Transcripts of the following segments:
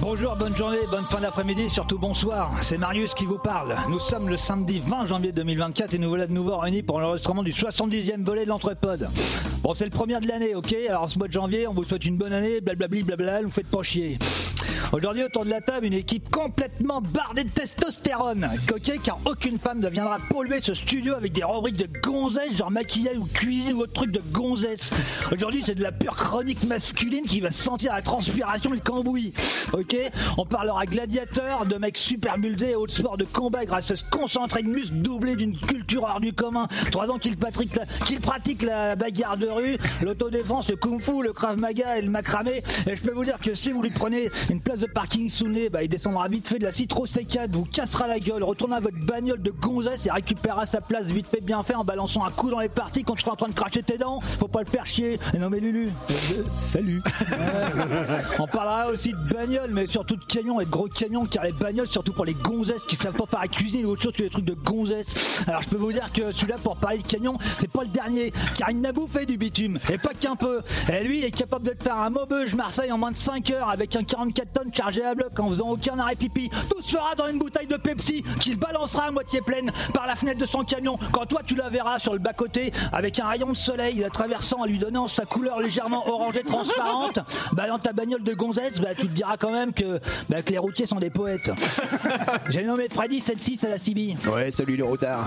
Bonjour, bonne journée, bonne fin d'après-midi, surtout bonsoir. C'est Marius qui vous parle. Nous sommes le samedi 20 janvier 2024 et nous voilà de nouveau réunis pour l'enregistrement du 70e volet de l'Entrepode. Bon, c'est le premier de l'année, ok Alors en ce mois de janvier, on vous souhaite une bonne année, blablabli, blablabla, vous faites pas chier. Aujourd'hui, autour de la table, une équipe complètement bardée de testostérone. Coquée, car aucune femme ne viendra polluer ce studio avec des rubriques de gonzesse, genre maquillage ou cuisine ou autre truc de gonzesse. Aujourd'hui, c'est de la pure chronique masculine qui va sentir la transpiration et le cambouis. Ok On parlera gladiateur, de mecs super buildés et autres sports de combat grâce à ce concentré de muscles doublé d'une culture hors du commun. Trois ans qu'il pratique, la, qu'il pratique la bagarre de rue, l'autodéfense, le kung-fu, le krav maga et le macramé. Et je peux vous dire que si vous lui prenez une place de parking sous le nez, bah, il descendra vite fait de la Citro C4, vous cassera la gueule, retournera à votre bagnole de gonzesse et récupérera sa place vite fait bien fait en balançant un coup dans les parties quand tu seras en train de cracher tes dents. Faut pas le faire chier. Et non mais Lulu. euh, Salut. Ouais. On parlera aussi de bagnoles, mais surtout de camions et de gros camions, car les bagnoles, surtout pour les gonzesses qui savent pas faire la cuisine ou autre chose que les trucs de gonzesses. Alors je peux vous dire que celui-là, pour parler de camion, c'est pas le dernier, car il n'a bouffé du bitume, et pas qu'un peu. Et lui, il est capable de te faire un Maubeuge Marseille en moins de 5 heures avec un 44 tonnes chargé à bloc en faisant aucun arrêt pipi. Tout se fera dans une bouteille de Pepsi qu'il balancera à moitié pleine par la fenêtre de son camion quand toi tu la verras sur le bas-côté avec un rayon de soleil la traversant en lui donnant sa couleur légèrement orangée transparente. Bah, dans ta bagnole de gonzesse, bah, tu te diras quand même que, bah, que les routiers sont des poètes. J'ai nommé Freddy, celle-ci, c'est la Sibylle. Ouais, salut le retard.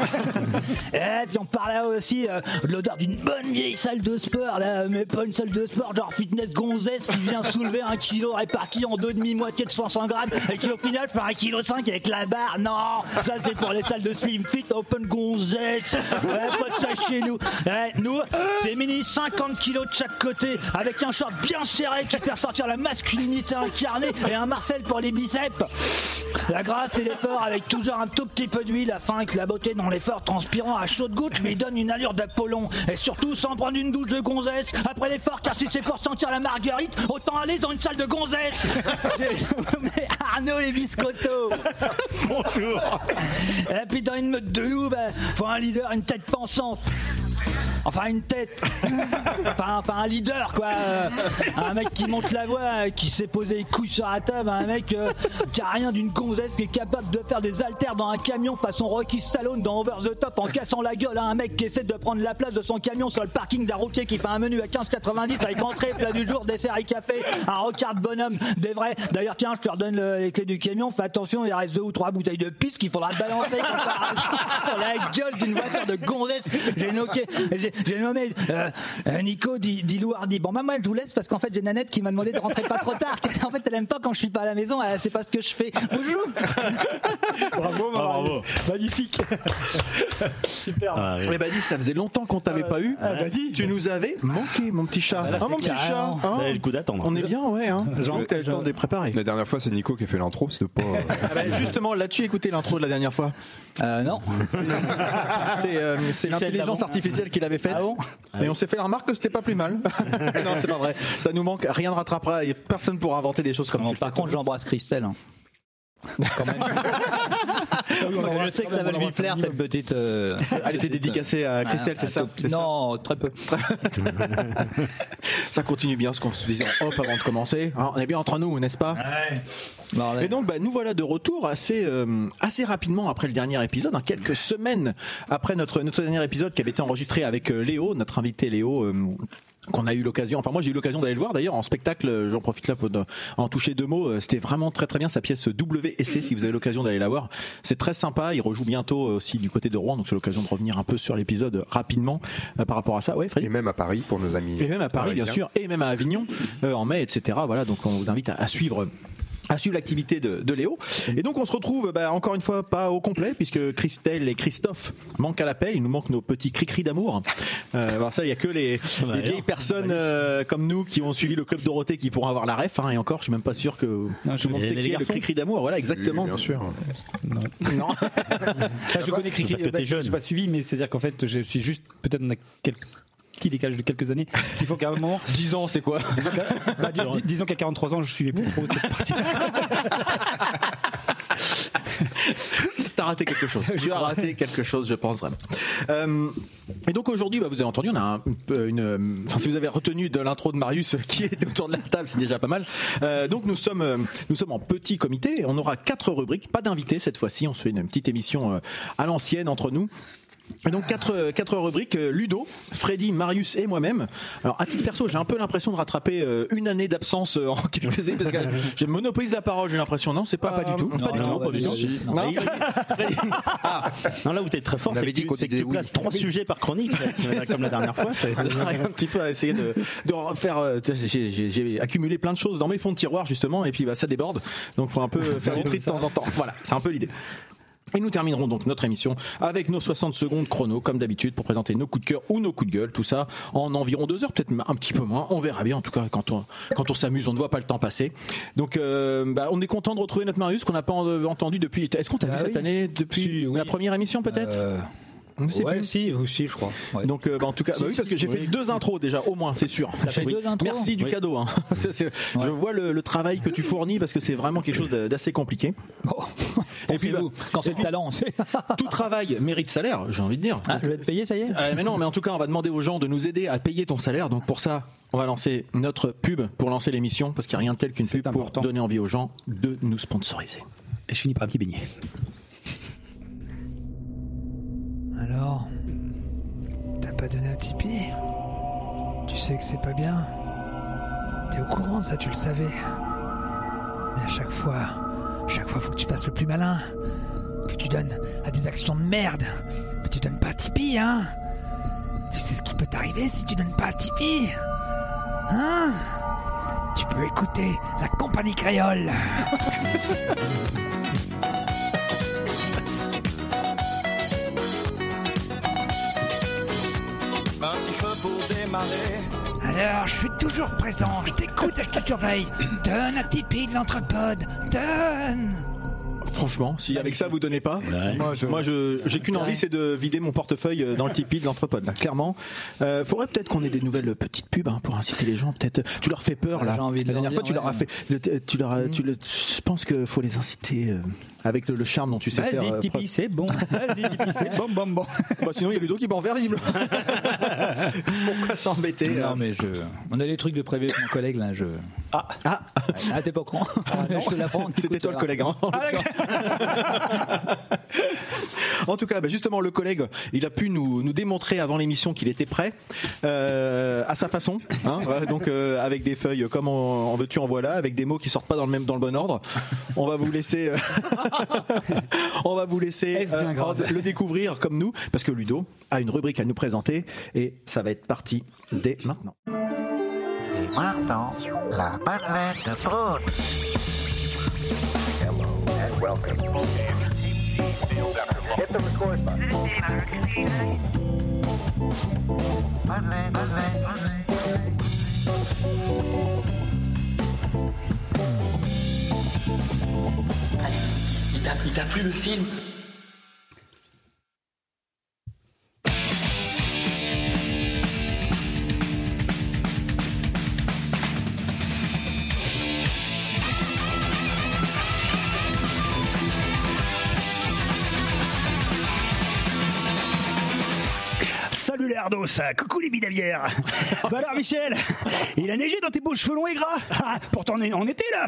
Et Eh, puis on parlait aussi euh, de l'odeur d'une bonne vieille salle de sport, là, euh, mais pas une salle de sport genre fitness gonzesse qui vient soulever un kilo réparti en deux demi-moitiés de 500 grammes et qui au final fait un kilo 5 avec la barre. Non, ça c'est pour les salles de slim fit, open gonzesse. Ouais, pas de ça chez nous. Ouais, nous, c'est mini 50 kilos de chaque côté avec un short bien serré qui fait ressortir la masculinité incarnée et un Marcel pour les biceps. La grâce et l'effort avec toujours un tout petit peu d'huile afin que la beauté dans l'effort transpirant à chaudes gouttes lui donne une allure d'Apollon. Et surtout sans prendre une douche de gonzesse après l'effort car si c'est pour sentir la marguerite, autant aller dans une salle de gonzesse. Mais Arnaud les biscottos. Bonjour. Et puis dans une meute de loups, bah, faut un leader, une tête pensante. Enfin une tête, enfin, enfin un leader quoi, Euh, un mec qui monte la voix, euh, qui s'est posé les couilles sur la table, un mec euh, qui a rien d'une gonzesse qui est capable de faire des haltères dans un camion façon Rocky Stallone dans Over the Top en cassant la gueule à un mec qui essaie de prendre la place de son camion sur le parking d'un routier qui fait un menu à 15,90 avec entrée, plat du jour, dessert et café, un rocard de Ah, bonhomme, des vrais. D'ailleurs tiens, je te redonne le- les clés du camion, fais attention, il reste deux ou trois bouteilles de pisse qu'il faudra balancer quand ça arrive sur la gueule d'une voiture de gonzesse. J'ai noqué- j'ai- j'ai nommé euh, euh, Nico Di- Dilou Hardy. Bon, bah, moi, je vous laisse parce qu'en fait, j'ai Nanette qui m'a demandé de rentrer pas trop tard. En fait, elle aime pas quand je suis pas à la maison. Elle sait pas ce que je fais. Bonjour. Bravo, bravo. Magnifique. Super. Ah, oui. Eh bah dis, ça faisait longtemps qu'on t'avait pas Euh, eu. ah, bah, dis. tu nous avais manqué, mon petit chat. Bah là, Ah, mon c'est petit clair, chat. hein. hein. Ça a le coup d'attendre. On est bien, ouais. Hein. Genre, Je- t'as le je- temps de les préparer. La dernière fois, c'est Nico qui a fait l'intro, c'était pas. Ah bah, justement, l'as-tu écouté l'intro de la dernière fois Euh, non. C'est euh, c'est l'intelligence artificielle qui l'avait faite. Ah bon et on s'est fait la remarque que c'était pas plus mal. non, c'est pas vrai. Ça nous manque. Rien ne rattrapera et personne pourra inventer des choses comme Bon, tu le par fais. contre, j'embrasse Christelle. hein. je sais que ça va lui plaire cette petite. euh, Elle était dédicacée à Christelle, c'est ça, c'est ça Non, très peu. Ça continue bien ce qu'on se disait en off avant de commencer. hein. on est bien entre nous, n'est-ce pas Bordel. Et donc, bah, nous voilà de retour assez, euh, assez rapidement après le dernier épisode, hein, quelques semaines après notre, notre dernier épisode qui avait été enregistré avec euh, Léo, notre invité Léo. euh, qu'on a eu l'occasion, enfin moi j'ai eu l'occasion d'aller le voir d'ailleurs en spectacle, euh, j'en profite là pour de- en toucher deux mots, euh, c'était vraiment très très bien sa pièce WSC si vous avez l'occasion d'aller la voir, c'est très sympa, il rejoue bientôt euh, aussi du côté de Rouen donc c'est l'occasion de revenir un peu sur l'épisode rapidement euh, par rapport à ça, ouais Frédéric Et même à Paris pour nos amis. et même à Paris, bien parisiens. sûr, et même à Avignon, euh, en mai, etc. Voilà, donc on vous invite à, à suivre à suivre l'activité de, de Léo. Et donc on se retrouve bah, encore une fois pas au complet puisque Christelle et Christophe manquent à l'appel. Il nous manque nos petits cri-cri d'amour. Euh, alors ça, il y a que les, va les aller. vieilles personnes euh, comme nous qui ont suivi le club Dorothée qui pourront avoir la ref. hein. et encore, je suis même pas sûr que tout le monde les- sait les qui est le garçons. cri-cri d'amour. Voilà, exactement. Oui, bien sûr. Non. je connais Cricri. Parce que t'es jeune. Je pas suivi, mais c'est-à-dire qu'en fait, je suis juste. Peut-être on a quelques petit décalage de quelques années qu'il faut qu'à un moment 10 ans, c'est quoi disons qu'à bah, dis- dis- disons qu'à 43 ans je suivais plus trop cette partie T'as raté quelque chose. tu as raté quelque chose, je pense vraiment. Euh, et donc aujourd'hui, bah, vous avez entendu, on a un- euh, une. euh, Enfin, si vous avez retenu de l'intro de Marius euh, qui est autour de la table, c'est déjà pas mal. Euh, donc nous sommes, euh, nous sommes en petit comité. On aura quatre rubriques, pas d'invités cette fois-ci. On se fait une petite émission euh, à l'ancienne entre nous. Et donc quatre, quatre rubriques, euh, Ludo, Freddy, Marius et moi-même. Alors à titre perso, j'ai un peu l'impression de rattraper euh, une année d'absence euh, en quelques années parce que j'ai monopolisé la parole, j'ai l'impression. Non, c'est pas, Ah, pas du tout. Euh, Pas du Non, tout. non, pas du tout. Non. Non. Non, là où t'es très fort, On c'est avait que dit tu, qu'on c'est que disait tu places oui. trois sujets par chronique, euh, comme la dernière fois. c'est- J'arrive un petit peu à essayer de, de refaire. euh, tu sais, j'ai- J'ai j'ai accumulé plein de choses dans mes fonds de tiroir justement, et puis bah, ça déborde. Donc faut un peu faire du tri de temps en temps. Voilà, c'est un peu l'idée. Et nous terminerons donc notre émission avec nos 60 secondes chrono, comme d'habitude, pour présenter nos coups de cœur ou nos coups de gueule. Tout ça en environ deux heures, peut-être un petit peu moins. On verra bien. En tout cas, quand on, quand on s'amuse, on ne voit pas le temps passer. Donc, euh, bah, on est content de retrouver notre Marius qu'on n'a pas en- euh, entendu depuis. Est-ce qu'on t'a vu Ah cette oui. année depuis Si, oui. la première émission peut-être Euh, On ne sait Ouais, plus. si, aussi, je crois. Ouais. Donc, euh, bah, en tout cas, bah oui, parce que j'ai fait deux intros déjà, au moins, c'est sûr. fait Oui. deux intros Merci du Oui. cadeau. hein. C'est- c'est- Je vois le, le travail que tu fournis parce que c'est vraiment quelque chose d'assez compliqué. bon. Pensez-vous, bah, quand c'est le talent, c'est. Tout travail mérite salaire, j'ai envie de dire. je vais Ah, te payer, ça y est Euh, mais non, mais en tout cas, on va demander aux gens de nous aider à payer ton salaire. Donc pour ça, on va lancer notre pub pour lancer l'émission parce qu'il n'y a rien de tel qu'une C'est pub important. pour donner envie aux gens de nous sponsoriser. Et je finis par un petit beignet. Alors, t'as pas donné à Tipeee Tu sais que c'est pas bien. T'es au courant de ça, tu le savais. Mais à chaque fois, chaque fois, faut que tu fasses le plus malin. Que tu donnes à des actions de merde. Mais tu donnes pas à Tipeee, hein Tu sais ce qui peut t'arriver si tu donnes pas à Tipeee Hein Tu peux écouter la compagnie créole. Alors, je suis toujours présent, je t'écoute et je te surveille. Donne à Tipeee de l'entrepode, donne Franchement, si avec ça vous donnez pas, Ouais. moi je- moi, je j'ai qu'une envie, c'est de vider mon portefeuille euh, dans le Tipeee de l'entrepode. là, Clairement, euh, faudrait peut-être qu'on ait des nouvelles petites pubs hein, pour inciter les gens. Peut-être, tu leur fais peur Ah, là. j'ai envie de La leur dernière dire, fois, tu leur as ouais. Mm. fait, le- tu leur, as- tu le, je pense que faut les inciter euh, avec le, le charme dont tu sais faire. euh, Vas-y, Tipeee, c'est bon. Vas-y, Tipeee, c'est bon, bon, bon. preuve. Bah, sinon, il y a Ludo qui peut en faire visible. Pourquoi s'embêter euh, Non, mais je. On a les trucs de prévu avec mon collègue, là. Je... Ah, ah, Ah, t'es pas con. je te l'apprends. C'était toi le collègue. hein. Ah, en tout cas, bah, justement, le collègue, il a pu nous, nous démontrer avant l'émission qu'il était prêt, euh, à sa façon. hein. Voilà, donc, euh, avec des feuilles comme en, en veux-tu, en voilà, avec des mots qui sortent pas dans le même, dans le bon ordre. On va vous laisser, euh, on va vous laisser euh, Est-ce bien grave le découvrir comme nous, parce que Ludo a une rubrique à nous présenter et ça va être parti dès maintenant. Et maintenant, la parlette de Prout. Parlette, parlette, parlette. Salut les Ardos, coucou les bidavières. bah alors Michel, il a neigé dans tes beaux cheveux longs et gras. Ah, Pourtant on est en été là.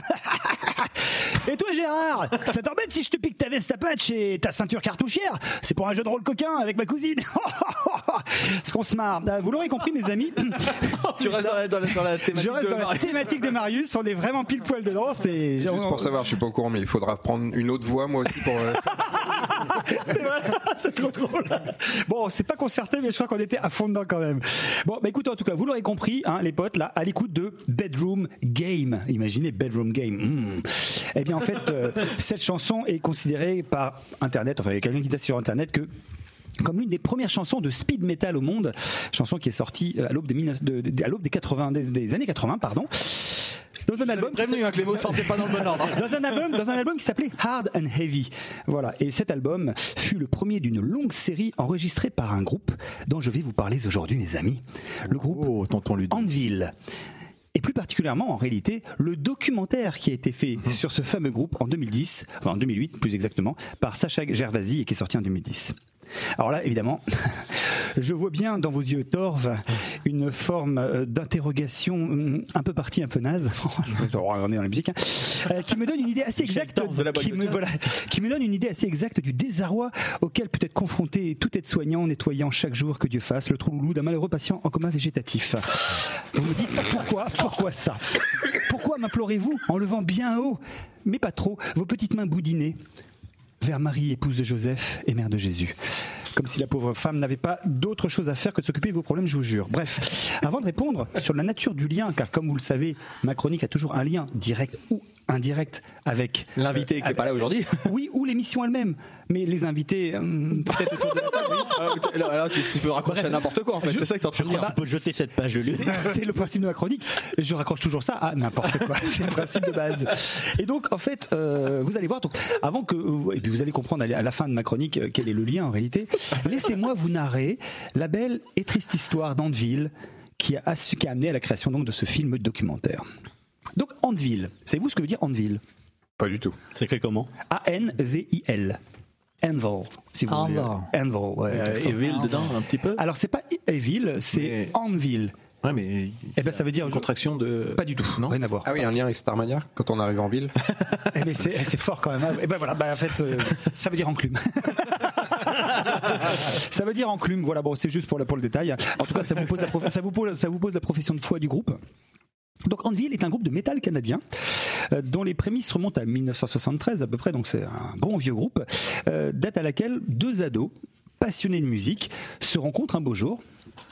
et toi Gérard, ça t'embête si je te pique ta veste Apache et ta ceinture cartouchière C'est pour un jeu de rôle coquin avec ma cousine. Ce qu'on se marre. Ah, Vous l'aurez compris mes amis, Tu restes dans la, dans la- dans la thématique je reste de dans la Marie. thématique de Marius, on est vraiment pile poil dedans. C'est Juste pour savoir, je suis pas au courant, mais il faudra prendre une autre voix moi aussi pour. euh, C'est vrai, c'est trop drôle. Bon, on s'est pas concerté, mais je crois qu'on était à fond dedans quand même. Bon, bah écoutez, en tout cas, vous l'aurez compris, hein, les potes, là, à l'écoute de Bedroom Game. Imaginez Bedroom Game. hmm. Eh bien, en fait, euh, cette chanson est considérée par Internet, enfin, il y a quelqu'un qui dit ça sur Internet que comme l'une des premières chansons de speed metal au monde, chanson qui est sortie euh, à l'aube des, 19 de- de- à l'aube des, 80, des, des années 80, pardon, dans un album. qui Prévenu, hein, que les mots sortaient pas dans le bon ordre. hein. dans un album, dans un album qui s'appelait Hard and Heavy. Voilà. Et cet album fut le premier d'une longue série enregistrée par un groupe dont je vais vous parler aujourd'hui, mes amis. Le groupe Oh, tonton Ludo. Anvil. et plus particulièrement en réalité le documentaire qui a été fait Mhm. sur ce fameux groupe en 2010, enfin en 2008 plus exactement, par Sacha Gervasi et qui est sorti en 2010. Alors là, évidemment, je vois bien dans vos yeux torves Mhm. une forme euh, d'interrogation hum, un peu partie, un peu naze. On est dans la musique, hein. Euh, qui me donne une idée assez exacte, Torv de la boîte qui de me- jazz. voilà, qui me donne une idée assez exacte du désarroi auquel peut être confronté tout aide-soignant nettoyant chaque jour que Dieu fasse le trou loulou d'un malheureux patient en coma végétatif. Vous me dites pourquoi, pourquoi ça Pourquoi m'implorez-vous en levant bien haut, mais pas trop, vos petites mains boudinées vers Marie, épouse de Joseph et mère de Jésus. Comme si la pauvre femme n'avait pas d'autre chose à faire que de s'occuper de vos problèmes, je vous jure. Bref, avant de répondre sur la nature du lien, car comme vous le savez, ma chronique a toujours un lien direct ou indirect avec L'invité qui est pas là aujourd'hui. oui, ou l'émission elle-même. Mais les invités, hum, peut-être autour de la table, oui. alors, alors, tu, tu peux raccrocher à n'importe quoi en fait. Je- C'est ça que t'es en train de je dire. Bah, crois pas- jeter cette page de lieu. C'est- C'est le principe de ma chronique. Je raccroche toujours ça à n'importe quoi. C'est le principe de base. Et donc, en fait, euh, vous allez voir. Donc, avant que vous- et puis vous allez comprendre à la- à la fin de ma chronique euh, quel est le lien en réalité. Laissez-moi vous narrer la belle et triste histoire d'Andeville qui a, assu- qui a amené à la création donc de ce film documentaire. Donc, Andeville. Savez-vous ce que veut dire Andeville Pas du tout. C'est écrit comment A-N-V-I-L. Anvil, si vous voulez. Anvil. Anvil, ouais, Jackson. Evil dedans un petit peu. Alors c'est pas Evil, c'est Mais- Anvil. Ouais mais. Eh ben ça veut dire Une contraction de. pas du tout, Non. rien à voir. Ah oui, un lien avec Starmania quand on arrive en ville. Eh ben, c'est c'est fort quand même. hein. Eh ben voilà, bah, en fait euh, ça veut dire enclume. ça veut dire enclume. Voilà, bon, c'est juste pour, le- pour le détail. En tout cas, ça vous pose la prof- ça vous pose- ça vous pose la profession de foi du groupe. Donc Anvil est un groupe de métal canadien euh, dont les prémices remontent à 1973 à peu près, donc c'est un bon vieux groupe, euh, date à laquelle deux ados passionnés de musique se rencontrent un beau jour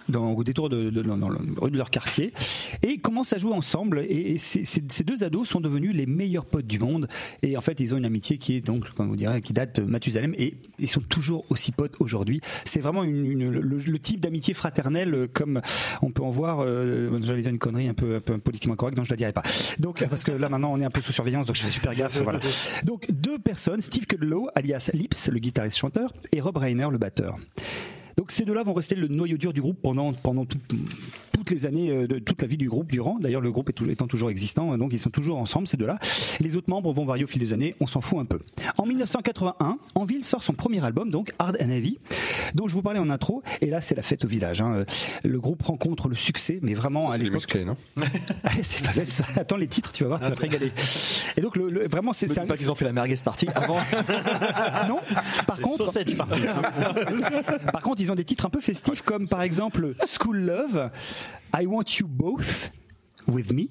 dans, au détour de, de- dans- dans le- rue de leur quartier et commencent à jouer ensemble et, et ces, ces- ces deux ados sont devenus les meilleurs potes du monde et en fait ils ont une amitié qui est donc comme vous direz qui date de Mathusalem et ils sont toujours aussi potes aujourd'hui c'est vraiment une- une- le, le type d'amitié fraternelle euh, comme on peut en voir euh, j'allais dire une connerie un peu, un peu politiquement correcte donc je la dirai pas donc euh, parce que là maintenant on est un peu sous surveillance donc je fais super gaffe voilà. donc deux personnes Steve Kudlow alias Lips le guitariste chanteur et Rob Reiner le batteur donc ces deux-là vont rester le noyau dur du groupe pendant, pendant tout- toutes les années, euh, de, toute la vie du groupe durant. D'ailleurs, le groupe est tou- étant toujours existant, euh, donc ils sont toujours ensemble, ces deux-là. Les autres membres vont varier au fil des années, on s'en fout un peu. En 1981, Anvil sort son premier album, donc Hard and Heavy, dont je vous parlais en intro, et là c'est la fête au village. hein. Euh, Le groupe rencontre le succès, mais vraiment à C'est les l'époque... musclés, non Ah, c'est pas bête ça. Attends les titres, tu vas voir, tu vas te régaler. Et donc le, le- vraiment, c'est Me c'est Ah, dis pas qu'ils ont fait la merguez partie avant. Non, par contre... Sausage party. Par contre, ils ont des titres un peu festifs comme par exemple School Love, I Want You Both. With me,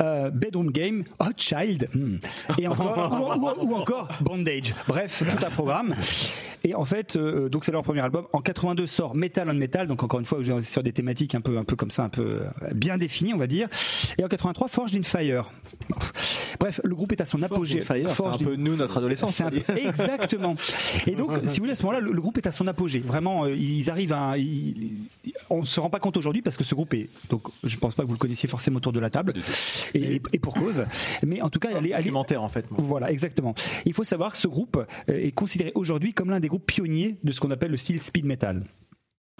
euh, Bedroom Game, Hot Child, hmm, et encore, ou, ou- ou encore Bondage. Bref, tout un programme. Et en fait, euh, donc c'est leur premier album. En 82 sort Metal on Metal, donc encore une fois sur des thématiques un peu, un peu comme ça, un peu euh, bien définies, on va dire. Et en 83, Forged in Fire. Bref, le groupe est à son apogée. Fire, c'est un Forged in peu nous notre adolescence. c'est un peu- exactement. Et donc, si vous voulez, à ce moment-là, le, le groupe est à son apogée. Vraiment, euh, ils arrivent à. un- ils- ils- on se rend pas compte aujourd'hui parce que ce groupe est. Donc, je pense pas que vous le connaissiez forcément autour de la table. Et, et- et pour cause. Mais en tout cas, elle est, elle est- Alimentaire en fait. moi. voilà, exactement. Il faut savoir que ce groupe euh, est considéré aujourd'hui comme l'un des groupes pionniers de ce qu'on appelle le style speed metal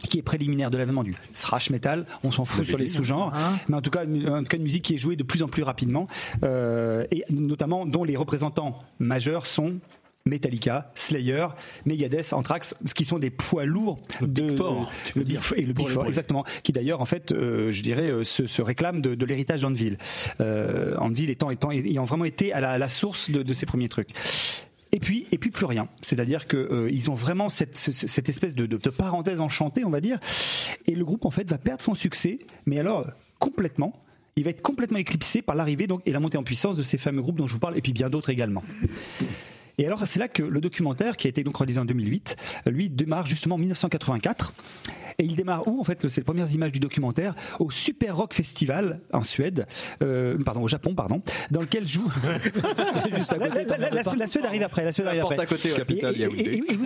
qui est préliminaire de l'avènement du thrash metal, on s'en fout sur les sous-genres, mais en tout cas, une, en tout cas, une musique qui est jouée de plus en plus rapidement, euh, et notamment dont les représentants majeurs sont Metallica, Slayer, Megadeth, Anthrax, ce qui sont des poids lourds de Four, le Big Four et le Big Four, exactement, qui d'ailleurs en fait, euh, je dirais, euh, se, se réclame de, de l'héritage d'Anvil, euh, Anvil étant, étant ayant vraiment été à la, à la source de, de ces premiers trucs. Et puis, et puis plus rien. C'est-à-dire que euh, ils ont vraiment cette, ce- ce- cette espèce de, de- de parenthèse enchantée, on va dire. Et le groupe en fait va perdre son succès, mais alors complètement. Il va être complètement éclipsé par l'arrivée donc et la montée en puissance de ces fameux groupes dont je vous parle, et puis bien d'autres également. Et alors, c'est là que le documentaire, qui a été donc réalisé en 2008, lui démarre justement en 1984. Et il démarre où En fait, c'est les premières images du documentaire au Super Rock Festival en Suède, euh, pardon, au Japon, pardon, dans lequel joue. la, la- la- la- la Suède arrive après. La Suède arrive porte après. à côté, ouais. Capitale Et- et- et- et- et vous-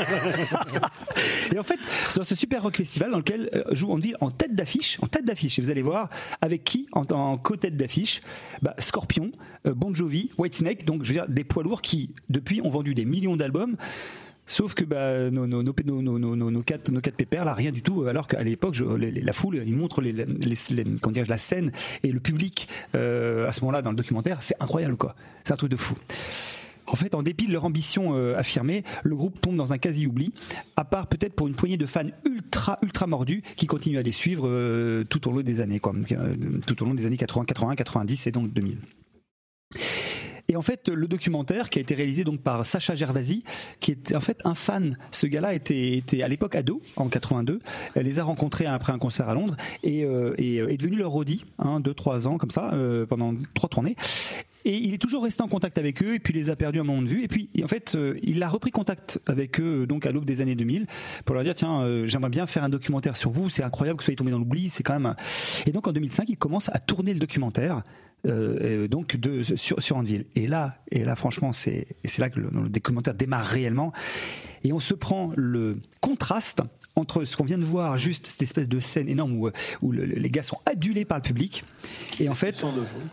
et- Et en fait, c'est dans ce Super Rock Festival dans lequel euh, joue Anvil en tête d'affiche, en tête d'affiche. Et vous allez voir avec qui en, en co-tête d'affiche bah, Scorpion, euh, Bon Jovi, Whitesnake, donc je veux dire des poids lourds qui, depuis, ont vendu des millions d'albums Sauf que bah, nos, nos, nos, pé- nos, nos, nos, nos- nos quatre, nos quatre pépères, là, rien du tout. Alors qu'à l'époque, je- les- les- la foule, ils montrent les, les, les- comment dirais-je, la scène et le public euh, à ce moment-là dans le documentaire. C'est incroyable, quoi. C'est un truc de fou. En fait, en dépit de leur ambition euh, affirmée, le groupe tombe dans un quasi-oubli, à part peut-être pour une poignée de fans ultra, ultra mordus qui continuent à les suivre euh, tout au long des années, quoi, Euh, tout au long des années 80, 80, 90 et donc 2000. Et en fait, le documentaire qui a été réalisé donc par Sacha Gervasi, qui était en fait un fan. Ce gars-là était, était à l'époque ado, en 82. Elle les a rencontrés après un concert à Londres et, euh, et, euh, est devenu leur Audi, hein, deux, trois ans comme ça, euh, pendant trois tournées. Et il est toujours resté en contact avec eux, et puis il les a perdus à un moment de vue. Et puis, en fait, euh, il a repris contact avec eux euh, donc à l'aube des années 2000 pour leur dire tiens, euh, j'aimerais bien faire un documentaire sur vous. C'est incroyable que vous soyez tombé dans l'oubli. C'est quand même. un- Et donc en 2005, il commence à tourner le documentaire. euh, euh, donc de, sur, sur Anvil. Et là, et là, franchement, c'est et c'est là que le, le documentaire démarre réellement. Et on se prend le contraste entre ce qu'on vient de voir, juste cette espèce de scène énorme où, euh, où le- le- les gars sont adulés par le public, et en fait,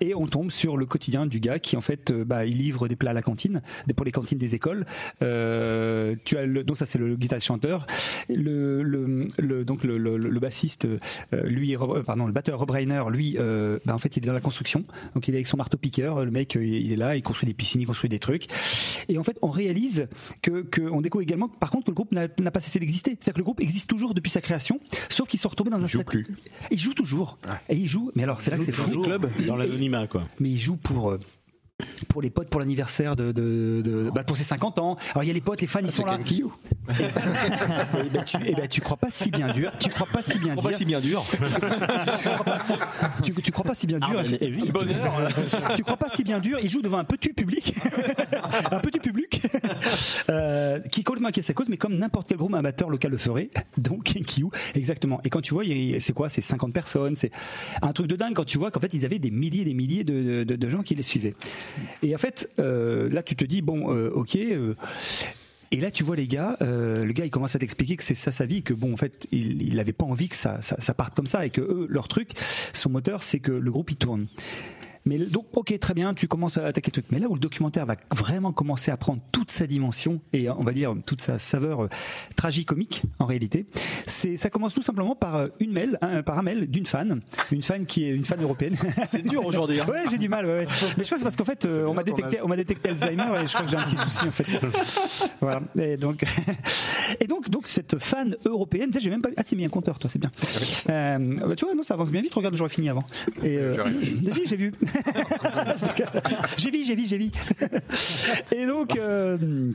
et on tombe sur le quotidien du gars qui en fait, euh, bah, il livre des plats à la cantine, des- pour les cantines des écoles. Euh, tu as le- donc ça c'est le guitariste chanteur, le, le- le- donc le, le- le bassiste, euh, lui, Rob- euh, pardon, le batteur Rob Reiner, lui, euh, bah, en fait, il est dans la construction, donc il est avec son marteau piqueur. Le mec, euh, il est là, il construit des piscines, il construit des trucs, et en fait, on réalise que, que- on découvre également, par contre, que le groupe n'a n'a pas cessé d'exister. C'est-à-dire que le groupe existe toujours depuis sa création, sauf qu'ils sont retombés dans un joue statut. Ils jouent toujours. Et ils jouent. Mais alors, c'est là que c'est fou. club dans l'anonymat quoi. Mais ils jouent pour. euh, Pour les potes, pour l'anniversaire de, de, de- bah, pour ses 50 ans. Alors il y a les potes, les fans, ils sont là. Et bah, tu, eh ben, tu crois pas si bien dur. Tu crois pas si bien Pourquoi dur. si bien dur Ah, Tu, tu crois pas si bien dur. hein. tu crois pas si bien dur, il joue devant un petit public, un petit public euh, qui est complètement inquiet de sa cause, mais comme n'importe quel groupe amateur local le ferait, donc Kenkyu, exactement. Et quand tu vois, il y a- c'est quoi C'est 50 personnes, c'est un truc de dingue quand tu vois qu'en fait ils avaient des milliers et des milliers de, de- de gens qui les suivaient. Et en fait, euh, là tu te dis, bon, euh, ok. euh, et là, tu vois les gars, euh, le gars, il commence à t'expliquer que c'est ça sa vie, que bon, en fait, il il n'avait pas envie que ça, ça, ça parte comme ça, et que eux, leur truc, son moteur, c'est que le groupe, il tourne. Mais le- donc, ok, très bien, tu commences à attaquer le truc. Mais là où le documentaire va vraiment commencer à prendre toute sa dimension et euh, on va dire toute sa saveur euh, tragicomique en réalité, c'est ça commence tout simplement par euh, une mail, hein, par un mail d'une fan, une fan qui est une fan européenne. C'est dur aujourd'hui. hein. Ouais, j'ai du mal. Ouais, ouais. Mais je crois que c'est parce qu'en fait, euh, on m'a bien, détecté, ton on m'a détecté Alzheimer et je crois que j'ai un petit souci en fait. voilà. Et donc, et donc, donc cette fan européenne, tu sais, j'ai même pas. Ah, t'as mis un compteur, toi, c'est bien. Euh, bah, tu vois, non, ça avance bien vite. Regarde, j'aurais fini avant. Et euh, si, j'ai vu. j'ai vu, j'ai vu, j'ai vu. et donc. euh,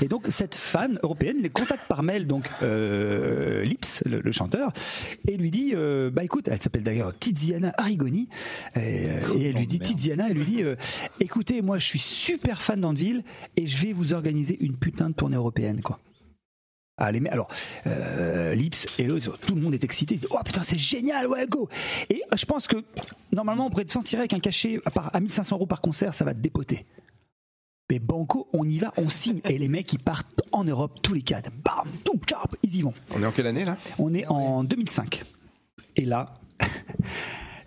et donc cette fan européenne les contacte par mail donc euh, Lips, le, le chanteur, et lui dit euh, bah écoute, elle s'appelle d'ailleurs Tiziana Arrigoni, et, euh, et elle lui dit Tiziana, elle lui dit euh, écoutez moi je suis super fan d'Anvil et je vais vous organiser une putain de tournée européenne quoi. Ah, les mecs- alors, euh, Lips, Hello, ils ont- tout le monde est excité. Ils disent, oh putain, c'est génial, ouais, go! Et euh, je pense que, normalement, on pourrait s'en tirer avec un cachet à, part- à 1500 euros par concert, ça va te dépoter. Mais Banco, on y va, on signe. Et les mecs, ils partent en Europe, tous les quatre. Bam, tout, tchap, ils y vont. On est en quelle année là On est en 2005. Et là.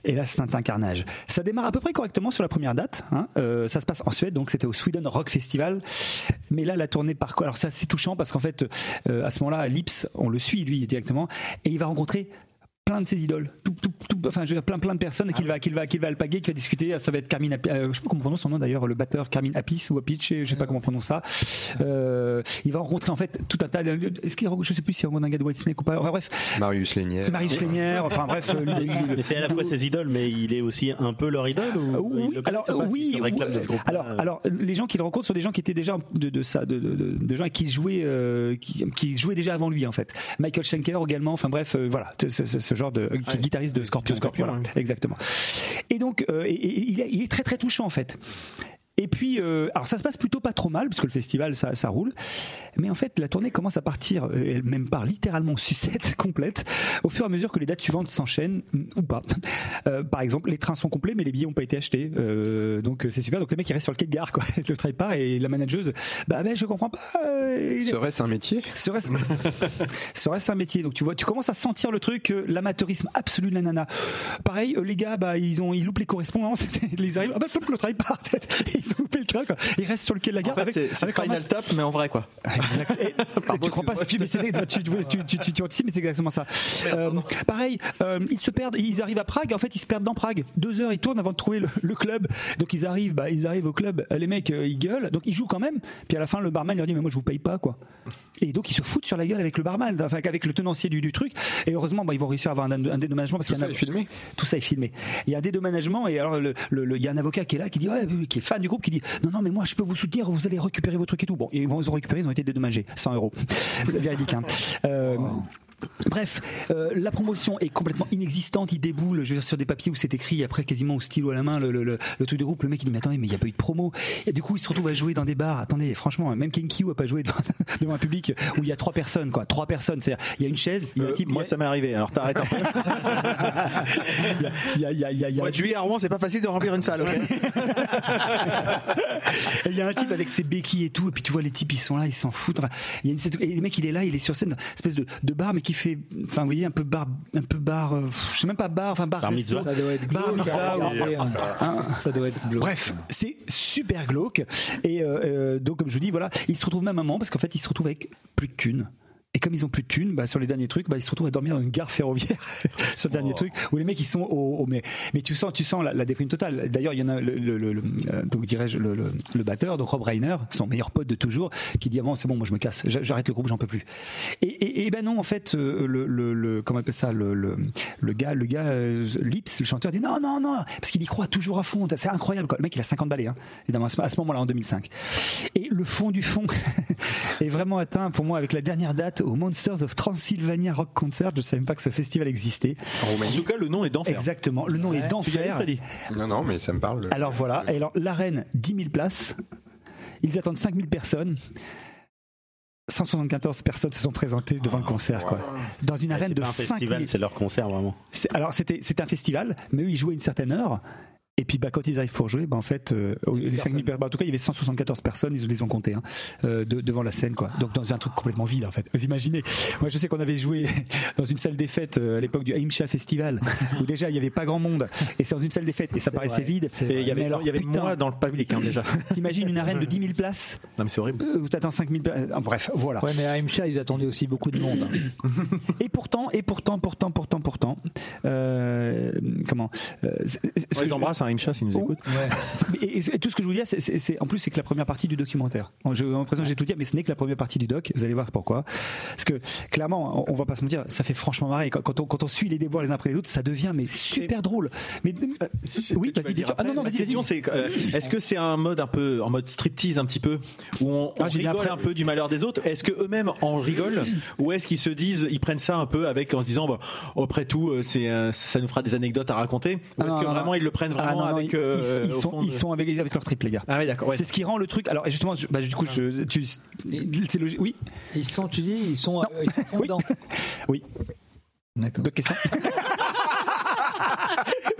Et là, c'est un carnage. Ça démarre à peu près correctement sur la première date. hein. Euh, ça se passe en Suède, donc c'était au Sweden Rock Festival. Mais là, la tournée par quoi Alors ça, c'est touchant parce qu'en fait, euh, à ce moment-là, Lips, on le suit lui directement, et il va rencontrer plein de ses idoles, tout, tout, tout- enfin je veux dire, plein plein de personnes qu'il va qu'il va qu'il va alpaguer, qu'il va discuter. Ah, Ça va être Carmine, Api- euh, je sais pas comment on prononce son nom d'ailleurs, le batteur Carmine Apis ou Apich, je sais pas comment on prononce ça. Euh, il va rencontrer en fait tout un tas. de- Est-ce qu'il rencontre- je sais plus s'il rencontre un gars de White Snake ou pas. Enfin, bref, Marius Lénière. Marie Flénière, enfin bref. euh, lui- lui- Mais c'est à la fois ses idoles, mais il est aussi un peu leur idole ou Euh, ils oui, le connaissent alors ou pas, oui, s'ils se réclament oui, de ce groupe-là, alors euh, alors les gens qu'il rencontre sont des gens qui étaient déjà de, de ça, de, de, de- de gens qui jouaient, euh, qui, qui jouaient déjà avant lui en fait. Michael Schenker également, enfin bref, euh, voilà, ce, ce- ce genre de euh, qui- guitariste de Scorpion, Scorpion, voilà, exactement. Et donc euh, et- et- il, est, il est très très touchant en fait. Et puis, euh, alors ça se passe plutôt pas trop mal, puisque le festival, ça, ça roule. Mais en fait, la tournée commence à partir, euh, elle même part littéralement en sucette complète, au fur et à mesure que les dates suivantes s'enchaînent, mm, ou pas. Euh, par exemple, les trains sont complets, mais les billets n'ont pas été achetés. Euh, donc euh, c'est super. Donc les mecs, ils restent sur le quai de gare, quoi. Le train part, et la manageuse, bah ben, je comprends pas. euh, il- Serait-ce un métier Serait-ce serait-ce un métier Donc tu vois, tu commences à sentir le truc, euh, l'amateurisme absolu de la nana. Pareil, euh, les gars, bah ils ont ils loupent les correspondances, ils arrivent, ah bah plop, le travail part, ils ils ont loupé le train. Quoi. Ils restent sur le quai de la En gare fait, avec, c'est c'est avec leur Spinal Tap, mais en vrai, quoi. Exact. Et- et tu crois pas tu, mais c'est, tu, tu, tu, tu, tu, tu anticipes, mais c'est exactement ça. Euh, pareil, euh, ils se perdent, ils arrivent à Prague. En fait, ils se perdent dans Prague. Deux heures, ils tournent avant de trouver le, le club. Donc ils arrivent, bah, ils arrivent au club. Les mecs, euh, ils gueulent. Donc ils jouent quand même. Puis à la fin, le barman leur dit mais moi je vous paye pas quoi. Et donc ils se foutent sur la gueule avec le barman, enfin avec le tenancier du, du truc. Et heureusement, bah, ils vont réussir à avoir un, un dédommagement parce Tout qu'il y en ça a- est filmé. tout ça est filmé. Il y a un dédommagement et alors le- le- le- il y a un avocat qui est là qui dit ouais, oui, qui est fan du groupe qui dit non non mais moi je peux vous soutenir vous allez récupérer vos trucs et tout. Bon ils, vont- ils ont récupéré ils ont été dédommagés 100 euros véridique. hein. Euh, Bref, euh, la promotion est complètement inexistante. Il déboule je veux dire, sur des papiers où c'est écrit après quasiment au stylo à la main le, le- le- le truc de groupe. Le mec il dit mais attendez mais il n'y a pas eu de promo. Et du coup il se retrouve à jouer dans des bars. Attendez franchement même Kenkyu a pas joué devant, devant un public où il y a trois personnes quoi. Trois personnes c'est-à-dire il y a une chaise, il y a un Euh, type, il y moi, a- ça m'est arrivé. Alors, t'arrêtes. un peu. il y a- il y a- il y a- il y a- Mois de juillet à Rouen, c'est pas facile de remplir une salle. ok Et Il y a un type avec ses béquilles et tout, et puis tu vois les types ils sont là, ils s'en foutent. Enfin, il y a une cette- et le mec il est là, il est sur scène, une espèce de, de bar, mais qui fait, enfin vous voyez un peu bar, un peu bar, euh, pff, je sais même pas bar, enfin bar, Bar resto. mitzvah. Ça doit être Bah, Bar glauque. mitzvah, à ou- regarder, hein. Hein. Ça doit être glauque. Bref, c'est super glauque. Et euh, euh, donc, comme je vous dis, voilà, ils se retrouvent même à un moment parce qu'en fait, ils se retrouvent avec plus de thunes. Et comme ils ont plus de thunes, bah, sur les derniers trucs, bah, ils se retrouvent à dormir dans une gare ferroviaire, sur le dernier Oh. truc, où les mecs ils sont au, au- mais, mais tu sens, tu sens la, la déprime totale. D'ailleurs, il y en a le, le- le- le- euh, donc dirais-je le, le- le batteur, donc Rob Reiner, son meilleur pote de toujours, qui dit ah bon c'est bon, moi je me casse, j'a- j'arrête le groupe, j'en peux plus. Et, et- et ben non, en fait, euh, le, le, le- comment on appelle ça, le, le, le gars, le gars euh, Lips, le chanteur, dit non, non, non, parce qu'il y croit toujours à fond. C'est incroyable. Quoi. Le mec, il a 50 balais, hein, évidemment, à ce, à ce moment-là, en 2005. Et le fond du fond est vraiment atteint pour moi avec la dernière date au Monsters of Transylvania Rock Concert. Je ne savais même pas que ce festival existait. En tout cas, le nom est d'enfer. Exactement. Le nom est Tu y allais, d'enfer. Freddy Non, non, mais ça me parle. Alors voilà, et alors l'arène, 10 000 places, ils attendent 5 000 personnes. 174 personnes se sont présentées devant le Oh. concert, quoi. Dans une arène C'est de pas un 5 000. festival, c'est leur concert vraiment. C'est- Alors c'était c'est un festival, mais eux ils jouaient une certaine heure. Et puis bah, quand ils arrivent pour jouer, bah, en fait, euh, les 5000 personnes, en tout cas il y avait 174 personnes, ils les ont comptées, hein, euh, de- devant la scène. quoi. Donc dans un truc complètement vide en fait. Vous imaginez, moi je sais qu'on avait joué dans une salle des fêtes euh, à l'époque du Aimcha Festival, où déjà il n'y avait pas grand monde. Et c'est dans une salle des fêtes, et ça vrai, paraissait vide. c'est Et il y avait, Mais alors, il y avait putain, moi dans le public hein, déjà. T'imagines une arène de 10 000 places, Non, mais c'est horrible. euh, où t'attends 5000 places. Ah, bref, voilà. Ouais, mais à Imcha, ils attendaient aussi beaucoup de monde. hein. Et pourtant, et pourtant, pourtant, pourtant, pourtant, euh, comment euh, c'est- c'est- On les embrasse, hein, Imcha, s'ils nous Oh. écoutent. Mais- Et, et- et tout ce que je vous dis, c'est, c'est- c'est- en plus, c'est que la première partie du documentaire. En- Je, en présent, j'ai tout dit, mais ce n'est que la première partie du doc. Vous allez voir pourquoi. Parce que clairement, on, on va pas se mentir, ça fait franchement marrer. Quand, quand on, quand on suit les déboires les uns après les autres, ça devient mais super drôle. Mais euh, oui, vas-y, bien sûr. Ah non, non, Ma vas-y, vas-y. question, c'est euh, est-ce que c'est un mode un peu en mode striptease un petit peu où on, on Ah, j'ai bien rigole appris. un peu du malheur des autres Est-ce que eux-mêmes en rigolent ou est-ce qu'ils se disent ils prennent ça un peu avec en se disant bah, après tout euh, c'est euh, ça nous fera des anecdotes à raconter Ou Ah, est-ce non, que non, vraiment non. ils le prennent Ah, vraiment non, non, avec ils- euh, ils, ils au sont, fond ils de- sont avec, avec leur trip, les gars. Ah oui d'accord. ouais. Ah. C'est ce qui rend le truc. Alors justement, je- bah, du coup, je, tu, c'est logique. Oui, Ils sont, tu dis, ils sont, euh, ils sont fondants. Oui. D'accord. d'autres questions.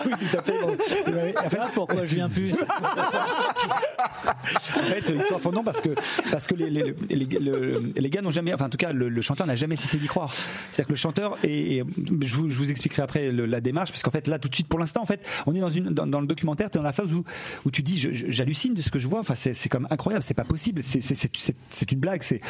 oui, tout à fait. bon. Et ouais, en fait, Voilà pourquoi je viens plus. En fait, ils sont à fond dedans parce que parce que les les, les, les- le- les gars n'ont jamais, enfin en tout cas le, le chanteur n'a jamais cessé d'y croire. C'est-à-dire que le chanteur et, et je, vous, je vous expliquerai après le- la démarche parce qu'en fait là tout de suite pour l'instant en fait on est dans une dans, dans le documentaire t'es dans la phase où où tu dis je- je- j'hallucine de ce que je vois. Enfin c'est c'est comme incroyable, c'est pas possible, c'est c'est- c'est c'est- c'est une blague, c'est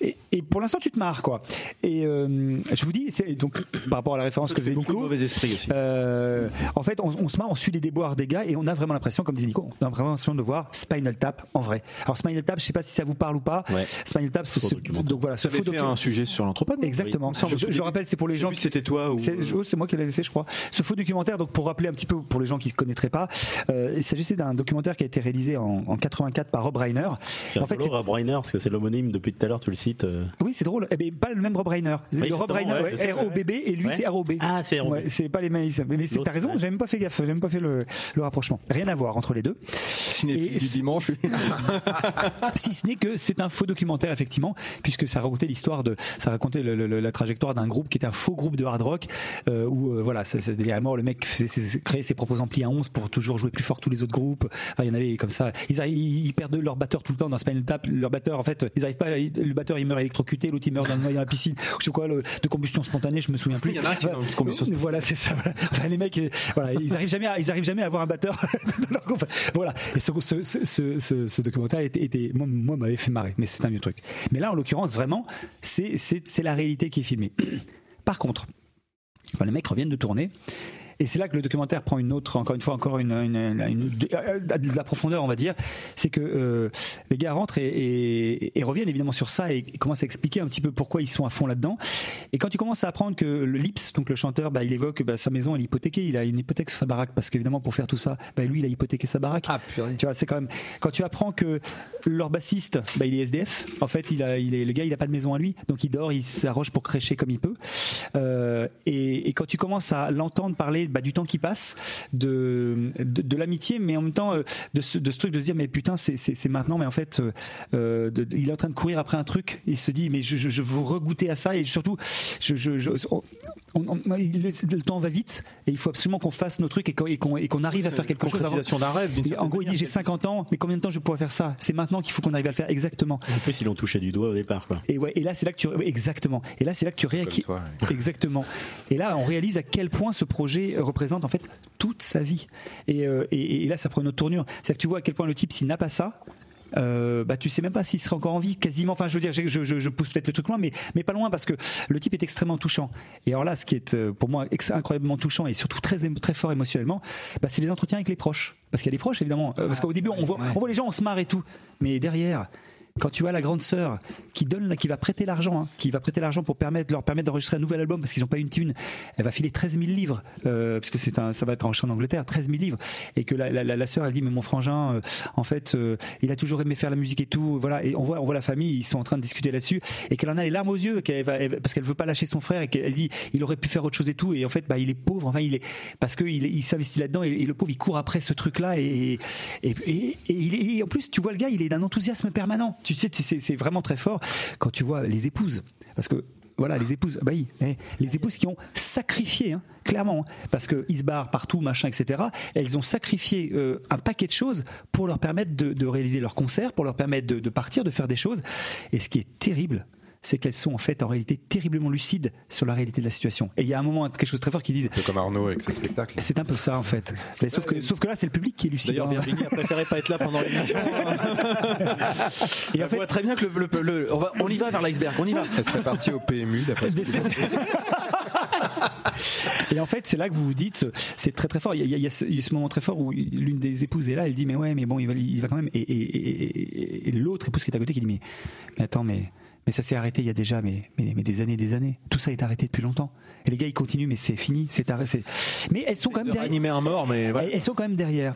et, et pour l'instant tu te marres quoi. Et euh, je vous dis c'est donc par rapport à la référence que faisait beaucoup de Nico, mauvais esprits aussi. euh, en fait, on, on se marre, on suit les déboires des gars et on a vraiment l'impression, comme disait Nico, on a vraiment l'impression de voir Spinal Tap en vrai. Alors Spinal Tap, je sais pas si ça vous parle ou pas. Ouais. Spinal Tap, ce- ce- documentaire. donc voilà, ce J'avais faux fait un documentaire. sujet sur l'anthropode. non Exactement. Oui, il me semble. je, je rappelle, c'est pour les Je sais gens plus si qui c'était toi ou euh, c'est oh, c'est moi qui l'avais fait, je crois. Ce faux documentaire, donc pour rappeler un petit peu pour les gens qui ne connaîtraient pas, euh, il s'agissait d'un documentaire qui a été réalisé en, en 84 par Rob Reiner. C'est En fait, rigolo, Rob Reiner, parce que c'est l'homonyme depuis tout à l'heure, tu le cites. euh. Oui, c'est drôle. Eh bien, pas le même Rob Reiner. Oui, le Rob justement, Reiner, ouais, je sais, ouais. ROBB, et lui, Ouais. c'est ROB. Ah, c'est ROB. Ouais, c'est pas les mêmes. Mais c'est- L'autre, t'as raison, ouais. j'ai même pas fait gaffe, j'ai même pas fait le, le rapprochement. Rien à voir entre les deux. Cinéphile Et- du dimanche. si ce n'est que c'est un faux documentaire effectivement puisque ça racontait l'histoire de ça racontait le- le- la trajectoire d'un groupe qui était un faux groupe de hard rock euh, où euh, voilà ça, ça se délire à mort le mec s'est- s'est- s'est créé ses propres amplis à 11 pour toujours jouer plus fort que tous les autres groupes enfin il y en avait comme ça ils, arrivent- ils, ils perdent leur batteur tout le temps dans Spinal Tap leur batteur en fait ils arrivent pas à- le batteur il meurt électrocuté l'autre il meurt dans, dans la piscine je sais quoi le- de combustion spontanée je me souviens plus Il y en a un qui est dans une combustion voilà c'est ça voilà. Enfin, les mecs euh, voilà voilà, ils arrivent jamais, à, ils arrivent jamais à avoir un batteur. dans leur groupe. voilà. Et ce, ce, ce, ce- ce- ce documentaire était, était- moi, moi, m'avait fait marrer, mais c'est un vieux truc. Mais là, en l'occurrence, vraiment, c'est, c'est, c'est la réalité qui est filmée. Par contre, quand les mecs reviennent de tourner. Et c'est là que le documentaire prend une autre, encore une fois, encore une, une- une- une- de, de la profondeur, on va dire. C'est que euh, les gars rentrent et, et- et reviennent évidemment sur ça et, commencent à expliquer un petit peu pourquoi ils sont à fond là-dedans. Et quand tu commences à apprendre que le Lips, donc le chanteur, bah, il évoque bah, sa maison, elle est hypothéquée, il a une hypothèque sur sa baraque, parce qu'évidemment, pour faire tout ça, bah, lui, il a hypothéqué sa baraque. Ah, purée. Tu vois, c'est quand même. Quand tu apprends que leur bassiste, bah, il est SDF. En fait, il a, il est, le gars, il a pas de maison à lui, donc il dort, il s'arroche pour crécher comme il peut. Euh, et, et quand tu commences à l'entendre parler bah, du temps qui passe, de, de, de l'amitié, mais en même temps euh, de ce, de ce truc de se dire mais putain, c'est- c'est c'est maintenant, mais en fait, euh, euh, de- de- il est en train de courir après un truc. Il se dit mais je, je, je veux regoûter à ça et surtout, je, je, je- on- on- il- le, le temps va vite et il faut absolument qu'on fasse nos trucs et qu'on et qu'on- et qu'on arrive à faire quelque chose avant. concrétisation d'un rêve, d'une Et en certaine gros, il dit manière, j'ai quelque 50 ans, mais combien de temps je pourrais faire ça C'est maintenant qu'il faut qu'on arrive à le faire exactement. En plus, ils l'ont touché du doigt au départ, quoi. Et ouais, et là c'est là que tu ouais, exactement. Et là c'est là que tu réacquiers toi, exactement. Et là on réalise à quel point ce projet représente en fait toute sa vie. Et, euh, et- et là ça prend une autre tournure. C'est que tu vois à quel point le type s'il n'a pas ça. euh, bah tu sais même pas s'il serait encore en vie quasiment enfin je veux dire je, je- je- je pousse peut-être le truc loin mais mais pas loin parce que le type est extrêmement touchant et alors là ce qui est euh, pour moi ex- incroyablement touchant et surtout très émo- très fort émotionnellement bah, c'est les entretiens avec les proches parce qu'il y a des proches évidemment Euh, parce qu'au début on voit on voit les gens on se marre et tout mais derrière quand tu as la grande sœur qui donne, qui va prêter l'argent, hein, qui va prêter l'argent pour permettre, leur permettre d'enregistrer un nouvel album parce qu'ils n'ont pas une thune, elle va filer 13 000 livres euh, parce que c'est un, ça va être enregistré en Angleterre, 13 000 livres et que la, la, la- la sœur elle dit mais mon frangin, euh, en fait, euh, il a toujours aimé faire la musique et tout, voilà et on voit, on voit la famille, ils sont en train de discuter là-dessus et qu'elle en a les larmes aux yeux qu'elle va- elle- parce qu'elle veut pas lâcher son frère et qu'elle dit il aurait pu faire autre chose et tout et en fait bah il est pauvre, enfin il est parce que il, est- il s'investit là-dedans et, et le pauvre il court après ce truc-là et, et, et- et il est- et en plus tu vois le gars il est d'un enthousiasme permanent tu sais c'est- c'est c'est vraiment très fort quand tu vois les épouses parce que voilà les épouses bah oui eh, les épouses qui ont sacrifié hein, clairement hein, parce que ils se barrent partout machin etc elles ont sacrifié euh, un paquet de choses pour leur permettre de, de réaliser leur concert pour leur permettre de, de partir de faire des choses et ce qui est terrible c'est qu'elles sont en fait en réalité terriblement lucides sur la réalité de la situation et il y a un moment quelque chose de très fort qui disent C'est comme Arnaud avec ses spectacles. c'est un peu ça en fait. Mais sauf, que, sauf que là, c'est le public qui est lucide. D'ailleurs, hein. Virginie a préféré pas être là pendant l'émission. hein. Et On en fait, voit très bien que le, le- le- on, va- on y va vers l'iceberg, on y va. Elle serait partie au PMU d'après ce que dit. et en fait, c'est là que vous vous dites, c'est très très fort. Il y a, il y a- il y a ce, il y a ce moment très fort où l'une des épouses est là, elle dit mais ouais, mais bon, il va, il va quand même. Et, et- et- et- et l'autre épouse qui est à côté qui dit mais, mais attends, mais mais ça s'est arrêté il y a déjà mais, mais mais des années, des années. Tout ça est arrêté depuis longtemps. Et les gars, ils continuent, mais c'est fini, c'est arrêté. Mais elles sont quand même De derrière. réanimer un mort, mais voilà. Elles- Elles sont quand même derrière.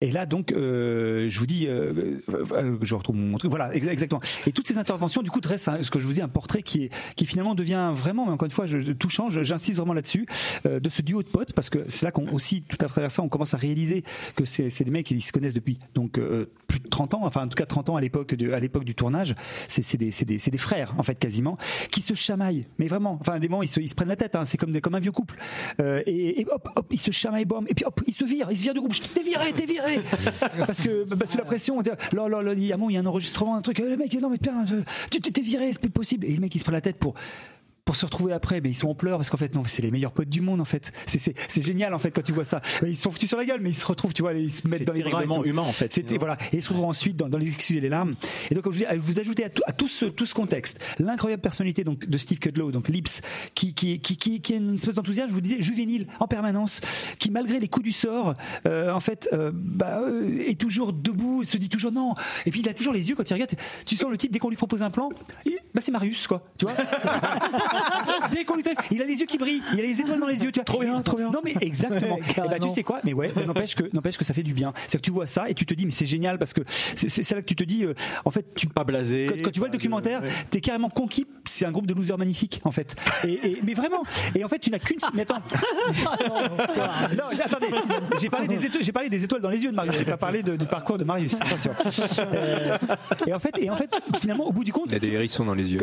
Et là, donc, euh, je vous dis, euh, euh, euh, je retrouve mon truc. Voilà, ex- exactement. Et toutes ces interventions, du coup, dressent un- ce que je vous dis, un portrait qui est, qui finalement devient vraiment, mais encore une fois, je, je- touchant. je- J'insiste vraiment là-dessus, euh, de ce duo de potes, parce que c'est là qu'on aussi, tout à travers ça, on commence à réaliser que c'est c'est des mecs qui se connaissent depuis donc euh, plus de 30 ans, enfin en tout cas 30 ans à l'époque de- à l'époque du tournage. C'est c'est des, c'est des, c'est des frères en fait quasiment qui se chamaillent, mais vraiment. Enfin, à des moments ils se, ils se prennent la tête. hein. c'est comme des- comme un vieux couple. Euh, et, et hop, hop, ils se chamaillent, bam, et puis hop, ils se virent, ils se virent du groupe. Je- T'es viré, t'es viré. parce que bah, sous la pression, on dit, là, là, là, il y a bon, il y a un enregistrement, un truc. Euh, Le mec, non mais putain, euh, tu t'es t'es viré, c'est plus possible. Et le mec il se prend la tête pour pour se retrouver après, mais ils sont en pleurs parce qu'en fait, non, c'est les meilleurs potes du monde en fait. C'est- C'est c'est génial en fait quand tu vois ça. Mais Ils se sont foutus sur la gueule, mais ils se retrouvent, tu vois, ils se mettent C'est dans les bras. et terriblement tout. humain, en fait, C'était finalement. voilà, et ils se retrouvent ensuite dans, dans les excuses et les larmes. Et donc comme je vous dis, vous ajoutez à tout, à tout ce tout ce contexte l'incroyable personnalité donc de Steve Kudlow, donc Lips, qui qui qui qui, qui a une espèce d'enthousiasme, je vous disais, juvénile en permanence, qui malgré les coups du sort, euh, en fait, euh, bah, euh, est toujours debout, se dit toujours non. Et puis il a toujours les yeux quand il regarde. Tu sens le type dès qu'on lui propose un plan, il- bah c'est Marius quoi, tu vois. Dès qu'on lui traite, il a les yeux qui brillent, il a les étoiles dans les yeux, tu vois. Trop bien, trop bien. Non mais exactement. Eh ben, tu sais quoi Mais ouais, mais n'empêche que n'empêche que ça fait du bien. C'est que tu vois ça et tu te dis mais c'est génial parce que c'est c'est- c'est là que tu te dis euh, en fait tu Pas blasé. quand, quand tu vois le pas de- documentaire, ouais. t'es carrément conquis. C'est un groupe de losers magnifiques, en fait. Et, et- mais vraiment. Et en fait, tu n'as qu'une. Mais attends. non, j'ai- attendez. J'ai parlé des étoiles. J'ai parlé des étoiles dans les yeux de Marius. J'ai pas parlé de- du parcours de Marius. Attention. Euh, et en fait, et en fait, finalement, au bout du compte, Il a des hérissons dans les yeux.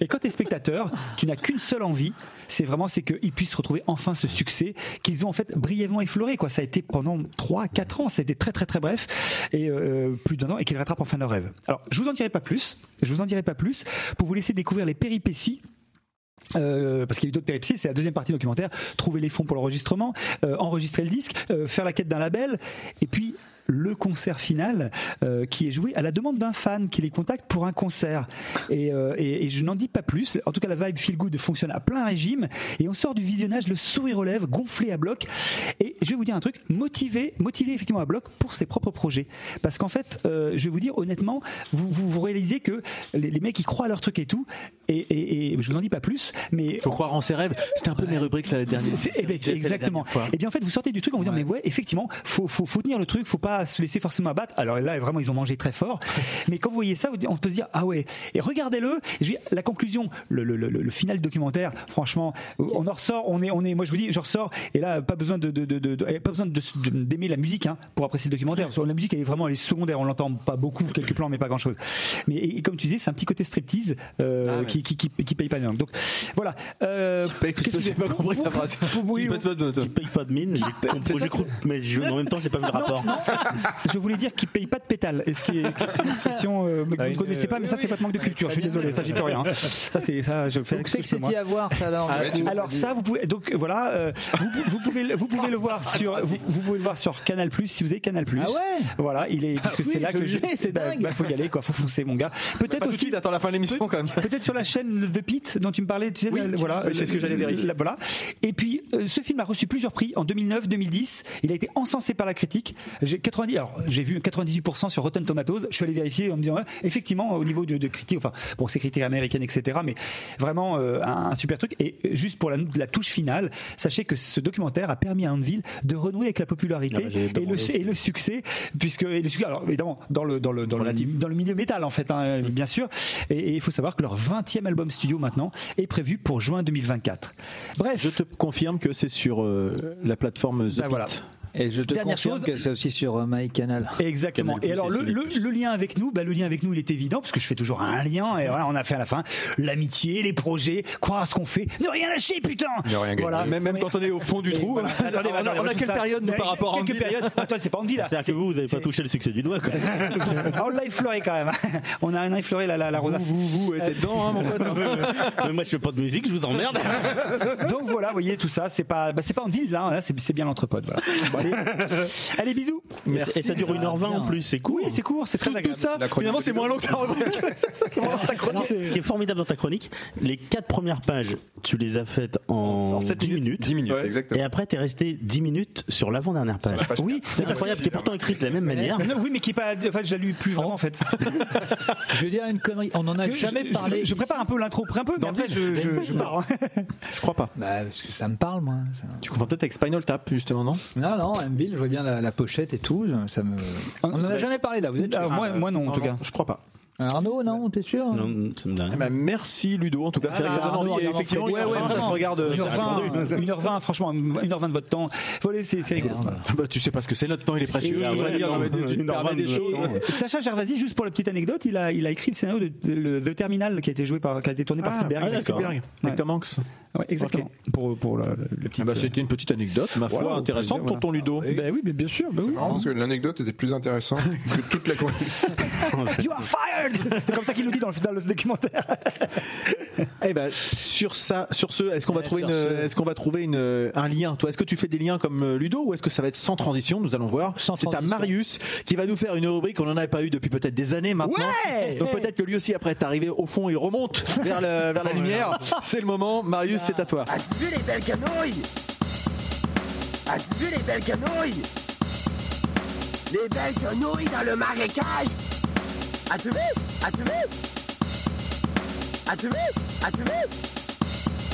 et quand t'es spectateur, tu n'as qu'une seule envie, c'est vraiment c'est qu'ils puissent retrouver enfin ce succès qu'ils ont en fait brièvement effleuré. Quoi. Ça a été pendant 3-4 ans, ça a été très très très bref, et euh, plus d'un an, et qu'ils rattrapent enfin leur rêve. Alors, je vous en dirai pas plus, je vous en dirai pas plus, pour vous laisser découvrir les péripéties euh, parce qu'il y a eu d'autres péripéties, c'est la deuxième partie du documentaire, trouver les fonds pour l'enregistrement, euh, enregistrer le disque, euh, faire la quête d'un label, et puis le concert final euh, qui est joué à la demande d'un fan qui les contacte pour un concert. Et, euh, et- et je n'en dis pas plus, en tout cas la vibe feel good fonctionne à plein régime, et on sort du visionnage le sourire aux lèvres, gonflé à bloc, et je vais vous dire un truc, motivé, motivé effectivement à bloc pour ses propres projets. Parce qu'en fait, euh, je vais vous dire honnêtement, vous, vous, vous réalisez que les, les mecs ils croient à leur truc et tout, et, et, et je vous en dis pas plus, mais Faut croire en ses rêves. C'était un peu mes rubriques la dernière. c'est- c'est- eh ben, que j'ai fait la exactement. dernière fois. Et bien en fait, vous sortez du truc en vous disant mais ouais, effectivement, faut, faut faut tenir le truc, faut pas se laisser forcément abattre. Alors là, vraiment, ils ont mangé très fort. mais quand vous voyez ça, vous dites- on peut se dire ah ouais. Et regardez-le. Et je dis, La conclusion, le, le, le, le final documentaire. Franchement, euh, on en ressort. On est on est. Moi, je vous dis, je ressors. Et là, pas besoin de, de, de, de- de- pas besoin de- de- d'aimer la musique hein, pour apprécier le documentaire. Parce que la musique, elle est vraiment elle est secondaire. On l'entend pas beaucoup, quelques plans, mais pas grand chose. Mais et, et comme tu disais, c'est un petit côté striptease euh, Ah qui, qui, qui qui paye pas bien. Donc voilà. Euh, qu'est-ce que Bah, J'ai pas compris la phrase. oui, Dis pas de faute, toi, toi. Qui paye pas de mine, j'ai compris, j'ai cru- mais je- en même temps, j'ai pas vu le rapport. Je voulais dire qu'il paye pas de pétale. Est-ce qui est, qui est une expression euh, que vous ne connaissez pas, mais ça c'est votre manque de culture. Je suis désolé, ça j'y peux rien. hein. Ça c'est ça, je le fais. Donc avec c'est que ce je peux, moi. c'était à voir ça alors. Ah, du ouais, coup. tu- Alors ça, vous pouvez donc voilà, euh, vous, pou- vous pouvez le- vous pouvez le voir sur vous, vous pouvez le voir sur Canal Plus si vous avez Canal Plus. Ah ouais Voilà, il est parce que Ah oui, c'est là je que je l'ai, c'est bah, dingue. bah, faut y aller quoi, faut foncer mon gars. Pas Peut-être tout de aussi suite, attends la fin de l'émission quand même. Peut-être sur la chaîne The Pit dont tu me parlais, tu sais, Oui, la- voilà, c'est ce que j'allais vérifier. la- voilà. Et puis, euh, ce film a reçu plusieurs prix en 2009, 2010. Il a été encensé par la critique. J'ai 90, alors j'ai vu 98% sur Rotten Tomatoes. Je suis allé vérifier en me disant, ouais, effectivement, au niveau de, de critique, enfin, bon, c'est critique américaine, etc. Mais vraiment euh, un, un super truc. Et euh, juste pour la, la touche finale, sachez que ce documentaire a permis à Anvil de renouer avec la popularité Ah bah, j'allais te et, le, demander aussi. et le succès, puisque et le succès, alors évidemment dans le dans le dans le, Relatif. dans le milieu métal en fait, Mmh. hein, bien sûr. Et et il faut savoir que leur 20e album studio maintenant est prévu pour juin 2024. Bref, Je te confirme que c'est sur euh, la plateforme The Bah, voilà. Pit. Et je te Dernière confirme chose. que c'est aussi sur euh, My Canal. Exactement. Canal+, Et alors et le, le, Canal+. le lien avec nous, bah, le lien avec nous, il est évident parce que je fais toujours un lien. Et voilà, on a fait à la fin l'amitié, les projets, croire à ce qu'on fait, ne rien lâcher, putain. Ne rien gagner. Voilà. Ah, Même, même quand on est au fond du Et trou. voilà. Attendez, on a- attendez, on a tout quelle ça. période nous, par rapport à quelques Anvil périodes. Attends, c'est pas envie là. C'est-à-dire que vous, vous n'avez c'est- pas touché le succès du doigt. quoi. Ah, on l'a effleuré quand même. On a un effleuré la, la, la rosace. Vous, vous, vous étiez dedans, hein, mon pote. Mais moi, je fais pas de musique, je vous emmerde. Donc voilà, vous voyez tout ça, c'est pas, bah, c'est pas en ville là, hein, c'est c'est bien l'entrepôt. Voilà. Bon, allez. allez, bisous. Et ça dure 1h20 en plus, c'est cool. Oui, c'est court, c'est très Tout, tout agréable. ça, La chronique finalement, de c'est moins long que ta rubrique. C'est moins long que ta chronique. Ce qui est formidable dans ta chronique, les quatre premières pages, tu les as faites en En sept 10 minutes. 10 minutes, Ouais. Et exactement. après, t'es resté 10 minutes sur l'avant-dernière page. Oui, C'est incroyable, qui est pourtant écrite de la même manière. Ah non, oui, mais qui est pas. En fait, je la lis plus vraiment en fait. Je vais dire une connerie. On n'en Parce a que jamais je, parlé. Je, je prépare un peu l'intro, un peu, mais après je, je, je pars. hein. Je crois pas. Bah, parce que ça me parle, moi. Tu confonds peut-être avec Spinal Tap, justement, non Non, non, Mville, je vois bien la, la pochette et tout. Ça me... On n'en a jamais parlé, là. Vous êtes Ah, sûr moi, moi non, en tout cas. Je crois pas. Arnaud, non, t'es sûr Non, ça me dit rien. Eh ben, merci Ludo, en tout cas, c'est vrai que ça donne Arnaud, envie. Et Arnaud, effectivement, Arnaud, ouais, Arnaud, ouais, ça se Arnaud. regarde. euh, ça reste rendu. 1h20, 1h20, franchement, 1h20 de votre temps. Voilà, c'est c'est rigolo. Merde. Ah bah, tu sais pas ce que c'est notre temps, il est précieux. Je Ah devrais ouais, dire, non, non, mais tu- tu une te permets norme des de choses. temps. Sacha Gervasi, juste pour la petite anecdote, il a, il a écrit le scénario de, de- de The Terminal qui a été joué par, qui a été tourné par Spielberg. ah, d'accord. Spielberg, Ouais. avec Tom Hanks. Ouais, exactement. Pour, pour le, le- le petit. Ah bah, C'était une petite anecdote, ma foi, Voilà, on peut intéressante, le dire, tonton Ludo. Ben oui, mais bien sûr. Ben oui. C'est marrant parce que l'anecdote était plus intéressante que toute la chronique. You are fired C'est comme ça qu'il nous dit dans le, dans le documentaire. Eh ben, sur ça, sur ce, est-ce qu'on va Ouais, trouver, sur une, ce. est-ce qu'on va trouver une, euh, un lien Toi, est-ce que tu fais des liens comme euh, Ludo ou est-ce que ça va être sans transition Nous allons voir. Sans C'est à transition. Marius qui va nous faire une rubrique qu'on n'en avait pas eu depuis peut-être des années maintenant. Ouais Donc peut-être que lui aussi, après être arrivé au fond, il remonte vers, le- Oh vers la lumière. C'est le moment. Marius, c'est à toi. As-tu vu les belles canouilles? As-tu vu les belles canouilles? Les belles canouilles dans le marécage! As-tu vu? As-tu vu? As-tu vu? As-tu vu?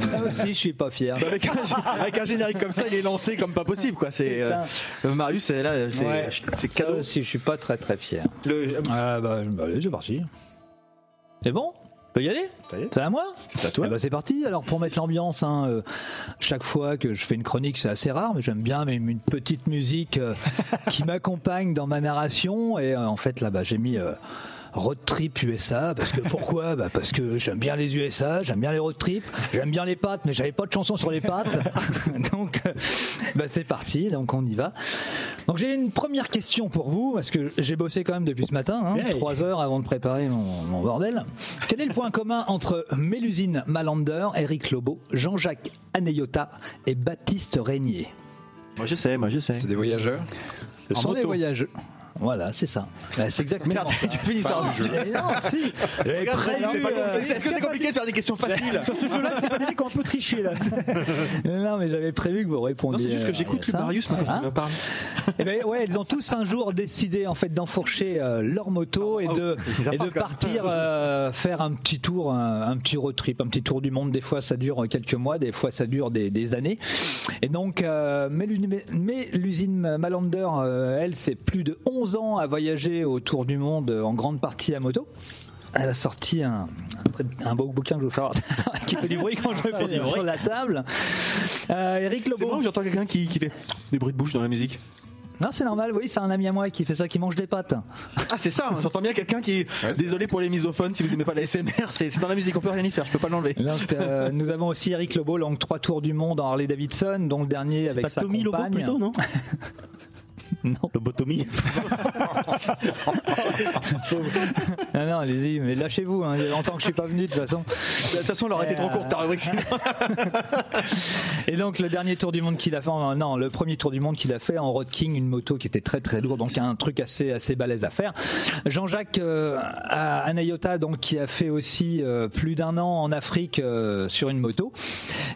Ça aussi, je suis pas fier. Avec un, gé- avec un générique comme ça, il est lancé comme pas possible. Quoi. C'est, euh, Marius, c'est là, c'est, Ouais. c'est Ça cadeau. aussi, je suis pas très très fier. Le- Ah bah, bah, allez, c'est parti. C'est bon Je peux y aller C'est à moi C'est à toi. Eh ben, c'est parti. Alors pour mettre l'ambiance, hein, euh, chaque fois que je fais une chronique, c'est assez rare, mais j'aime bien mais une petite musique euh, qui m'accompagne dans ma narration. Et euh, en fait là, bah, j'ai mis euh, road trip USA. Parce que pourquoi bah Parce que j'aime bien les USA, j'aime bien les road trips, j'aime bien les pattes, mais j'avais pas de chanson sur les pattes. donc euh, bah, c'est parti, donc on y va. Donc j'ai une première question pour vous, parce que j'ai bossé quand même depuis ce matin, hein, Hey. trois heures avant de préparer mon, mon bordel. Quel est le point commun entre Mélusine Malander, Eric Lobo, Jean-Jacques Aneyota et Baptiste Régnier Moi je sais, moi je sais. C'est des voyageurs. Ce En sont des moto. voyageurs. Voilà, c'est ça. Bah, c'est exactement Merde, ça. j'ai fini ça. Enfin, je- Mais non, si. J'avais prévu, euh, Est-ce que c'est compliqué de faire des questions faciles Sur ce jeu-là, c'est pas des mecs qui ont un peu triché là. non, mais j'avais prévu que vous répondiez. Non, c'est juste que euh, j'écoute le ça. Marius maintenant Hein quand il me parle. Eh ben, ouais, ils ont tous un jour décidé en fait d'enfourcher euh, leur Ah, moto et oh, de, et de partir euh, faire un petit tour, un, un petit road trip, un petit tour du monde. Des fois ça dure euh, quelques mois, des fois ça dure des, des années. Et donc, euh, mais l'une- mais- mais l'usine Malander, euh, elle, c'est plus de 11 ans à voyager autour du monde euh, en grande partie à moto. Elle a sorti un, un très- un beau bouquin que je vais vous faire voir, qui fait du bruit quand je le pose sur la table. Euh, Eric C'est Lobo. bon, j'entends quelqu'un qui, qui fait des bruits de bouche dans la musique. Non, c'est normal, oui, c'est un ami à moi qui fait ça, qui mange des pâtes. Ah, c'est ça, hein, j'entends bien quelqu'un qui. Ouais, c'est- Désolé pour les misophones si vous aimez pas la SMR, c'est c'est dans la musique, on peut rien y faire, je peux pas l'enlever. Donc, euh, nous avons aussi Eric Lobo, donc trois tours du monde en Harley Davidson, dont le dernier avec Pas sa Tommy Lobo compagne. Oh, plutôt, non Non. Lobotomie non, non, allez-y, mais lâchez-vous, hein, il y a longtemps que je suis pas venu de toute façon. De toute façon, elle aurait été trop courte, ta rubrique. sinon. Et donc le dernier tour du monde qu'il a fait, en- non, le premier tour du monde qu'il a fait en Road King, une moto qui était très très lourde, donc un truc assez assez balèze à faire. Jean-Jacques euh, à- Anayota, donc qui a fait aussi euh, plus d'un an en Afrique euh, sur une moto.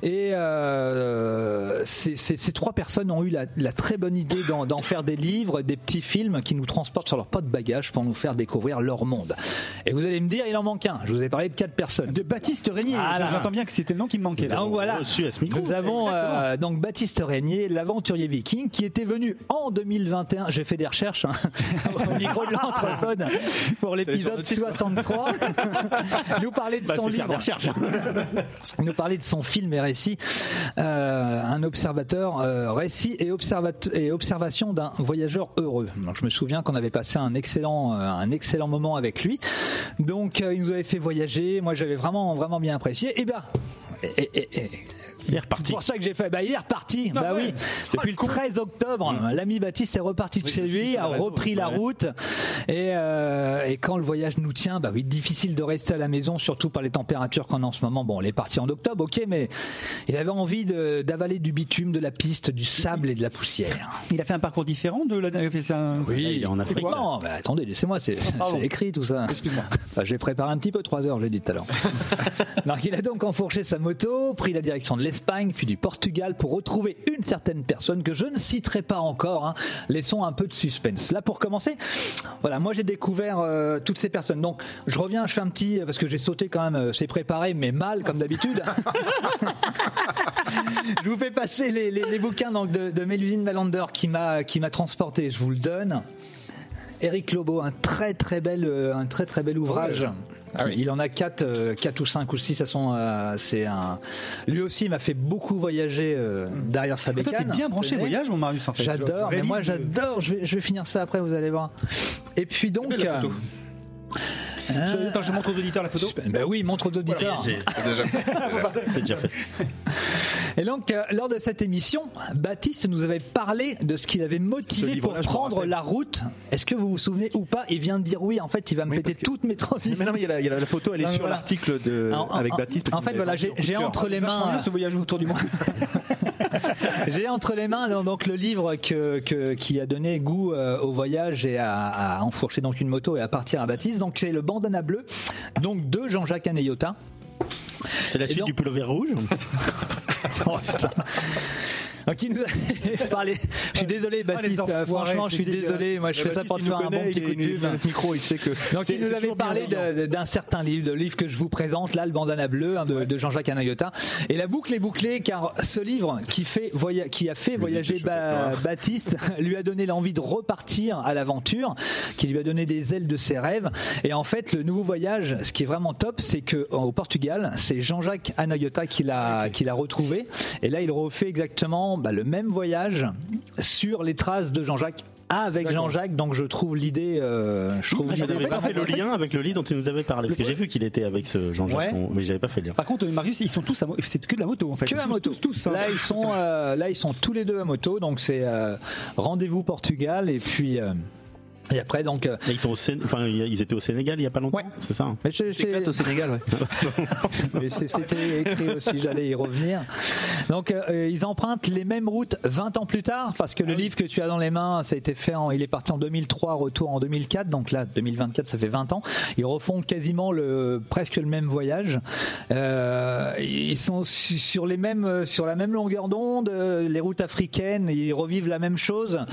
Et euh, ces, ces- ces trois personnes ont eu la, la très bonne idée d'en d'en faire des livres, des petits films qui nous transportent sur leur pas de bagages pour nous faire découvrir leur monde. Et vous allez me dire, il en manque un. Je vous ai parlé de quatre personnes. De Baptiste Régnier. Ah Voilà. J'entends bien que c'était le nom qui me manquait. là. Donc voilà, reçu à ce micro. nous avons euh, donc Baptiste Régnier, l'aventurier viking, qui était venu en 2021. J'ai fait des recherches hein, au micro de l'entrepode pour l'épisode 63. nous parler de son Bah, c'est faire livre. des recherches. Il nous parlait de son film et récit, euh, un observateur euh, récit et, observat- et observation d'un voyageur heureux. Donc, je me souviens qu'on avait passé un excellent, euh, un excellent moment avec lui. Donc euh, il nous avait fait voyager. Moi j'avais vraiment, vraiment bien apprécié. Et ben, et- et- et- et- Il est eh, c'est reparti. Oh, pour ça que j'ai fait. Bah, il est reparti. bah oui. Depuis le 13 octobre, l'ami Baptiste est reparti de chez lui, a repris la route. Et, euh, et quand le voyage nous tient, bah oui, difficile de rester à la maison, surtout par les températures qu'on a en ce moment. Bon, il est parti en octobre, ok, mais il avait envie de- d'avaler du bitume, de la piste, du sable et de la poussière. Il a fait un parcours différent de la. euh, c'est un- Oui, en Afrique. là. Non, mais attendez, laissez-moi, c'est c'est écrit tout ça. Excuse-moi. j'ai préparé un petit peu, trois heures, j'ai dit tout à l'heure. Donc, il a donc enfourché sa moto, pris la direction de l'Espagne, puis du Portugal pour retrouver une certaine personne que je ne citerai pas encore. hein. Laissons un peu de suspense. Là, pour commencer, voilà, moi j'ai découvert euh, toutes ces personnes. Donc, je reviens, je fais un petit, parce que j'ai sauté quand même, euh, c'est préparé, mais mal comme d'habitude. je vous fais passer les, les- les bouquins donc, de, de Mélusine Malander qui m'a qui m'a transporté. Je vous le donne. Eric Lobo, un très très bel, euh, un très très bel Oh ouvrage. Ah Qui- Il en a quatre, euh, quatre ou cinq ou six. Ça sont, euh, c'est un. Lui aussi il m'a fait beaucoup voyager euh, derrière sa Mm. Ah, Toi, t'es bécane. bien branché Tenez. voyage, mon Marius, en fait. euh, J'adore, Je- je mais moi réalise- j'adore. Je vais, je vais finir ça après, vous allez voir. Et puis donc. la photo. euh, Je- Attends, je montre aux auditeurs la photo. euh, ben oui, montre aux auditeurs. J'ai- C'est déjà C'est déjà fait. Et donc, euh, lors de cette émission, Baptiste nous avait parlé de ce qu'il avait Ce motivé pour livre-là, je m'en prendre rappelle. la route. Est-ce que vous vous souvenez ou pas Il vient de dire oui, en fait, il va me Oui, péter parce que- toutes mes transitions. Mais non, mais il y a la, il y a la- la photo, elle est Non, mais sur voilà. l'article de En- en- avec en- Baptiste. parce En qu'il fait, m'avait voilà, vendu j'ai au coup de j'ai cœur. entre les Vachement mains. bien, ce voyage autour du monde. J'ai entre les mains donc, donc le livre que, que- qui a donné goût euh, au voyage et à, à enfourcher donc une moto et à partir à Baptiste. Donc c'est le bandana bleu, donc de Jean-Jacques Aneyota. C'est la Et suite donc- du pullover rouge. Oh, putain. Donc il Euh, nous a parlé. Je Ah, suis désolé Baptiste, enfoirés, euh, franchement je suis c'est dégueulasse. désolé. Moi je fais ça Euh, Baptiste, pour te il nous faire un bon connaît, petit il coup est- de il est pub. dans le micro, il sait que. Donc c'est- il nous c'est avait toujours parlé bienveillant. de- d'un certain livre, de livre que je vous présente là, le bandana bleu hein, de, de Jean-Jacques Anayota. Et la boucle est bouclée car ce livre qui, fait voya- qui a fait voyager Ba- Baptiste lui a donné l'envie de repartir à l'aventure, qui lui a donné des ailes de ses rêves. Et en fait, le nouveau voyage, ce qui est vraiment top, c'est que en- au Portugal, c'est Jean-Jacques Anayota qui Ah, l'a qui l'a retrouvé. Et là, il refait exactement bah, le même voyage sur les traces de Jean-Jacques avec Jean-Jacques, donc je trouve l'idée. euh, je trouve Ah, l'idée- J'avais pas fait le lien avec le Ah. lit dont il nous avait parlé, parce que j'ai vu qu'il était avec ce Ouais. Jean-Jacques, on- mais j'avais pas fait le lien. Par contre, Marius, ils sont tous à mo- c'est que de la moto en fait. Que à Tous, moto. tous, tous, hein. Là, ils sont, euh, là, ils sont tous les deux à moto. Donc, c'est euh, rendez-vous Portugal. Et puis, euh, et après, donc. euh, Et Ils, sont au Sén- enfin, ils étaient au Sénégal il y a pas longtemps, Ouais. c'est ça hein mais c'est- c'est- Éclate au Sénégal, ouais. mais c'est- c'était écrit aussi, j'allais y revenir. Donc, euh, ils empruntent les mêmes routes 20 ans plus tard, parce Ah que le livre que tu as dans les mains, ça a été fait en, il est parti en 2003, retour en 2004, donc là, 2024, ça fait 20 ans. Ils refont quasiment le, presque le même voyage. Euh, ils sont su- sur les mêmes, euh, sur la même longueur d'onde, euh, les routes africaines, ils revivent la même chose.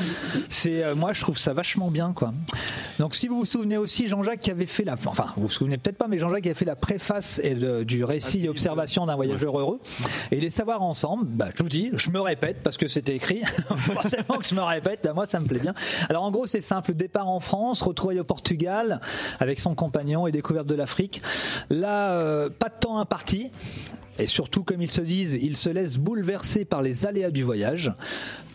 C'est, euh, moi, je trouve ça vachement bien, quoi. Donc, si vous vous souvenez aussi, Jean-Jacques qui avait fait la, enfin, vous vous souvenez peut-être pas, mais Jean-Jacques avait fait la préface et le- du récit et observation d'un voyageur heureux. Et les savoirs ensemble, bah, je vous dis, je me répète parce que c'était écrit. Forcément que je me répète, bah, moi, ça me plaît bien. Alors, en gros, c'est simple. Départ en France, retrouvailles au Portugal avec son compagnon et découverte de l'Afrique. Là, euh, pas de temps imparti. Et surtout, comme ils se disent, ils se laissent bouleverser par les aléas du voyage.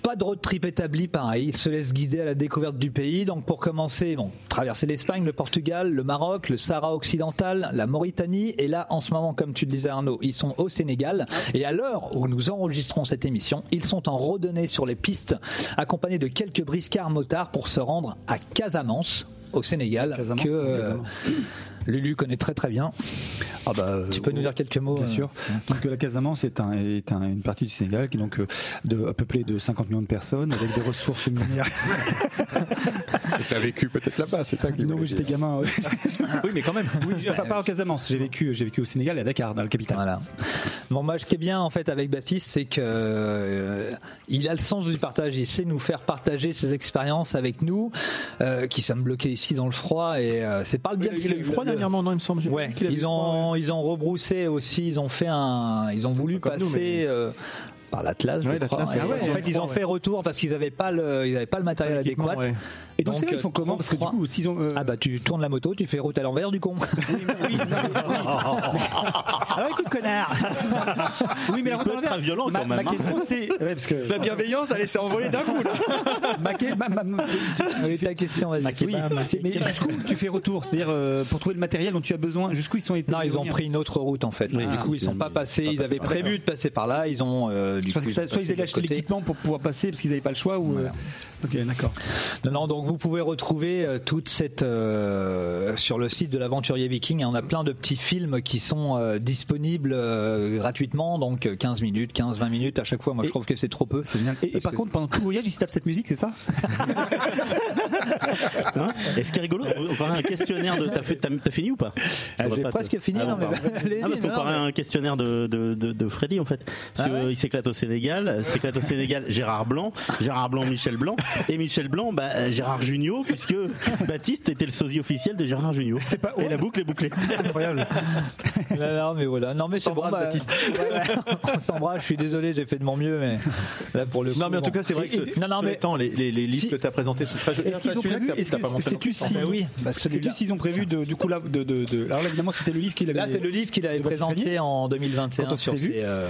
Pas de road trip établi, pareil. Ils se laissent guider à la découverte du pays. Donc, pour commencer, bon, traverser l'Espagne, le Portugal, le Maroc, le Sahara occidental, la Mauritanie. Et là, en ce moment, comme tu le disais, Arnaud, ils sont au Sénégal. Et à l'heure où nous enregistrons cette émission, ils sont en randonnée sur les pistes, accompagnés de quelques briscards motards pour se rendre à Casamance, au Sénégal, que euh, Lulu connaît très très bien. Ah bah, euh, Tu peux nous oh, dire quelques mots Bien euh, sûr. Donc euh, la Casamance est, un, est un- une partie du Sénégal qui est donc euh, de, peuplée de 50 millions de personnes avec des ressources minières. Et T'as vécu peut-être là-bas, c'est ça qui non, mais j'étais gamin. ouais. Oui, mais quand même. Oui, enfin, pas en Casamance. J'ai vécu, j'ai vécu au Sénégal et à Dakar, dans le capital. Voilà. Bon, moi, ce qui est bien en fait avec Baptiste, c'est que euh, il a le sens du partage. Il sait nous faire partager ses expériences avec nous, euh, qui sommes bloqués ici dans le froid. Et euh, c'est pas le bien. Il a eu froid dernièrement, non, il me semble. J'ai Ouais. vu qu'il avait Ils eu froid, ont ils ont rebroussé aussi. Ils ont fait un. Ils ont voulu Pas comme nous, passer. mais- euh, par l'Atlas, je Ouais, crois. l'Atlas, Et ah ouais, en ils ont fait, ils ont froid, fait retour parce qu'ils n'avaient pas le, ils avaient pas le matériel L'équipement, adéquat. ouais. Et donc, c'est là, ils font euh, comment Parce que du froid. coup, s'ils ont. euh, ah bah tu tournes la moto, tu fais route à l'envers du con. Alors écoute, connard Oui, mais la route peut à l'envers. être violent ma, quand même, ma hein. question, c'est. Ouais, parce que. La bienveillance, elle s'est envolée d'un coup, là. ma que- ma- ma- ma- Oui, ta question, vas-y. oui, c'est- mais jusqu'où tu fais retour C'est-à-dire, euh, pour trouver le matériel dont tu as besoin, jusqu'où ils sont été Non, ils ont venus pris une autre route en fait. Oui, du ah, coup, ils ils sont ont- pas passés. ils sont Ils pas avaient passés par là. prévu de passer par là. Ils ont. euh, du Je pense coup, que ça- sont soit ils passés de allaient acheter côté. l'équipement pour pouvoir passer parce qu'ils n'avaient pas le choix ou. euh, Ok, d'accord. Non, non, donc vous pouvez retrouver euh, toute cette euh, sur le site de l'aventurier viking. hein, On a plein de petits films qui sont euh, disponibles euh, gratuitement, donc euh, 15 minutes, 15-20 minutes à chaque fois. Moi, je Et- trouve que c'est trop peu. Et, et par que- contre, pendant tout le voyage, ils se tapent cette musique, c'est ça Hein Et ce qui est rigolo, on parlait un questionnaire de. T'as fait- t'as- t'as fini ou pas Ah, On va j'ai pas te- presque fini, Ah, non, mais pardon. bah, allez-y, Ah, parce qu'on non, parlait mais- un questionnaire de, de, de, de Freddy en fait. Parce Ah ouais qu'il s'éclate au Sénégal, s'éclate au Sénégal Gérard Blanc, Gérard Blanc, Michel Blanc, et Michel Blanc, bah, euh, Gérard Junior, puisque Baptiste était le sosie officiel de Gérard Junior. Et la boucle est bouclée. Incroyable. Non, non, mais voilà. Non, mais c'est bon, bah, ouais, ouais. On t'embrasse. Je suis désolé, j'ai fait de mon mieux, mais là pour le coup. Non, mais en bon. tout cas, c'est vrai que Et- ce, non, non, cela mais étant, les, les, les livres Si- que tu as présentés, ce Est-ce qu'ils ont prévu Est-ce que sais-tu si Ah oui, bah, celui-là. sais-tu s'ils ont prévu de, du coup là de, de, de- alors là, évidemment c'était le livre qu'il avait Là, c'est le livre qu'il avait de Baptiste présenté Frénier en 2021 Quand on sur s'était vu. ses, euh,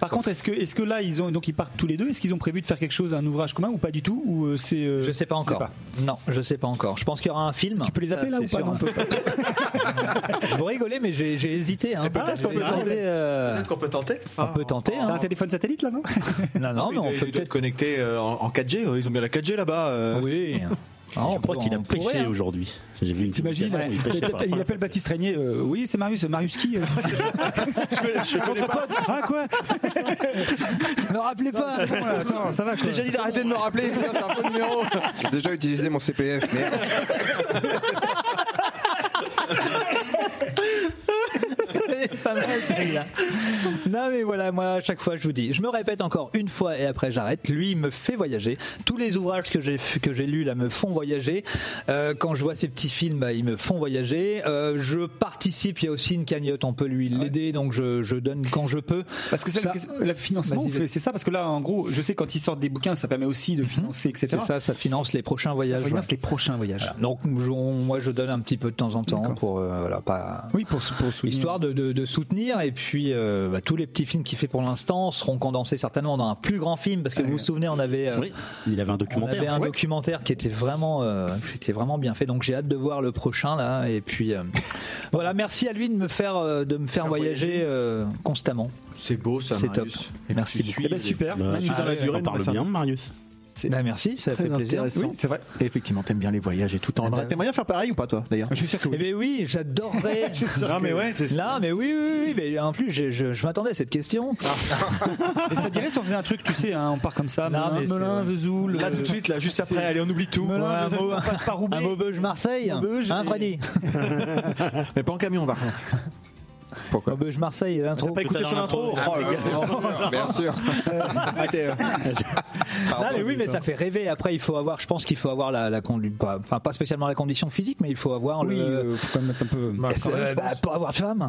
Par contre, est-ce que, est-ce que là, ils ont, donc ils partent tous les deux Est-ce qu'ils ont prévu de faire quelque chose, un ouvrage commun ou pas du tout Ou euh, c'est euh, Je sais pas sais encore. pas. Non, je sais pas encore. Je pense qu'il y aura un film. Tu peux les appeler là ou pas Non, on peut pas. Vous rigolez, mais j'ai j'ai hésité. Hein. Eh, peut-être J'ai on peut hésité, tenter. euh, qu'on peut tenter. Ah. on peut tenter. T'as un hein. téléphone satellite là, non Non, non, mais on peut peut-être peut-être. Ah, connecter euh, en, en 4G. euh, Ils ont bien la 4G là-bas. euh. Oui. Non, je crois on qu'il a pourrait, pêché hein. aujourd'hui. J'ai vu une T'imagines publication, il pêchait par- Il appelle Baptiste Régnier. euh, oui, c'est Marius. Marius qui euh Ah quoi Me rappelez pas. Bon, là, Attends, ça va. Je t'ai déjà dit d'arrêter de me rappeler. putain, C'est un faux numéro. J'ai déjà utilisé mon CPF, mais Pas mal, celui-là. Non mais voilà, moi à chaque fois je vous dis, je me répète encore une fois et après j'arrête. Lui il me fait voyager. Tous les ouvrages que j'ai que j'ai lus là me font voyager. Euh, quand je vois ces petits films, bah, ils me font voyager. Euh, je participe. Il y a aussi une cagnotte, on peut lui l'aider, donc je, je donne quand je peux. Ah Parce que c'est Ça- la question- le financement, Vas-y, on fait- vas-y. c'est ça. Parce que là, en gros, je sais quand ils sortent des bouquins, ça permet aussi de financer, etc. c'est ça, ça finance les prochains Ça voyages. finance ouais. les prochains voyages. Donc je- on- moi je donne un petit peu de temps en temps D'accord. pour euh, voilà pas Oui, pour, pour souligner. histoire de, de- de soutenir. Et puis, euh, bah, tous les petits films qu'il fait pour l'instant seront condensés certainement dans un plus grand film. Parce que vous vous souvenez, on avait, euh, Oui, il avait un on documentaire. avait un Ouais. documentaire qui était vraiment, euh, qui était vraiment bien fait. Donc, j'ai hâte de voir le prochain là. Et puis, euh, voilà, merci à lui de me faire, euh, de me faire voyager, euh, constamment. C'est beau ça, C'est top. Merci beaucoup. Eh ben, super. Bah, Magnifique dans la on durée, parle mais ça- bien, Marius. Bah, merci, ça fait plaisir. Oui, c'est vrai. Et effectivement, t'aimes bien les voyages et tout. T'en- ben- T'aimerais bien faire pareil ou pas, toi, d'ailleurs Je suis sûr que Eh oui. bien oui, j'adorerais. Ah, mais ouais, c'est Là, mais oui, oui, oui, mais en plus, je, je- je m'attendais à cette question. Et ça te dirait si on faisait un truc, tu sais, hein, on part comme ça, Non, Melun, mais c'est- Melun, Vesoul. euh, Là, tout de suite, là, juste après, allez, on oublie tout. Ouais, un mot- on passe par Roubaix. Un Maubeuge Marseille, Maubeuge hein, et- Freddy Mais pas en camion, par contre. Pourquoi Maubeuge Marseille, l'intro. T'as pas écouté dans son intro l'intro. Oh là là. Ah, Bien sûr. Arrêtez, euh. Pardon. Non, Ah, mais oui, mais ça fait rêver. Après, il faut avoir, je pense qu'il faut avoir la, la conduite, pas, enfin, pas spécialement la condition physique, mais il faut avoir Oui, le. euh, faut quand même mettre un peu. Bah, euh, bah, pas avoir de femme.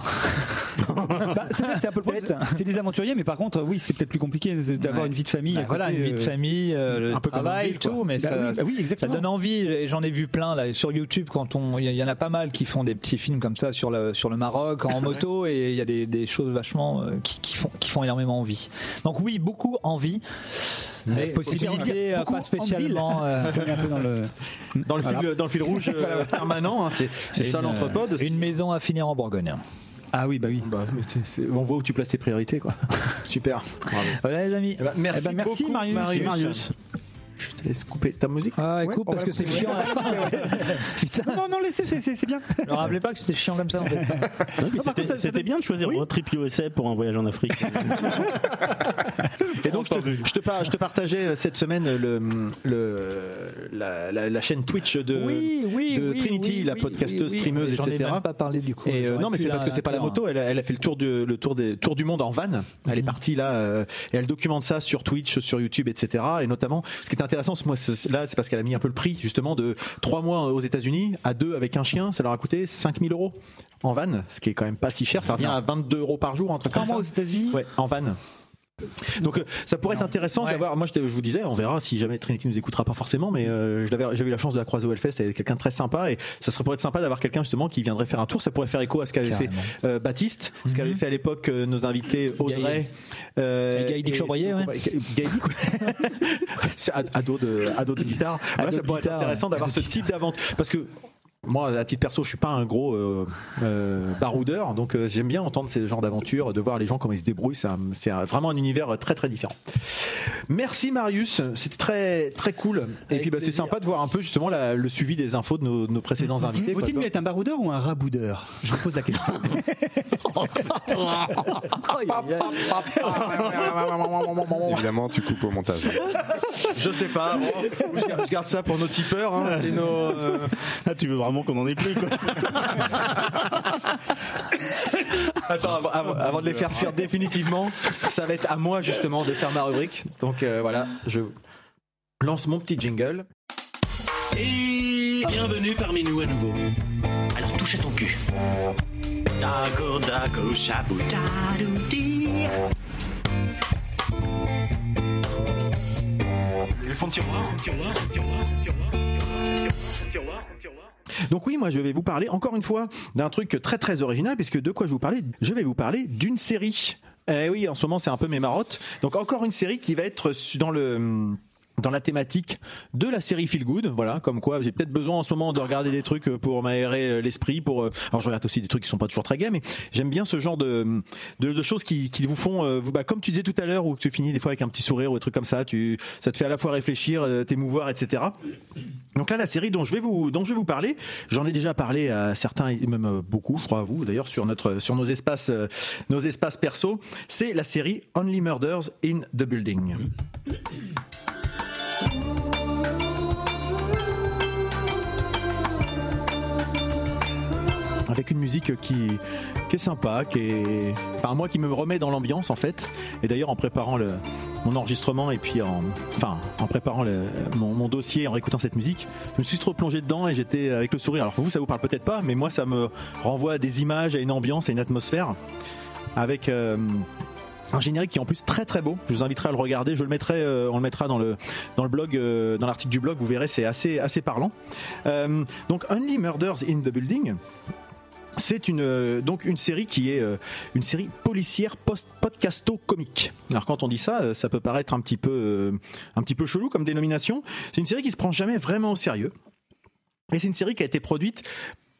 Bah, c'est vrai, c'est un peu le problème. C'est des aventuriers, mais par contre, oui, c'est peut-être plus compliqué c'est d'avoir Ouais. une vie de famille. Bah, à voilà, côté, une vie de euh, famille, euh, le un peu comme travail, on dit, quoi. tout, mais Bah ça, oui, bah oui, ça exactement. donne envie. Et J'en ai vu plein là sur YouTube. Quand on, il y, en a pas mal qui font des petits films comme ça sur le sur le Maroc en moto, et il y a des, des choses vachement euh, qui, qui font qui font énormément envie. Donc oui, beaucoup envie. Mais possibilité euh, beaucoup pas spécialement. euh, On est un peu dans le. dans, le fil, dans le fil rouge euh, permanent, hein, c'est c'est ça une, euh, l'entrepode. Une maison à finir en Bourgogne. Ah oui, bah oui. Bah, mais c'est- c'est- on voit où tu places tes priorités, quoi. Super. Voilà les amis. Eh ben, merci, Eh ben, merci, beaucoup, Marius. Marius. Je te laisse couper ta musique. Ah, écoute, on parce va que c'est couper. chiant. à la fin. Putain, Non, non, laissez, c'est- c'est c'est bien. je me rappelais pas que c'était chiant comme ça en fait. Ouais, mais par contre, c'était- ça- ça C'était donne- bien de choisir Oui. Road Trip USA pour un voyage en Afrique. Et donc, je te, je te par- je te partageais euh, cette semaine le, le, la, la- la chaîne Twitch de, de Trinity, la podcasteuse, streameuse, J'en ai etc. même pas parlé du coup. Et euh, J'aurais non, mais pu c'est parce que c'est pas la l'inclure. moto. Elle, a- elle a fait le tour du le tour des tour du monde en van. Elle est partie là euh, et elle documente ça sur Twitch, sur YouTube, etc. Et notamment, ce qui est intéressant, ce mois ce- là, c'est parce qu'elle a mis un peu le prix justement de trois mois euh, aux États-Unis à deux avec un chien. Ça leur a coûté 5000 euros en van, ce qui est quand même pas si cher. Ça revient à 22 euros par jour, un truc Trois comme mois ça. aux États-Unis. Ouais, en van. Donc euh, ça pourrait être intéressant d'avoir. Moi je, te- je vous disais, on verra si jamais Trinity nous écoutera pas forcément, mais euh, je l'avais- j'avais eu la chance de la croiser au Hellfest avec quelqu'un de très sympa et ça serait pourrait être sympa d'avoir quelqu'un justement qui viendrait faire un tour. Ça pourrait faire écho à ce qu'avait fait euh, Baptiste, ce Mhm. qu'avait fait à l'époque euh, nos invités Audrey, euh, Et Gaël Chabrier, et- ouais. Gaël Dick, ouais. C'est un ado de ado de guitare. Voilà, Ado ça de pourrait être guitare, intéressant ouais. d'avoir ce type d'aventure parce que moi, à titre perso, je suis pas un gros euh, euh, baroudeur, donc euh, j'aime bien entendre ces genres d'aventures, de voir les gens comment ils se débrouillent. C'est un- C'est un- vraiment un univers très très différent. Merci Marius, c'était très très cool. Et puis bah, c'est sympa de voir un peu justement la- le suivi des infos de nos, de nos précédents invités. quoi, Faut-il toi. mettre un baroudeur ou un raboudeur Je vous pose la question. Aïe, aïe, aïe. Évidemment, tu coupes au montage. Je sais pas, bon, je, garde, je garde ça pour nos tipeurs. hein, c'est nos, euh, Ah, tu veux vraiment qu'on en ait plus, quoi. Attends, avant, avant- avant de les faire fuir définitivement, ça va être à moi justement de faire ma rubrique. Donc euh, voilà, je lance mon petit jingle. Et bienvenue parmi nous à nouveau. Alors touche à ton cul. Taco, taco, chaboutarou, Donc oui, moi je vais vous parler encore une fois d'un truc très très original, puisque de quoi je vous parlais Je vais vous parler d'une série. Eh oui, en ce moment c'est un peu mes marottes. Donc encore une série qui va être su- dans le hmm, dans la thématique de la série Feel Good, voilà, comme quoi j'ai peut-être besoin en ce moment de regarder des trucs pour m'aérer euh, l'esprit, pour euh, alors je regarde aussi des trucs qui sont pas toujours très gais, mais j'aime bien ce genre de hmm, de, de choses qui, qui vous font, euh, vous, bah, comme tu disais tout à l'heure, où tu finis des fois avec un petit sourire ou des trucs comme ça, tu ça te fait à la fois réfléchir, euh, t'émouvoir, etc. Donc là, la série dont je vais vous, dont je vais vous parler, j'en ai déjà parlé à certains, et même euh, beaucoup, je crois à vous, d'ailleurs, sur notre, sur nos espaces, euh, nos espaces perso, c'est la série Only Murders in the Building. Avec une musique qui, qui est sympa, qui est, enfin moi qui me remet dans l'ambiance en fait. Et d'ailleurs en préparant le, mon enregistrement et puis en, enfin en préparant le- mon, mon dossier en écoutant cette musique, je me suis trop plongé dedans et j'étais avec le sourire. Alors vous ça vous parle peut-être pas, mais moi ça me renvoie à des images, à une ambiance, à une atmosphère avec. euh, un générique qui est en plus très très beau. Je vous inviterai à le regarder. Je le mettrai, euh, on le mettra dans le dans le blog, euh, dans l'article du blog. Vous verrez, c'est assez assez parlant. Euh, donc Only Murders in the Building. C'est une euh, donc une série qui est euh, une série policière post podcasto comique. Alors quand on dit ça, euh, ça peut paraître un petit peu euh, un petit peu chelou comme dénomination. C'est une série qui se prend jamais vraiment au sérieux. Et c'est une série qui a été produite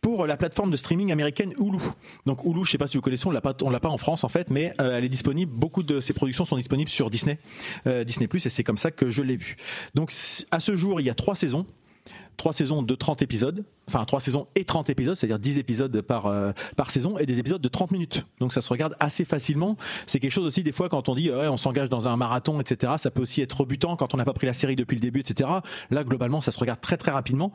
pour la plateforme de streaming américaine Hulu. Donc Hulu, je sais pas si vous connaissez, on l'a pas, on l'a pas en France en fait, mais euh, elle est disponible. Beaucoup de ses productions sont disponibles sur Disney, euh, Disney Plus, et c'est comme ça que je l'ai vue. Donc c- à ce jour, il y a trois saisons. Trois saisons de 30 épisodes, enfin trois saisons et 30 épisodes, c'est-à-dire 10 épisodes par, euh, par saison et des épisodes de 30 minutes. Donc ça se regarde assez facilement. C'est quelque chose aussi des fois quand on dit euh, ouais, on s'engage dans un marathon, etc. Ça peut aussi être rebutant quand on n'a pas pris la série depuis le début, etc. Là, globalement, ça se regarde très très rapidement.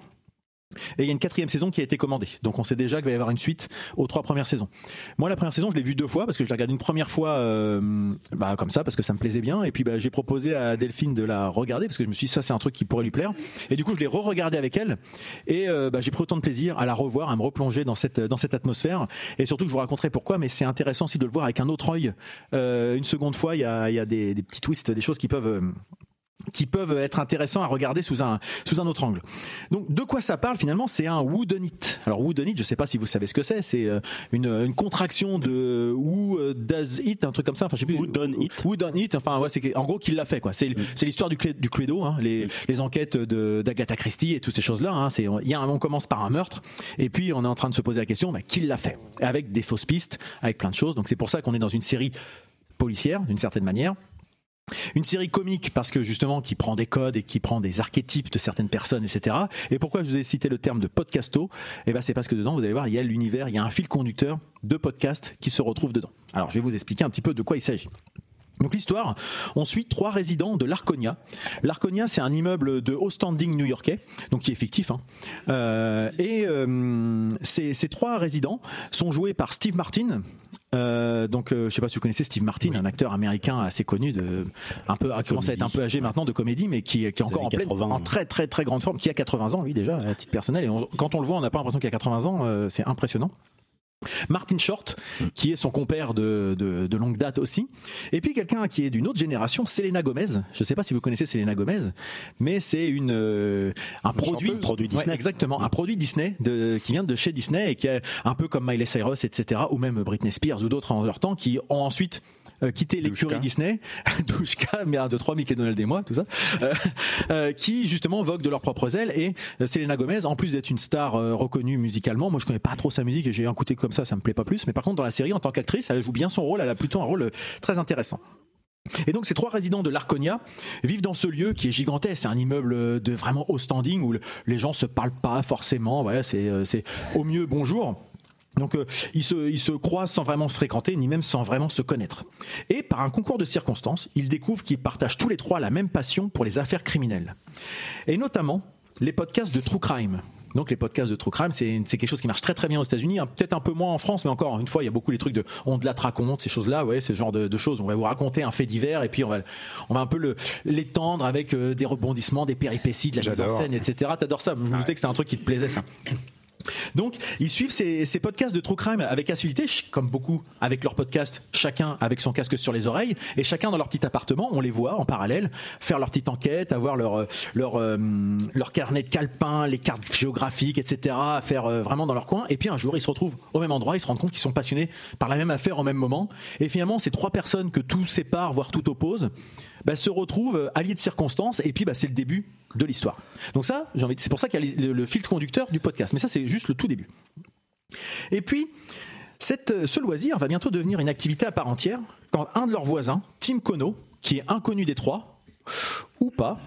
Et il y a une quatrième saison qui a été commandée. Donc on sait déjà qu'il va y avoir une suite aux trois premières saisons. Moi, la première saison, je l'ai vue deux fois parce que je l'ai regardée une première fois euh, bah, comme ça, parce que ça me plaisait bien. Et puis bah, j'ai proposé à Delphine de la regarder parce que je me suis dit, ça, c'est un truc qui pourrait lui plaire. Et du coup, je l'ai re-regardée avec elle. Et euh, bah, j'ai pris autant de plaisir à la revoir, à me replonger dans cette, dans cette atmosphère. Et surtout, je vous raconterai pourquoi, mais c'est intéressant aussi de le voir avec un autre œil. Euh, une seconde fois, il y a, il y a des, des petits twists, des choses qui peuvent. euh, qui peuvent être intéressants à regarder sous un, sous un autre angle. Donc de quoi ça parle finalement C'est un woodenite. Alors woodenite, je ne sais pas si vous savez ce que c'est, c'est euh, une, une contraction de who euh, does it, un truc comme ça. Enfin, je sais plus. Who done it. Who done it, Enfin, ouais, c'est que- en gros qu'il l'a fait quoi. C'est c'est l'histoire du, clé- du Cluedo, hein, les, les enquêtes de d'Agatha Christie et toutes ces choses là. Hein, c'est il y a un- on commence par un meurtre et puis on est en train de se poser la question, bah, qui l'a fait Avec des fausses pistes, avec plein de choses. Donc c'est pour ça qu'on est dans une série policière d'une certaine manière. Une série comique parce que justement qui prend des codes et qui prend des archétypes de certaines personnes, etc. Et pourquoi je vous ai cité le terme de podcasto Eh ben c'est parce que dedans, vous allez voir, il y a l'univers, il y a un fil conducteur de podcasts qui se retrouve dedans. Alors je vais vous expliquer un petit peu de quoi il s'agit. Donc l'histoire, on suit trois résidents de l'Arconia. L'Arconia, c'est un immeuble de haut standing new-yorkais, donc qui est fictif. hein. Euh, et euh, ces, ces trois résidents sont joués par Steve Martin. Euh, donc euh, je sais pas si vous connaissez Steve Martin, un acteur américain assez connu, de, un peu, qui commence à être un peu âgé maintenant de comédie, mais qui, qui est encore en, années pleine, 80, en hein. très très très grande forme, qui a 80 ans lui déjà à titre personnel. Et on- quand on le voit, on n'a pas l'impression qu'il a 80 ans, euh, c'est impressionnant. Martin Short, qui est son compère de, de- de longue date aussi. Et puis quelqu'un qui est d'une autre génération, Selena Gomez. Je ne sais pas si vous connaissez Selena Gomez, mais c'est une euh, un produit, chanteuse. Produit Disney. Ouais, exactement, un produit Disney de, qui vient de chez Disney et qui est un peu comme Miley Cyrus, etc., ou même Britney Spears ou d'autres en leur temps, qui ont ensuite euh, quitté l'écurie Disney, Douchka, merde, 2, 3, Mickey Donald et moi, tout ça, euh, euh, qui justement voguent de leurs propres ailes. Et euh, Selena Gomez, en plus d'être une star euh, reconnue musicalement, moi je connais pas trop sa musique et j'ai écouté comme ça, ça me plaît pas plus. Mais par contre, dans la série, en tant qu'actrice, elle joue bien son rôle, elle a plutôt un rôle euh, très intéressant. Et donc ces trois résidents de l'Arconia vivent dans ce lieu qui est gigantesque, c'est un immeuble de vraiment haut standing où le- les gens se parlent pas forcément, voilà, c'est euh, c'est au mieux bonjour. Donc euh, ils, se, ils se croisent sans vraiment se fréquenter, ni même sans vraiment se connaître. Et par un concours de circonstances, ils découvrent qu'ils partagent tous les trois la même passion pour les affaires criminelles. Et notamment les podcasts de True Crime. Donc les podcasts de True Crime, c'est c'est quelque chose qui marche très très bien aux États-Unis, hein, peut-être un peu moins en France, mais encore une fois, il y a beaucoup les trucs de on de la te raconte, ces choses-là, ouais, ce genre de, de choses. On va vous raconter un fait divers et puis on va on va un peu le l'étendre avec euh, des rebondissements, des péripéties, de la mise en J'adore. scène, etc. T'adores ça, je me doutais que c'était un truc qui te plaisait ça. Donc, ils suivent ces, ces podcasts de True Crime avec assiduité, ch- comme beaucoup avec leur podcast, chacun avec son casque sur les oreilles, et chacun dans leur petit appartement, on les voit en parallèle faire leur petite enquête, avoir leur euh, leur euh, leur carnet de calepin, les cartes géographiques, etc. à faire euh, vraiment dans leur coin. Et puis un jour, ils se retrouvent au même endroit, ils se rendent compte qu'ils sont passionnés par la même affaire au même moment. Et finalement, ces trois personnes que tout sépare, voire tout oppose, bah, se retrouvent euh, alliés de circonstances et puis bah, c'est le début de l'histoire. Donc ça, j'ai envie de- c'est pour ça qu'il y a le, le filtre conducteur du podcast. Mais ça, c'est juste le tout début. Et puis, cette- euh, ce loisir va bientôt devenir une activité à part entière quand un de leurs voisins, Tim Kono, qui est inconnu des trois, ou pas,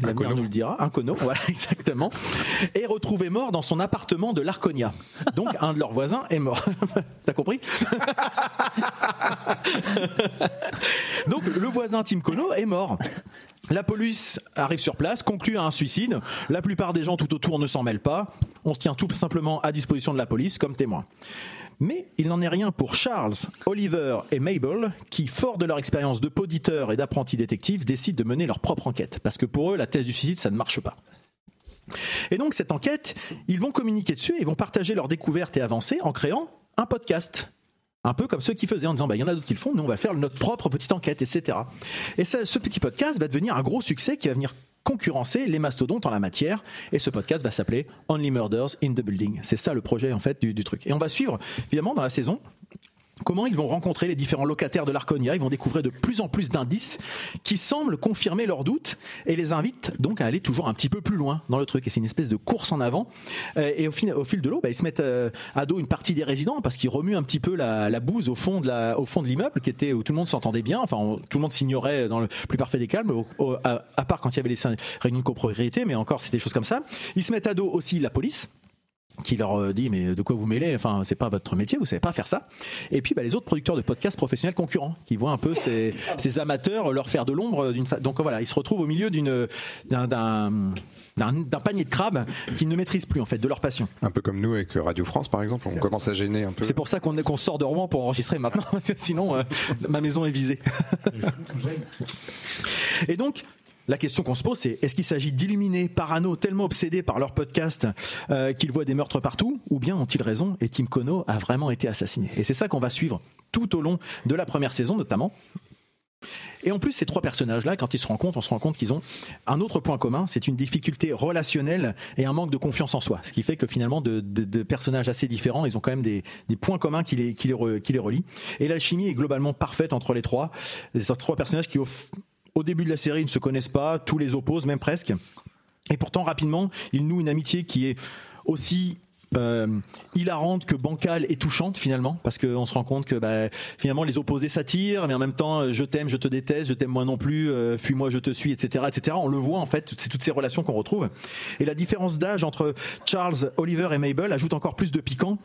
l'avenir nous le dira, inconnu, voilà exactement, est retrouvé mort dans son appartement de l'Arconia. Donc un de leurs voisins est mort. T'as compris Donc le voisin Tim Kono est mort. La police arrive sur place, conclut à un suicide. La plupart des gens tout autour ne s'en mêlent pas. On se tient tout simplement à disposition de la police comme témoin. Mais il n'en est rien pour Charles, Oliver et Mabel, qui, forts de leur expérience de poditeur et d'apprenti détective, décident de mener leur propre enquête. Parce que pour eux, la thèse du suicide, ça ne marche pas. Et donc, cette enquête, ils vont communiquer dessus et ils vont partager leurs découvertes et avancées en créant un podcast. Un peu comme ceux qui faisaient en disant, bah, il y en a d'autres qui le font, nous on va faire notre propre petite enquête, etc. Et ça, ce petit podcast va devenir un gros succès qui va venir concurrencer les mastodontes en la matière. Et ce podcast va s'appeler Only Murders in the Building. C'est ça le projet en fait du, du truc. Et on va suivre évidemment dans la saison Comment ils vont rencontrer les différents locataires de l'Arconia Ils vont découvrir de plus en plus d'indices qui semblent confirmer leurs doutes et les invitent donc à aller toujours un petit peu plus loin dans le truc. Et c'est une espèce de course en avant. Euh, Et au fil, au fil de l'eau, bah, ils se mettent euh, à dos une partie des résidents parce qu'ils remuent un petit peu la, la bouse au fond de la- au fond de l'immeuble qui était où tout le monde s'entendait bien. Enfin, on- tout le monde s'ignorait dans le plus parfait des calmes, au- au- à, à part quand il y avait les syn- réunions de copropriété, mais encore c'était des choses comme ça. Ils se mettent à dos aussi la police qui leur euh, dit mais de quoi vous mêlez enfin c'est pas votre métier vous savez pas faire ça et puis bah, les autres producteurs de podcasts professionnels concurrents qui voient un peu ces, ces amateurs leur faire de l'ombre euh, d'une fa- donc euh, voilà ils se retrouvent au milieu d'une d'un- d'un d'un d'un panier de crabes qu'ils ne maîtrisent plus en fait de leur passion Un peu comme nous avec Radio France, par exemple, on commence à gêner un peu. c'est pour ça qu'on qu'on sort de Rouen pour enregistrer maintenant parce que sinon euh, ma maison est visée Et donc, la question qu'on se pose, c'est est-ce qu'il s'agit d'illuminés parano tellement obsédés par leur podcast euh, qu'ils voient des meurtres partout Ou bien ont-ils raison et Tim Kono a vraiment été assassiné Et c'est ça qu'on va suivre tout au long de la première saison, notamment. Et en plus, ces trois personnages-là, quand ils se rencontrent, on se rend compte qu'ils ont un autre point commun, c'est une difficulté relationnelle et un manque de confiance en soi. Ce qui fait que finalement, de, de- de personnages assez différents, ils ont quand même des, des points communs qui les, qui, les re- qui les relient. Et l'alchimie est globalement parfaite entre les trois. Ces trois personnages qui, au, f- au début de la série, ils ne se connaissent pas, tous les opposent, même presque. Et pourtant, rapidement, il noue une amitié qui est aussi euh, hilarante que bancale et touchante finalement parce qu'on se rend compte que bah, finalement les opposés s'attirent mais en même temps euh, je t'aime je te déteste je t'aime moi non plus euh, fuis-moi je te suis etc etc on le voit en fait c'est toutes ces relations qu'on retrouve et la différence d'âge entre Charles Oliver et Mabel ajoute encore plus de piquant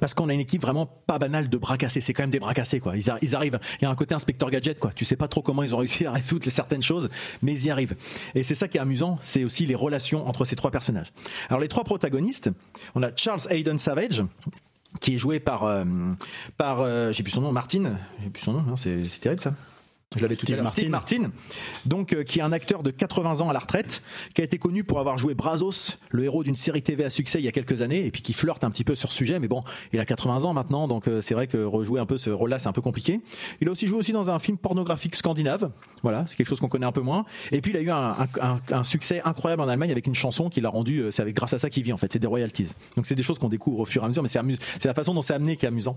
parce qu'on a une équipe vraiment pas banale de bras cassés. C'est quand même des bras cassés, quoi. Ils, arri- ils arrivent. Il y a un côté inspecteur gadget, quoi. Tu sais pas trop comment ils ont réussi à résoudre certaines choses, mais ils y arrivent. Et c'est ça qui est amusant, c'est aussi les relations entre ces trois personnages. Alors, les trois protagonistes, on a Charles Hayden Savage, qui est joué par, euh, par, euh, j'ai plus son nom, Martin. J'ai plus son nom, hein, c'est c'est terrible ça. Je l'avais tout à Steve l'heure. Steve Martin, donc euh, qui est un acteur de 80 ans à la retraite, qui a été connu pour avoir joué Brazos, le héros d'une série TV à succès il y a quelques années, et puis qui flirte un petit peu sur ce sujet, mais bon, il a 80 ans maintenant, donc euh, c'est vrai que rejouer un peu ce rôle-là, c'est un peu compliqué. Il a aussi joué aussi dans un film pornographique scandinave, voilà, c'est quelque chose qu'on connaît un peu moins. Et puis il a eu un, un- un- un succès incroyable en Allemagne avec une chanson qu'il a rendue, euh, c'est avec grâce à ça qu'il vit en fait, c'est des royalties. Donc c'est des choses qu'on découvre au fur et à mesure, mais c'est amus- c'est la façon dont c'est amené qui est amusant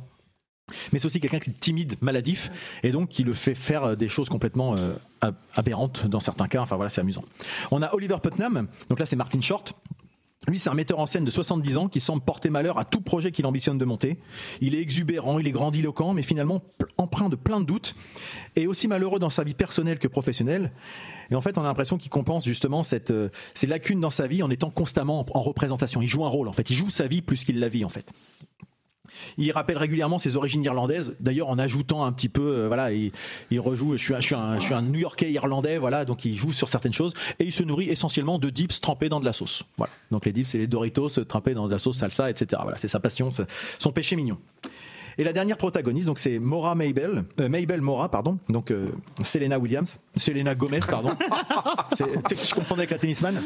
mais c'est aussi quelqu'un qui est timide, maladif, et donc qui le fait faire euh, des choses complètement euh, ab- aberrantes dans certains cas. Enfin voilà, c'est amusant. On a Oliver Putnam, donc là c'est Martin Short. Lui, c'est un metteur en scène de 70 ans qui semble porter malheur à tout projet qu'il ambitionne de monter. Il est exubérant, il est grandiloquent, mais finalement pl- empreint de plein de doutes et aussi malheureux dans sa vie personnelle que professionnelle. Et en fait, on a l'impression qu'il compense justement cette, euh, ces lacunes dans sa vie en étant constamment en, en représentation. Il joue un rôle, en fait. Il joue sa vie plus qu'il la vit, en fait. Il rappelle régulièrement ses origines irlandaises. D'ailleurs, en ajoutant un petit peu, euh, voilà, il, il rejoue. Je suis, un, je suis un- je suis un New-Yorkais irlandais, voilà. Donc, il joue sur certaines choses et il se nourrit essentiellement de dips trempés dans de la sauce. Voilà. Donc, les dips, c'est les Doritos euh, trempés dans de la sauce salsa, etc. Voilà, c'est sa passion, c'est son péché mignon. Et la dernière protagoniste, donc c'est Mora Mabel, euh, Mabel Mora, pardon. Donc euh, Selena Williams, Selena Gomez, pardon. C'est- tu sais, je confondais avec la tennisman.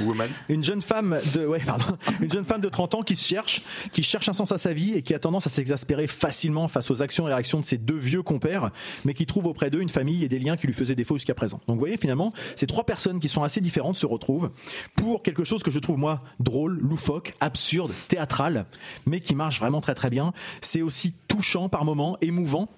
Woman. Une jeune femme de ouais, pardon. une jeune femme de 30 ans qui se cherche, qui cherche un sens à sa vie et qui a tendance à s'exaspérer facilement face aux actions et réactions de ses deux vieux compères, mais qui trouve auprès d'eux une famille et des liens qui lui faisaient défaut jusqu'à présent. Donc vous voyez finalement, ces trois personnes qui sont assez différentes se retrouvent pour quelque chose que je trouve moi drôle, loufoque, absurde, théâtral, mais qui marche vraiment très très bien. C'est aussi touchant par moments, émouvant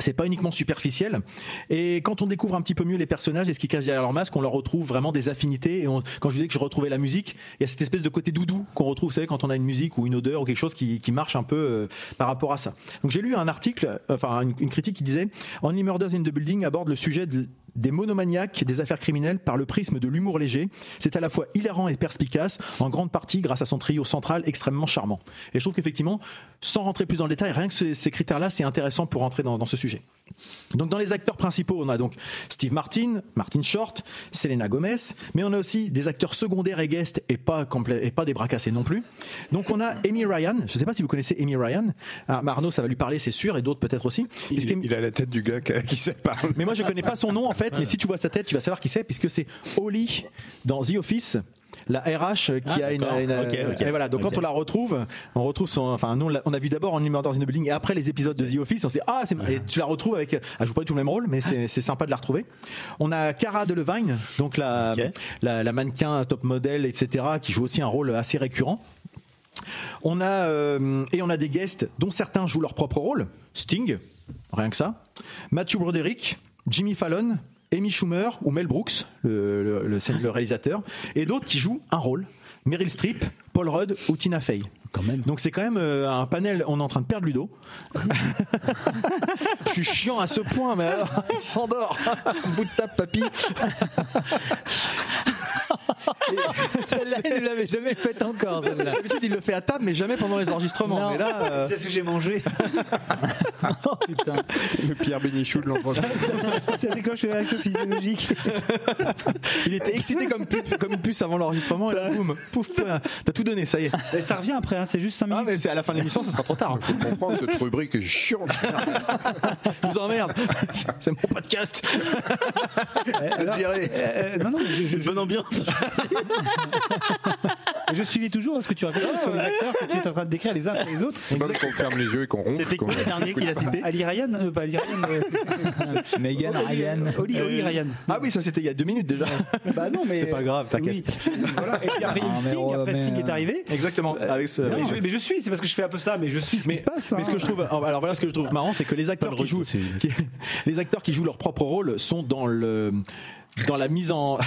c'est pas uniquement superficiel. Et quand on découvre un petit peu mieux les personnages et ce qu'ils cachent derrière leur masque, on leur retrouve vraiment des affinités. Et on- quand je vous dis que je retrouvais la musique, il y a cette espèce de côté doudou qu'on retrouve, vous savez, quand on a une musique ou une odeur ou quelque chose qui, qui marche un peu euh, par rapport à ça. Donc j'ai lu un article, euh, enfin une, une critique qui disait Only Murders in the Building aborde le sujet de- des monomaniaques des affaires criminelles par le prisme de l'humour léger. C'est à la fois hilarant et perspicace, en grande partie grâce à son trio central extrêmement charmant. Et je trouve qu'effectivement, sans rentrer plus dans le détail, rien que ces, ces critères-là, c'est intéressant pour rentrer dans, dans ce sujet. Donc dans les acteurs principaux, on a donc Steve Martin, Martin Short, Selena Gomez, mais on a aussi des acteurs secondaires et guests et pas, complè- et pas des bras cassés non plus. Donc on a Amy Ryan, je ne sais pas si vous connaissez Amy Ryan, Ah, mais Arnaud ça va lui parler c'est sûr et d'autres peut-être aussi. Parce Il, qu'Amy- il a la tête du gars qui, qui sait parler. mais moi, je connais pas son nom en fait. Mais si tu vois sa tête, tu vas savoir qui c'est, puisque c'est Holly dans The Office. la RH euh, qui Ah, a une, d'accord. une, euh, Ok, ok. et voilà donc Ok. quand on la retrouve on retrouve son enfin nous on l'a- on a vu d'abord en Inhumans in the Building et après les épisodes de The Office on s'est ah c'est et tu la retrouves avec elle joue pas du tout le même rôle mais c'est c'est sympa de la retrouver on a Cara Delevingne donc la, Ok. la la mannequin top modèle etc qui joue aussi un rôle assez récurrent on a euh, et on a des guests dont certains jouent leur propre rôle. Sting, rien que ça. Matthew Broderick, Jimmy Fallon, Amy Schumer ou Mel Brooks, le, le- le scène- le réalisateur, et d'autres qui jouent un rôle. Meryl Streep, Paul Rudd ou Tina Fey. Quand même. Donc c'est quand même euh, un panel. On est en train de perdre Ludo. Je suis chiant à ce point, mais alors il s'endort. Bout de tape, papy. Celle-là, il ne l'avait jamais faite encore, celle-là. D'habitude il le fait à table, mais jamais pendant les enregistrements. Non. Mais là, euh, C'est ce que j'ai mangé. Oh, putain. C'est le Pierre Bénichou de l'an prochain. Ça déclenche une réaction physiologique. Il était excité comme, pu- comme une puce avant l'enregistrement et là, boum, pouf, pouf, t'as tout donné, ça y est. Et ça revient après, hein, c'est juste 5 Ah, minutes. mais c'est à la fin de l'émission, ça sera trop tard. hein. Faut comprendre, cette rubrique est chiante. Je vous emmerde. C'est- C'est mon podcast. Je dirais. Euh, non, non, mais je, je, Bonne ambiance. je suivais toujours ce que tu Ah racontais sur les acteurs que tu es en train de décrire les uns après les autres. C'est pas parce qu'on ferme les yeux et qu'on ronfle. C'était qu'on- quoi le dernier qu'il a cité Ali Ryan, euh, pas Ali Ryan, euh, Oh, Megan Ryan. Oli, Oli Euh, Ryan. Ah oui, ça c'était il y a deux minutes déjà. Bah non, mais. C'est pas grave, t'inquiète. Oui. Voilà. Et puis après, il y a eu Ah, mais Sting, ouais, après mais, Sting est euh, arrivé. Exactement. Avec ce. Non, avec mais, je, ce- mais je suis, c'est parce que je fais un peu ça, mais je suis ce qui Mais, se passe. mais ce hein. que je trouve, alors voilà ce que je trouve marrant, c'est que les acteurs qui jouent, qui- les acteurs qui jouent leur propre rôle sont dans le dans la mise en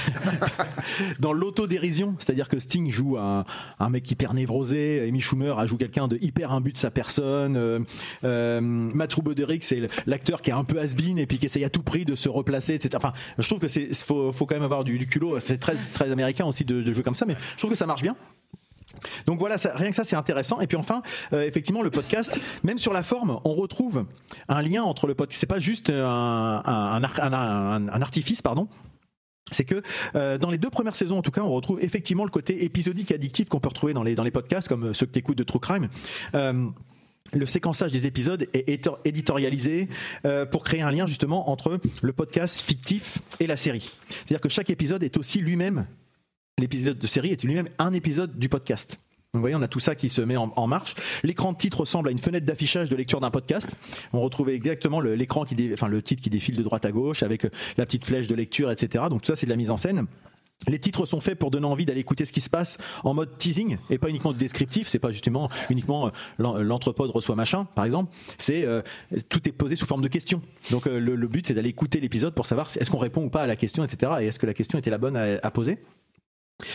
dans l'autodérision, c'est-à-dire que Sting joue un, un mec hyper névrosé, Amy Schumer a joue quelqu'un de hyper imbu de sa personne, euh, euh, Matt Broderick c'est l'acteur qui est un peu has-been et puis qui essaye à tout prix de se replacer, etc. Enfin, je trouve que c'est faut, faut quand même avoir du, du culot, c'est très très américain aussi de- de jouer comme ça, mais je trouve que ça marche bien. Donc voilà, ça- rien que ça, c'est intéressant. Et puis enfin, euh, effectivement, le podcast, même sur la forme, on retrouve un lien entre le podcast. C'est pas juste un, un- un ar- un- un- un artifice, pardon. C'est que euh, dans les deux premières saisons, en tout cas, on retrouve effectivement le côté épisodique et addictif qu'on peut retrouver dans les, dans les podcasts, comme ceux que t'écoutes de True Crime. Euh, le séquençage des épisodes est éto- éditorialisé euh, pour créer un lien justement entre le podcast fictif et la série. C'est-à-dire que chaque épisode est aussi lui-même l'épisode de série est lui-même un épisode du podcast. Vous voyez, on a tout ça qui se met en, en marche. L'écran de titre ressemble à une fenêtre d'affichage de lecture d'un podcast. On retrouve exactement le- l'écran qui, dé- enfin le titre qui défile de droite à gauche avec euh, la petite flèche de lecture, etc. Donc tout ça, c'est de la mise en scène. Les titres sont faits pour donner envie d'aller écouter ce qui se passe en mode teasing et pas uniquement de descriptif. C'est pas justement uniquement euh, l'en- l'anthropode reçoit machin, par exemple. C'est euh, tout est posé sous forme de questions. Donc euh, le, le but c'est d'aller écouter l'épisode pour savoir est-ce qu'on répond ou pas à la question, etc. Et est-ce que la question était la bonne à- à poser.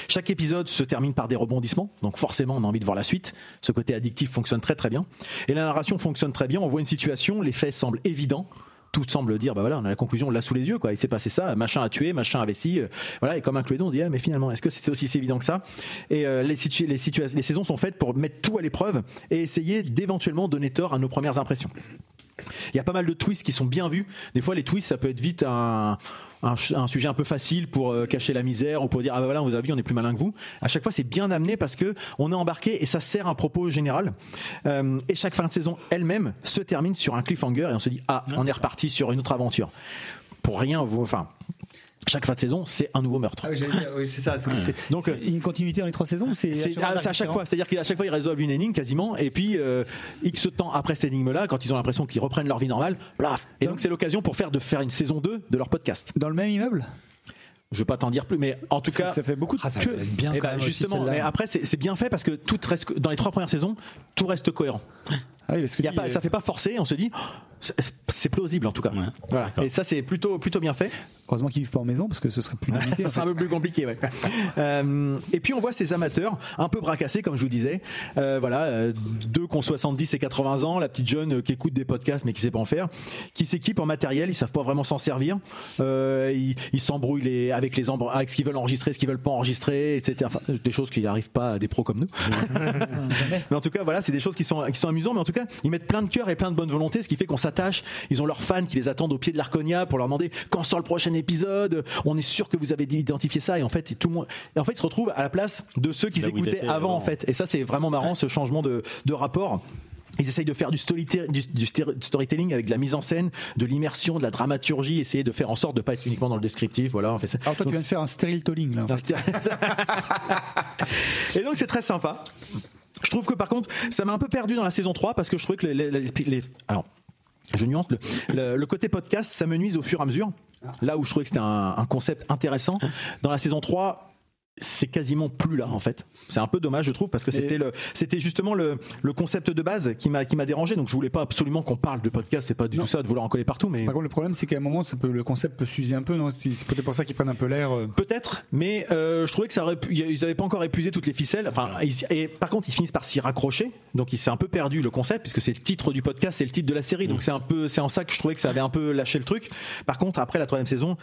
Chaque épisode se termine par des rebondissements, donc forcément on a envie de voir la suite. Ce côté addictif fonctionne très très bien. Et la narration fonctionne très bien, on voit une situation, les faits semblent évidents. Tout semble dire, bah voilà, on a la conclusion là sous les yeux, quoi. Il s'est passé ça, machin a tué, machin a vessi, euh, voilà. Et comme un clédon, on se dit, ah, mais finalement, est-ce que c'était aussi si évident que ça Et euh, les, situa- les, situa- les saisons sont faites pour mettre tout à l'épreuve et essayer d'éventuellement donner tort à nos premières impressions. Il y a pas mal de twists qui sont bien vus. Des fois, les twists, ça peut être vite un, un, un sujet un peu facile pour euh, cacher la misère ou pour dire ah bah voilà, on vous a vu, on est plus malin que vous. À chaque fois, c'est bien amené parce que on est embarqué et ça sert un propos général. Euh, et chaque fin de saison elle-même se termine sur un cliffhanger et on se dit ah, on est reparti sur une autre aventure. Pour rien, vous, enfin, chaque fin de saison, c'est un nouveau meurtre. Ah oui, j'allais dire, oui, c'est ça. c'est- c'est- Donc, c'est euh, une continuité dans les trois saisons ou c'est c'est à, c'est à chaque fois, c'est-à-dire qu'à chaque fois ils résolvent une énigme quasiment, et puis euh, X temps après cette énigme-là, quand ils ont l'impression qu'ils reprennent leur vie normale, blaf. Et donc c'est l'occasion pour faire de faire une saison 2 de leur podcast. Dans le même immeuble Je vais pas t'en dire plus, mais en tout cas, Ça fait beaucoup de Ah, ça queues. va être bien eh quand ben, même aussi, justement. celle-là. mais après c'est c'est bien fait parce que tout reste dans les trois premières saisons, tout reste cohérent. Ah oui, parce que Il y a lui, pas, euh, ça fait pas forcer, on se dit. oh, c'est- C'est plausible en tout cas. Ouais. voilà. D'accord. Et ça c'est plutôt plutôt bien fait. euh, Heureusement qu'ils vivent pas en maison parce que ce serait plus limité. C'est un peu plus compliqué, ouais. Euh, et puis on voit ces amateurs un peu bracassés, comme je vous disais. Euh, voilà, euh, deux qui ont 70 et 80 ans, la petite jeune euh, qui écoute des podcasts mais qui sait pas en faire, qui s'équipe en matériel, ils savent pas vraiment s'en servir. Euh, ils ils s'embrouillent les- avec les embr- avec ce qu'ils veulent enregistrer, ce qu'ils veulent pas enregistrer, etc. Enfin, des choses qui n'arrivent pas à des pros comme nous. Mais en tout cas, voilà, c'est des choses qui sont, qui sont amusantes. Mais en tout cas, ils mettent plein de cœur et plein de bonne volonté, ce qui fait qu'on s'attache. Ils ont leurs fans qui les attendent au pied de l'Arconia pour leur demander quand sort le prochain épisode. On est sûr que vous avez identifié ça. Et en fait, tout le monde, et en fait, ils se retrouvent à la place de ceux qui Là où ils écoutaient étaient avant, en avant. fait. Et ça, c'est vraiment marrant, ce changement de, de rapport. Ils essayent de faire du, storyte- du- du sté- du storytelling avec de la mise en scène, de l'immersion, de la dramaturgie, essayer de faire en sorte de pas être uniquement dans le descriptif. Voilà, on fait ça. Alors toi, tu Donc, viens de faire un stérile tolling là. non, c'était- Et donc c'est très sympa. Je trouve que par contre, ça m'a un peu perdu dans la saison 3 parce que je trouvais que les, les- les- les- alors je nuance le, le- le côté podcast, ça me nuise au fur et à mesure. Là où je trouvais que c'était un, un concept intéressant dans la saison 3 c'est quasiment plus là en fait. C'est un peu dommage je trouve parce que c'était le c'était justement le, le concept de base qui m'a qui m'a dérangé donc je voulais pas absolument qu'on parle de podcast, c'est pas du tout ça de vouloir en coller partout mais Par contre, le problème, c'est qu'à un moment, ça peut, le concept peut s'user un peu, non C'est c'est peut-être pour ça qu'ils prennent un peu l'air. euh. Peut-être, mais euh, je trouvais que ça aurait pu- ils n'avaient pas encore épuisé toutes les ficelles. Enfin, ils- et par contre, ils finissent par s'y raccrocher, donc il s'est un peu perdu le concept puisque c'est le titre du podcast, c'est le titre de la série, donc c'est un peu, c'est en ça que je trouvais que ça avait un peu lâché le truc. Par contre, après la troisième saison.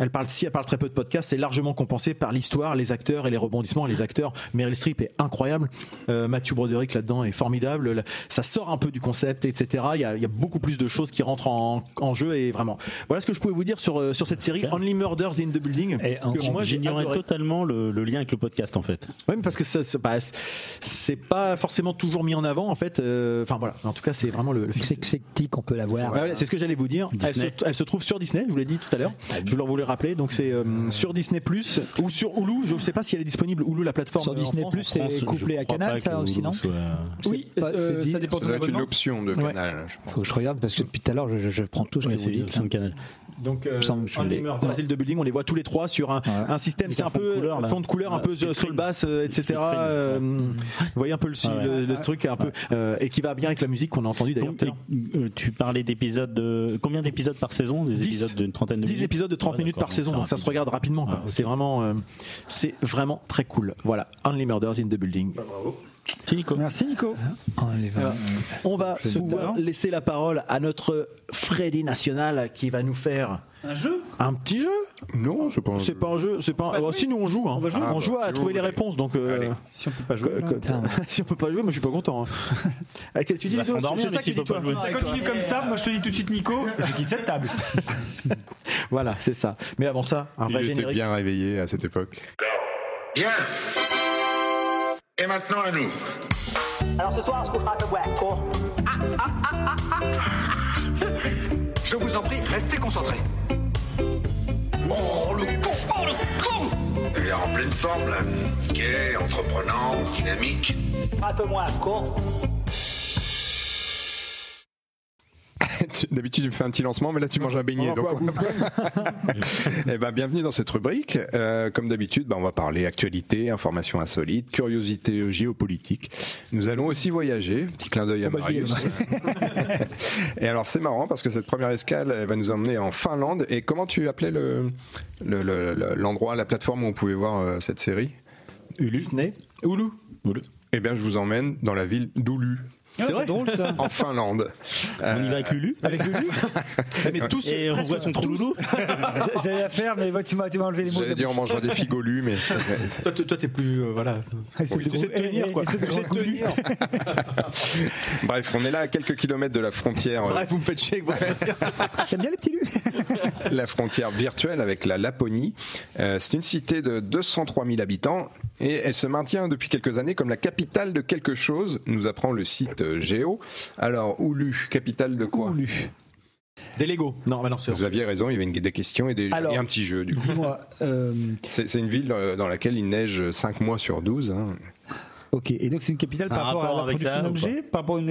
Elle parle si elle parle très peu de podcast, c'est largement compensé par l'histoire, les acteurs et les rebondissements. Les acteurs, Meryl Streep est incroyable, euh, Mathieu Broderick là-dedans est formidable. La- Ça sort un peu du concept, etc. Il y a, il y a beaucoup plus de choses qui rentrent en, en jeu et vraiment. Voilà ce que je pouvais vous dire sur euh, sur cette série Only Murders in the Building. Et en- que moi, j'ai J'ignorais adoré. totalement le, le lien avec le podcast en fait. Oui, mais parce que ça se passe. C'est pas forcément toujours mis en avant, en fait. euh, Enfin, voilà. En tout cas, c'est vraiment le, le film. C'est que c'est petit qu'on peut l'avoir. Ouais, ouais, c'est ce que j'allais vous dire. Elle se, Disney. elle se trouve sur Disney, je vous l'ai dit tout à l'heure. Je leur voulais rappeler. Donc c'est euh, sur Disney Plus ou sur Hulu. Je ne sais pas si elle est disponible Hulu, la plateforme. Sur euh, en Disney+, France. C'est je couplé à crois Canal, pas ça que aussi, non Hulu soit- Oui, pas- euh, c'est dit- ça dépend Ça de doit être une l'abonnement. option de Canal, je pense. Faut que je regarde parce que depuis tout à l'heure, je, je- je prends tout ce Ouais, que vous c'est une hein. dites. là. option de Canal. Donc, euh, me semble que je Only l'ai. Murders in the Building, on les voit tous les trois sur un, un système. Avec C'est un un fond de peu couleur, là. fond de couleur, un Ouais, peu split sur screen. le basse, euh, etc. Split screen, ouais. Euh, vous voyez un peu le, Ah ouais. le- le truc, un peu euh, et qui va bien avec la musique qu'on a entendue d'ailleurs. Donc, tout à l'heure. euh, tu parlais d'épisodes de combien d'épisodes par saison Des Dix. épisodes d'une trentaine de 10 minutes épisodes de 30 Ah, minutes d'accord, par saison, c'est donc ça se rapide. regarde rapidement. quoi. Ah, ok. C'est vraiment, euh, c'est vraiment très cool. Voilà, Only Murders in the Building. Euh, Si, Nico. Merci Nico. Oh, les vingt. On va Je pouvoir t'adore. laisser la parole à notre Freddy National qui va nous faire Un jeu un petit jeu. Non, c'est pas. un C'est jeu. pas un jeu, c'est pas. un- pas Oh, jouer. si nous on joue, hein. on, jouer. Ah, joue bah, à si vous trouver les voulez. réponses. Donc euh, Allez. Si on peut pas co- jouer. là. co- Putain. si on peut pas jouer, moi je suis pas content. hein. Ah, Qu'est-ce que tu dis Bah, Lito s'endormir, C'est ça mais qui s'il dit peut toi. pas jouer. Ça continue comme ça, moi je te dis tout de suite Nico, je quitte cette table. Voilà, c'est ça. Mais avant ça, un vrai Il était générique. bien réveillé à cette époque. Bien. Et maintenant à nous. Alors ce soir, on se couchera à Cobouac. Oh. Je vous en prie, restez concentrés. Oh le con Oh le con Il est en pleine forme là. Gay, entreprenant, dynamique. Un peu moins, con. Tu- D'habitude, tu me fais un petit lancement, mais là, tu manges un beignet. on va donc on va- Eh ben, bienvenue dans cette rubrique. Euh, comme d'habitude, ben, on va parler actualité, informations insolites, curiosité géopolitique. Nous allons aussi voyager. Petit clin d'œil à Marius. et alors, c'est marrant parce que cette première escale elle va nous emmener en Finlande. Et comment tu appelais le le- le- le- l'endroit, la plateforme où on pouvait voir euh, cette série Disney. Hulu. Eh bien, je vous emmène dans la ville d'Oulu, C'est vrai. drôle ça. en Finlande. On y va avec Lulu Avec Lulu Euh, Mais tous, et on presque voit son trou loulou. J'allais la faire, mais tu m'as tu m'as enlevé les mots. de la J'allais dire, on bouche. mangera des figolus, mais c'est- Toi, t- toi, t'es plus euh, voilà. Espèce de Tu sais gros- tenir Eh, quoi. eh, espèce de Tu sais gros tenir. Bref, on est là à quelques kilomètres de la frontière, euh, Bref, vous me faites chier. avec votre- T'aimes bien les petits lus la frontière virtuelle avec la Laponie. Euh, c'est une cité de 203 000 habitants et elle se maintient depuis quelques années comme la capitale de quelque chose, nous apprend le site euh, Géo. Alors, Oulu, capitale de quoi Des Lego. Non, mais non, c'est Vous aviez raison, il y avait une- des questions et, des, Alors, et un petit jeu. Du coup. Dis-moi, euh, C'est, c'est une ville euh, dans laquelle il neige 5 mois sur 12. hein. ok, et donc c'est une capitale Un par rapport rapport à la avec production ça, ou pas d'objets, par rapport à une,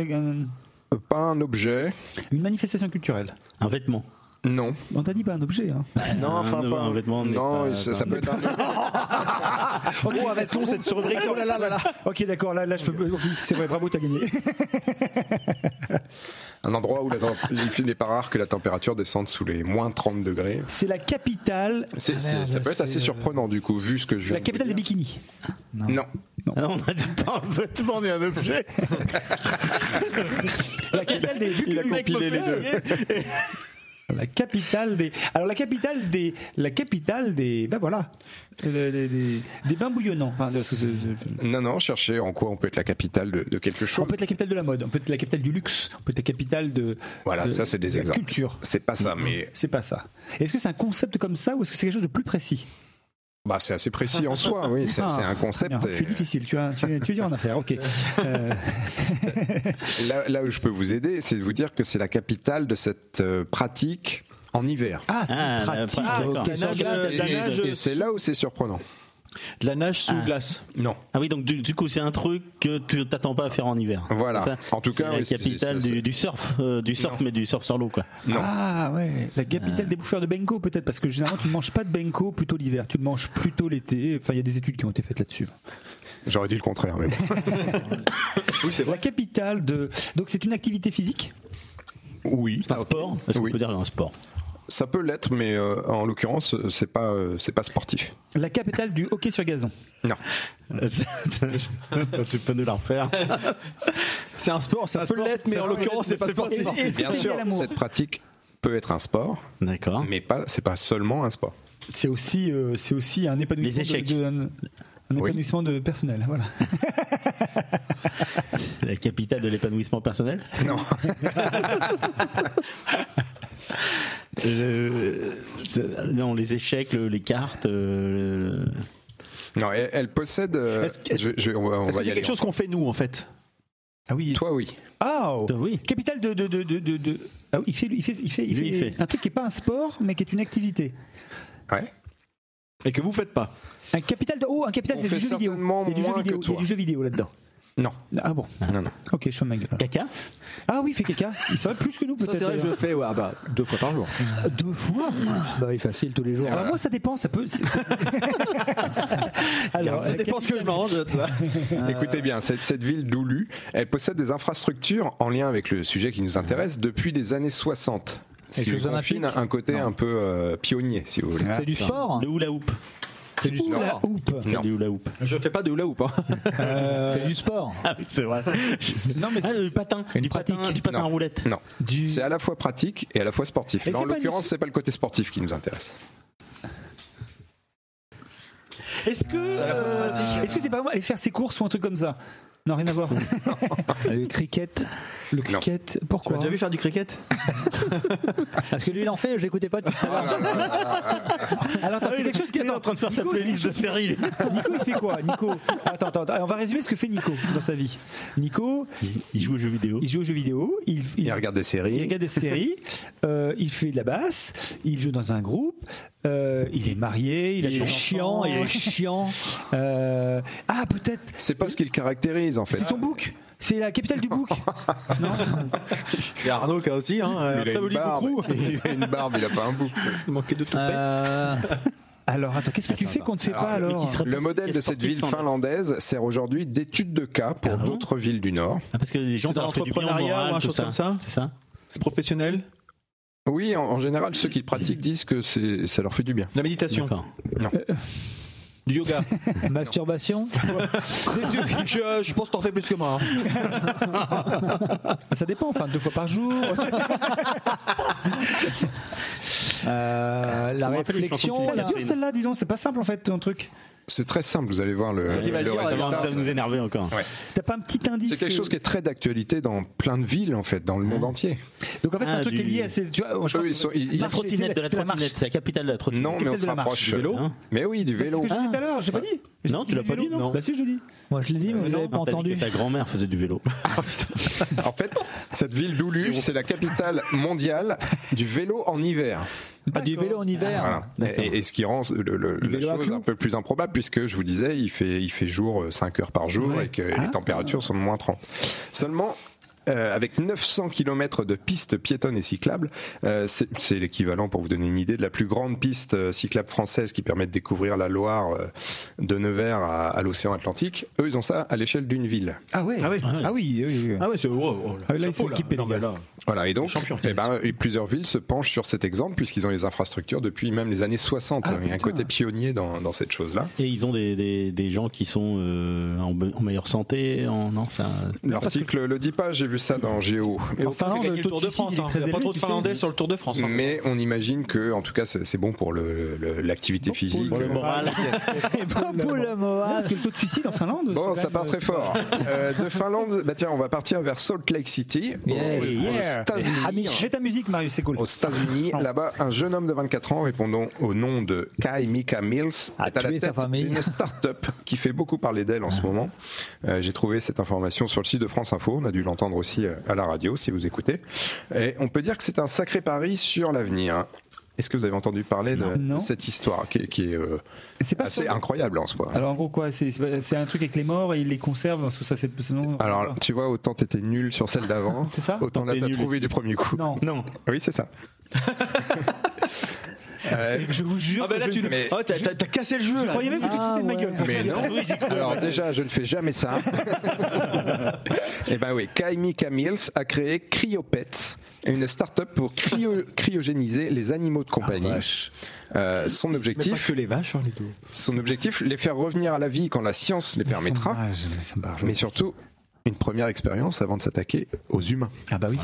un- Euh, Pas un objet, une manifestation culturelle. Un vêtement. non. On t'a dit pas un objet. Hein. Non, Un- enfin un, pas. un vêtement. n'est non, pas- ça, ça peut être un Oh, avec long cette rubrique. Oh là là là là. Ok, d'accord, là, là je peux. ok, c'est vrai, bravo, t'as gagné. Un endroit où la tem- il n'est pas rare que la température descende sous les moins 30 degrés. C'est la capitale, C'est- Ah c'est- merde, ça peut être c'est, assez euh, surprenant du coup, vu ce que je viens la de capitale des vous dire. bikinis. Non, Ah, on a dit pas un vêtement ni un objet. La capitale des il a Le mec compilé me les fait deux. rire. La capitale des. Alors la capitale des. La capitale des. Ben voilà. Euh, Des, des, des bains bouillonnants. Enfin, de- de- de- Non, non, cherchez en quoi on peut être la capitale de, de quelque chose. on peut être la capitale de la mode, on peut être la capitale du luxe, on peut être la capitale de. Voilà, de- ça, c'est des de la exemples. Culture. C'est pas ça, mais C'est pas ça. Est-ce que c'est un concept comme ça ou est-ce que c'est quelque chose de plus précis Bah, c'est assez précis en soi, oui. C'est Ah, c'est un concept. merde, Tu es et- difficile, tu, as, tu, es- tu es dur en affaires, ok. Euh, Là, là où je peux vous aider, c'est de vous dire que c'est la capitale de cette euh, pratique en hiver. Ah, c'est une Ah, la pratique. pratique, Ah, ok, d'accord. sur glace, Et- la nage et- et c'est là où c'est surprenant. De la nage sous glace Non. Ah oui, donc du, du coup, c'est un truc que tu t'attends pas à faire en hiver. Voilà. C'est ça En tout cas, C'est la oui, c'est- capitale c'est- du, c'est- du surf, euh, du surf, mais du surf sur l'eau, quoi. Ah ouais, la Euh. capitale des bouffeurs de Benko peut-être, parce que généralement tu ne manges pas de Benko plutôt l'hiver, tu le manges plutôt l'été. Enfin, il y a des études qui ont été faites là-dessus. J'aurais dit le contraire, mais bon. La capitale de. Donc c'est une activité physique Ah, Oui. C'est un sport Est-ce qu'on peut dire un sport Ça peut l'être, mais euh, en l'occurrence, euh, c'est pas, euh, c'est pas sportif. La capitale du hockey sur gazon. Non. tu peux nous la refaire. C'est un sport, ça peut l'être, mais en l'occurrence, c'est pas sportif. Bien sûr, cette pratique peut être un sport. D'accord. Mais pas, c'est pas seulement un sport. C'est aussi, euh, c'est aussi un épanouissement. Les échecs. De, de- un, un épanouissement de personnel, voilà. La capitale de l'épanouissement personnel Non. non, les échecs, le- les cartes. euh, Non, elle, elle possède. euh, je- je- on va, on Est-ce va que y c'est aller. hein. quelque chose qu'on fait nous, en fait Ah oui. Toi, oui. Ah Toi, oui. Capitale de. de, de, de, de- de- Ah oui, il fait, il fait, il fait, il Lui, il fait un truc qui n'est pas un sport, mais qui est une activité. Ouais. Et que vous faites pas Un capital de. Oh, un capital, On c'est fait du jeu vidéo. certainement Il y a du jeu moins que vidéo, il y a toi. du jeu vidéo là-dedans. Non. Ah bon Non, non. Ok, je suis ma gueule. Caca Ah oui, il fait caca. Il serait plus que nous, Ça, peut-être. c'est vrai, je d'ailleurs. le fais ouais, bah, deux fois par jour. Deux fois Bah oui, facile tous les jours. Alors Ah, moi ça dépend, ça peut. c'est- c'est- Alors, ça dépend ce que je m'arrange. tu vois. Écoutez bien, cette, cette ville d'Oulu, elle possède des infrastructures en lien avec le sujet qui nous intéresse depuis les années 60. Ce Les qui lui Jeux confine Olympiques un côté un peu euh, pionnier, si vous voulez. C'est du sport Le hula hoop. C'est du la sport houpe. Non. Du hula hoop. Je fais pas de hula hoop. hein. C'est du sport Ah oui, c'est vrai. Non, mais Ah, du patin. Une du patin, pratique. du patin Non. à roulette. Non. C'est à la fois pratique et à la fois sportif. Et Là, c'est en pas du- l'occurrence, c'est pas le côté sportif qui nous intéresse. Est-ce que euh, est-ce que c'est pas moi aller faire ses courses ou un truc comme ça Non, rien à voir. Le cricket Euh, Le cricket, pourquoi T'as vu faire du cricket Parce que lui il en fait, je l'écoutais pas depuis tout à l'heure. Alors attends, c'est quelque chose qui Il est en train de faire sa Nico, playlist de série. lui. c'est- Nico, il fait quoi Nico Attends, attends, attends. Alors, on va résumer ce que fait Nico dans sa vie. Nico, Il joue aux jeux vidéo. il joue aux jeux vidéo, il, Il regarde des séries. il regarde des séries, euh, il fait de la basse, il joue dans un groupe, euh, il est marié, il, a Il des est chiant, enfants. il est chiant. Euh, ah peut-être C'est pas ce qui le caractérise, en fait. C'est son bouc. C'est la capitale du bouc. Il y a Arnaud qui a aussi, hein, Mais un il, a très une joli barbe. boucrou. il a une barbe, il a pas un bouc. Il manquait de tout. Euh, Alors attends, qu'est-ce que tu fais qu'on ne sait Ah, pas alors Le modèle de cette ville hein. finlandaise sert aujourd'hui d'étude de cas Ah pour bon d'autres villes du Nord. Ah, parce que les gens C'est dans ça leur fait du bien au l'entrepreneuriat moral, ou un tout chose comme ça C'est ça C'est professionnel Oui, en, en général, ceux qui le pratiquent disent que c'est- ça leur fait du bien. De la méditation D'accord. Du yoga masturbation je, je pense que t'en fais plus que moi. hein. Ça dépend, enfin deux fois par jour. Oh, Euh, La me rappelle une réflexion Oh, chanson Elle là. est dure celle-là, dis donc, c'est pas simple en fait ton truc. C'est très simple, vous allez voir le, il va le le dire, Ça résultat. va ça va nous énerver encore. Ouais. T'as pas un petit indice euh, C'est quelque chose qui est très d'actualité dans plein de villes, en fait, dans le monde entier. Donc en fait, c'est un Ah, truc du- qui est lié à ces. Tu vois, je Eux, pense ils sont- ils- ils- La Marcher, trottinette c'est de la c'est la marche. trottinette, c'est la capitale de la trottinette. non, mais on capitale de la marche, s'approche. du vélo. Hein Mais oui, du C'est ce vélo. que j'ai dit tout à l'heure, j'ai pas dit. Non, tu l'as pas dit, non Bah si, je le dis. Moi je l'ai dit, mais vous n'avez pas T'as dit que entendu. Ta grand-mère faisait du vélo. En fait, cette ville d'Oulu, c'est la capitale mondiale du vélo en hiver. Ah, du vélo en hiver. Voilà. Et, et ce qui rend le- le- la vélo à chose clous. un peu plus improbable, puisque je vous disais, il fait, il fait jour 5 heures par jour et que les températures sont de moins 30. Seulement, euh, avec 900 km de pistes piétonnes et cyclables, euh, c'est c'est l'équivalent, pour vous donner une idée, de la plus grande piste euh, cyclable française qui permet de découvrir la Loire euh, de Nevers à, à l'océan Atlantique. Eux, ils ont ça à l'échelle d'une ville. Ah ouais. Ah oui. Ah oui. oui, oui. Ah ouais, c'est. Oh, oh, Ah, là, ils chapeau, sont équipés, Non, les gars. mais là. Voilà, et donc, champion. eh ben, et plusieurs villes se penchent sur cet exemple, puisqu'ils ont les infrastructures depuis même les années 60. Il y a un côté pionnier dans, dans cette chose-là. Et ils ont des, des, des gens qui sont euh, en, be- en meilleure santé. En, non, ça. L'article le dit pas, j'ai vu ça dans Géo. Et au Finlande, le Tour de France, hein. il n'y a pas trop de Finlandais sur le Tour de France. hein. Mais on imagine que, en tout cas, c'est c'est bon pour le- le- l'activité physique. pour le moral. Parce que le taux de suicide en Finlande. Bon, c'est ça quand part même, très fort. Euh, de Finlande, bah tiens, on va partir vers Salt Lake City, aux- Yeah, aux, yeah. États-Unis. Mets ta musique, Marius, c'est cool. Aux États-Unis, là-bas, un jeune homme de 24 ans répondant au nom de Kai Mika Mills est à la tué sa tête famille. d'une start-up qui fait beaucoup parler d'elle en Ah. ce moment. Euh, J'ai trouvé cette information sur le site de France Info. On a dû l'entendre aussi euh, à la radio, si vous écoutez. Et on peut dire que c'est un sacré pari sur l'avenir. hein. Est-ce que vous avez entendu parler de, Non. de cette histoire qui, est- qui est euh, C'est pas assez sur- incroyable en ce moment Alors en gros quoi, c'est- c'est c'est un truc avec les morts et il les conserve parce que ça c'est c'est- non, Alors, tu vois, autant t'étais nul sur celle d'avant, C'est ça autant là T'es t'as nul trouvé du premier coup. Non. Non. Oui, c'est ça. Euh, Je vous jure. Ah bah là que tu je, mais- oh, t'as- t'as t'as cassé le jeu je là. croyais même que tu te Ah, foutais de ma ouais. gueule. pour Mais te dire. non. Alors déjà, je ne fais jamais ça. Eh ben oui, Kaimi Camills a créé Cryopets, une start-up pour cryo- cryogéniser les animaux de compagnie. Euh, son objectif, les vaches, les deux. son objectif, les faire revenir à la vie quand la science les permettra. Mais surtout, une première expérience avant de s'attaquer aux humains. Ah bah oui.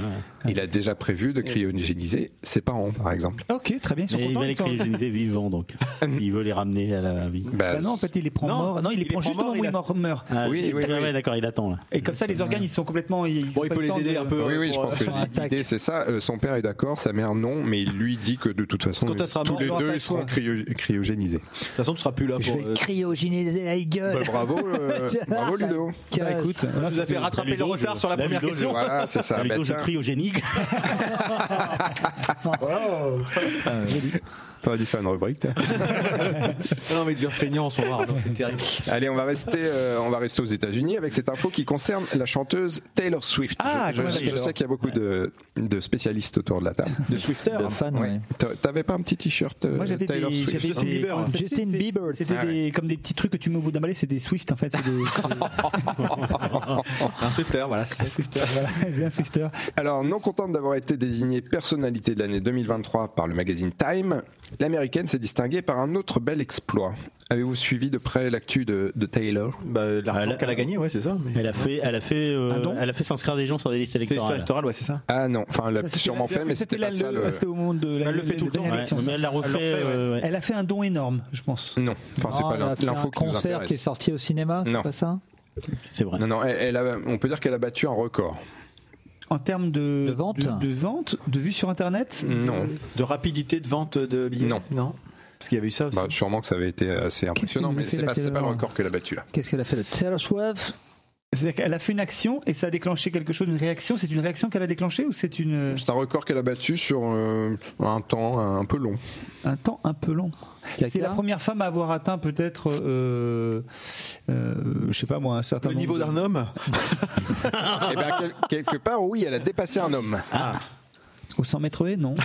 Il a déjà prévu de cryogéniser ses parents, par exemple. Ok, très bien. Ils sont Mais il contents. va les ils sont- cryogéniser vivants, donc. S'il veut les ramener à la vie. Bah, Bah non, en fait, il les prend Non, morts. Non, il les prend juste au moment où il il meurt- meurt. Ah, Oui, je- oui, ouais, oui. ouais, d'accord, il attend, là. Et comme ça, les organes, ils sont complètement. Ils ils Bon, ont il pas peut le temps les aider de- un peu. Oui, oui, je pour, pense euh, que sur l'attaque. l'idée c'est ça. Euh, son père est d'accord, sa mère non, mais il lui dit que de toute façon, Quand elle sera tous morte, les on aura pas deux le ils seront choix. cryo- cryogénisés. De toute façon, tu seras plus là Je pour. vais cryogéniser la gueule. Bah, bravo, euh, bravo Ludo. Bah, Écoute, Ça nous a fait rattraper le Ludo, retard je- sur la la première Ludo, question. Voilà, c'est ça. Ah, Bah, Ludo, je tiens, cryogénique. t'aurais dû faire une rubrique. tiens. euh, Non, mais devient feignant en ce moment, Arnaud, c'est terrible. Allez, on va rester, euh, on va rester aux États-Unis avec cette info qui concerne la chanteuse Taylor Swift. Ah, je, je- comment je Taylor sais qu'il y a beaucoup de, de spécialistes autour de la table. De Swifter. De fan, Ouais. ouais. T'a- T'avais pas un petit t-shirt euh, Moi j'avais des, Taylor Swift j'avais Justin des- Bieber. comment ça s'appelle, Justin c'est- Bieber. C'était Ah des, comme des petits trucs que tu mets au bout d'un balai, c'est des Swift en fait. C'est des, c'est des- Un Swifter, voilà. un Swifter, voilà. J'ai un Swifter. Alors, non contente d'avoir été désignée personnalité de l'année 2023 par le magazine Time, l'américaine s'est distinguée par un autre bel exploit. Avez-vous suivi de près l'actu de, de Taylor Bah, l'argent Elle a- qu'elle a gagné, ouais, c'est ça. mais- Elle a fait, elle a fait, euh, Ah, donc elle a fait s'inscrire des gens sur des listes C'est ça, électorales. électoral, ouais, c'est ça. Ah non, enfin, elle l'a Ça, c'était sûrement la- fait, mais c'était pas la- ça le- ah, le. C'était au monde de la Elle le fait tout le temps, dernière Ouais, élection, mais elle l'a refait. Elle l'a refait, ouais. euh, ça. ouais. Elle a fait un don énorme, je pense. Non, enfin, c'est Ah, Non, Ah, elle pas a fait l'info un qui nous concert qui est intéresse. sorti au cinéma, Non. c'est pas ça C'est vrai. Non, non, elle, elle a- on peut dire qu'elle a battu un record. En termes de, De vente de, de vente, de vues sur internet Non. De rapidité de vente de billets Non. Non. Parce qu'il y avait eu ça aussi. Bah, sûrement que ça avait été assez impressionnant, qu'elle nous a mais fait, c'est la pas, c'est pas le Taylor record qu'elle a battu là. Qu'est-ce qu'elle a fait le Taylor Swift C'est-à-dire qu'elle a fait une action et ça a déclenché quelque chose, une réaction. C'est une réaction qu'elle a déclenchée ou c'est une C'est un record qu'elle a battu sur euh, un temps un peu long. un temps un peu long Caca. C'est la première femme à avoir atteint peut-être, euh, euh, je sais pas moi, un certain Le niveau nombre d'un homme Et bien, Eh ben, quelque part, oui, elle a dépassé un homme. de- au 100 mètres haies, non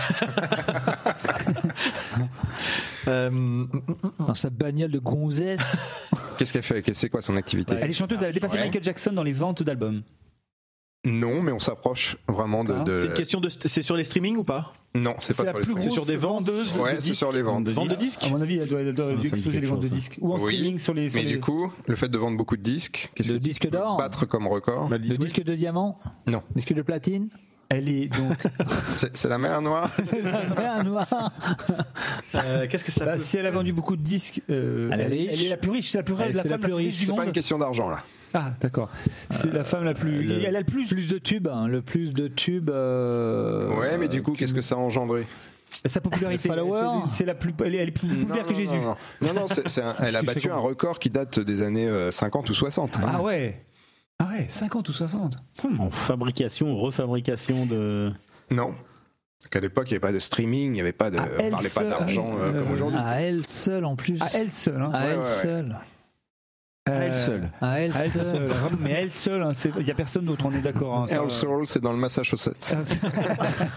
euh, Dans sa bagnole de gonzesse. Qu'est-ce qu'elle fait C'est quoi son activité Elle est chanteuse, elle a dépassé Ouais. Michael Jackson dans les ventes d'albums. Non, mais on s'approche vraiment de. Ah, de- C'est une question de. C'est sur les streamings ou pas Non, c'est pas la sur les plus streams. C'est sur des ventes vendeuse Ouais, de c'est disques. sur les ventes. Vente de disques À mon avis, elle doit, elle doit- ça elle doit me dit exploser les quelque ventes de chose, ça. disques ou en Oui. streaming sur les. sur Mais les- du coup, le fait de vendre beaucoup de disques, qu'est-ce Le que tu disque peux d'or. Bah, battre comme record Le disque de diamant Non. Disque de platine elle est donc. C'est c'est la mer noire. Ah, noir. Euh, Qu'est-ce que ça Bah, peut- si elle a vendu beaucoup de disques, euh, Elle est riche. est la plus riche, c'est la plus riche, Elle- la c'est la femme la plus riche du C'est pas une monde. question d'argent là. Ah, d'accord. C'est la femme la plus. le- Elle a le plus. Plus de tubes, hein, le plus de tubes. euh, Ouais, mais du coup, qu'est-ce que ça a engendré Sa popularité. Les followers. c'est- C'est la plus. Elle est, elle est plus Non, populaire que non, Jésus. Non, non, non, c'est- c'est un- elle a Tu fais battu un comment record qui date des années euh, 50 ou 60. Ah ouais. Ah ouais, 50 ou 60. Hmm. En fabrication, refabrication de. Non. Qu'à l'époque, il n'y avait pas de streaming, il n'y avait pas de. Ah, on elle parlait pas seule, d'argent euh, euh, comme aujourd'hui. À elle seule en plus. À elle seule. Hein. À Ouais, elle ouais, ouais. seule. Euh, Elle seule. À elle, À elle seule. seule. vraiment, Mais à elle seule. hein, c'est- Il n'y a personne d'autre, on est d'accord. hein, ça- Earl Searle, c'est dans le Massachusetts.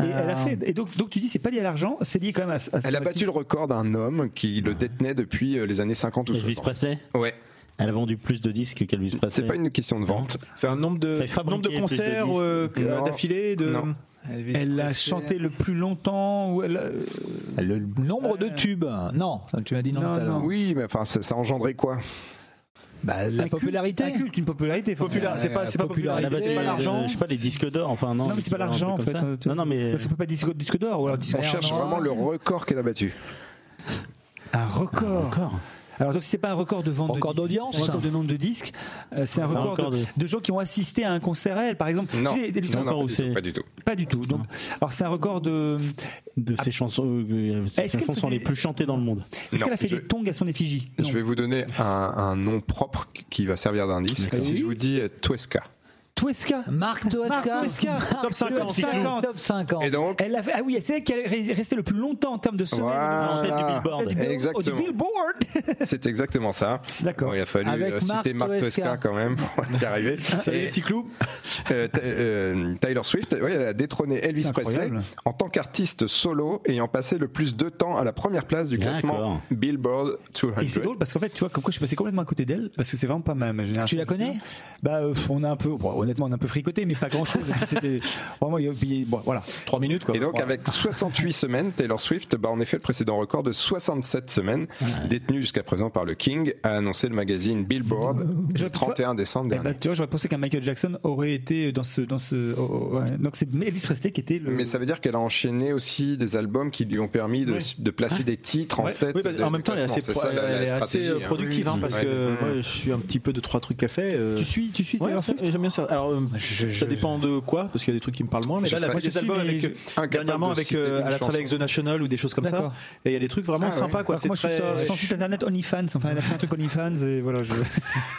et elle a fait. Et donc, donc tu dis, c'est pas lié à l'argent, c'est lié quand même à. à Elle a battu le record d'un homme qui le détenait depuis euh, les années 50 ou Elvis 60. Presley Ouais. Elle a vendu plus de disques qu'Elvis Presley. C'est pas une question de vente. C'est un nombre de, Fait euh, fabriquer nombre de plus de concerts disques. euh, que- Non. d'affilée de... Non. Elle a chanté le plus longtemps. Ou elle a- Le nombre de tubes. Non, tu m'as dit non, Non, tout à l'heure. non. Oui, mais enfin, ça, ça engendrait quoi Bah, la popularité. Un culte, une popularité. Populaire, c'est Euh, pas- c'est pas popularité, c'est pas euh, l'argent. Je sais pas, les disques d'or, enfin non. Non, mais c'est pas l'argent en un truc fait. comme ça. Non, non, mais. Bah, ça peut pas être disque, disque d'or ou alors disque On cherche vraiment le record qu'elle a battu. Un record. Alors donc c'est pas un record de vente Record de disques, d'audience. c'est un record de nombre de disques, euh, c'est un C'est un record, record de, de- de gens qui ont assisté à un concert réel par exemple. Non, Tu sais, des- des- non, non, pas, du tout, c'est- pas du tout. Pas du tout. Donc alors c'est un record de De ces chansons, euh, ces Est-ce qu'elle chansons sont les faisait- plus chantées dans le monde. Est-ce Non, qu'elle a fait je- des tongs à son effigie Non. Je vais vous donner un, un nom propre qui va servir d'indice. Si je vous dis euh, Tuesca. Tuesca Marc Marc Toesca. Toesca. Top 50. Top 50. Et donc, Elle a fait- ah oui, c'est elle qui est restée le plus longtemps en termes de semaines. Voilà. En tête du Billboard. Du Bill- oh, du Exactement. Billboard. c'est exactement ça. D'accord. Bon, il a fallu Avec euh, citer Marc Marc Toesca. Tuesca quand même pour y arriver. Et, clous. euh, T- euh, Tyler Swift, oui, elle a détrôné Elvis C'est Presley incroyable. en tant qu'artiste solo ayant passé le plus de temps à la première place du D'accord. classement Billboard 200. Et c'est drôle parce qu'en fait, tu vois, comme quoi je suis passé complètement à côté d'elle, parce que c'est vraiment pas ma, ma génération. Tu la connais Bah, euh, on a un peu, bon, honnêtement, on a un peu fricoté, mais pas grand chose. C'était vraiment, il y a- puis, bon, voilà. 3 minutes quoi. Et donc, avec 68 semaines, Taylor Swift bat en effet le précédent record de 67 semaines, détenu jusqu'à présent par le King, a annoncé le magazine Billboard Je- le 31 décembre Eh ben, dernier. tu vois, j'aurais pensé qu'un Michael Jackson aurait été dans ce, dans ce. oh, oh, ouais. Donc c'est Elvis Presley qui était le. Mais ça veut dire qu'elle a enchaîné aussi des albums qui lui ont permis de, de placer des titres en tête. Oui, parce- de- en même de temps, elle est classement. assez, C'est ça, la- la elle est assez, stratégie, euh, hein. productive, hein, parce Ouais. que Mmh. moi, je suis un petit peu de trois trucs à fait. euh, Tu suis, tu suis, ouais, Taylor Swift j'aime bien ça. Alors, euh, ça dépend de quoi, parce qu'il y a des trucs qui me parlent moins. Mais Je là, elle a serais- fait des je suis, albums mais avec, je- euh, incapable dernièrement de avec, citer euh, une à la travail avec chanson. The National ou des choses comme ça. D'accord. Et il y a des trucs vraiment Ah, sympas, ouais. quoi. Alors que moi, je suis très- sur son site internet OnlyFans. Enfin, elle a fait un truc OnlyFans et voilà. Je...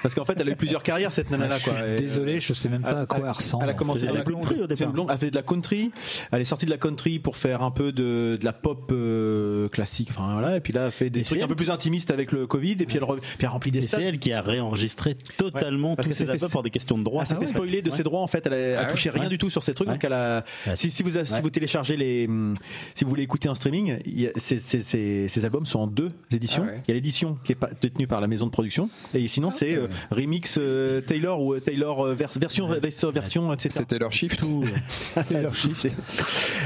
Parce qu'en fait, elle a eu plusieurs carrières, cette nana-là, quoi. Et, euh, Désolé, je sais même pas à quoi elle ressemble. Elle a commencé Elle dans est la blonde country au départ. C'est une blonde. Elle fait de la country. Elle est sortie de la country pour faire un peu de, de la pop euh, classique. Enfin voilà. Et puis là, elle fait des Et c'est trucs un elle peu plus intimistes avec le Covid. Et puis elle, re- puis elle remplit des Et c'est stades. elle qui a réenregistré totalement Ouais, parce tous que ses ça albums fait- pour des questions de droit. Ah Elle s'est fait spoiler de ses droits en fait. Elle, a, elle Ah ouais. touchait rien Ouais. du tout sur ces trucs. Ouais. Donc elle a. Ouais. Si, si vous si Ouais. vous téléchargez les hum, si vous voulez écouter en streaming, il y a- ces, ces- ces- ces albums sont en deux éditions. Ah ouais. Ah Il y a l'édition qui est pas- détenue par la maison de production. Et sinon c'est euh, remix euh, Taylor ou euh, Taylor euh, vers- version version version etc. C'était leur shift. Taylor Swift.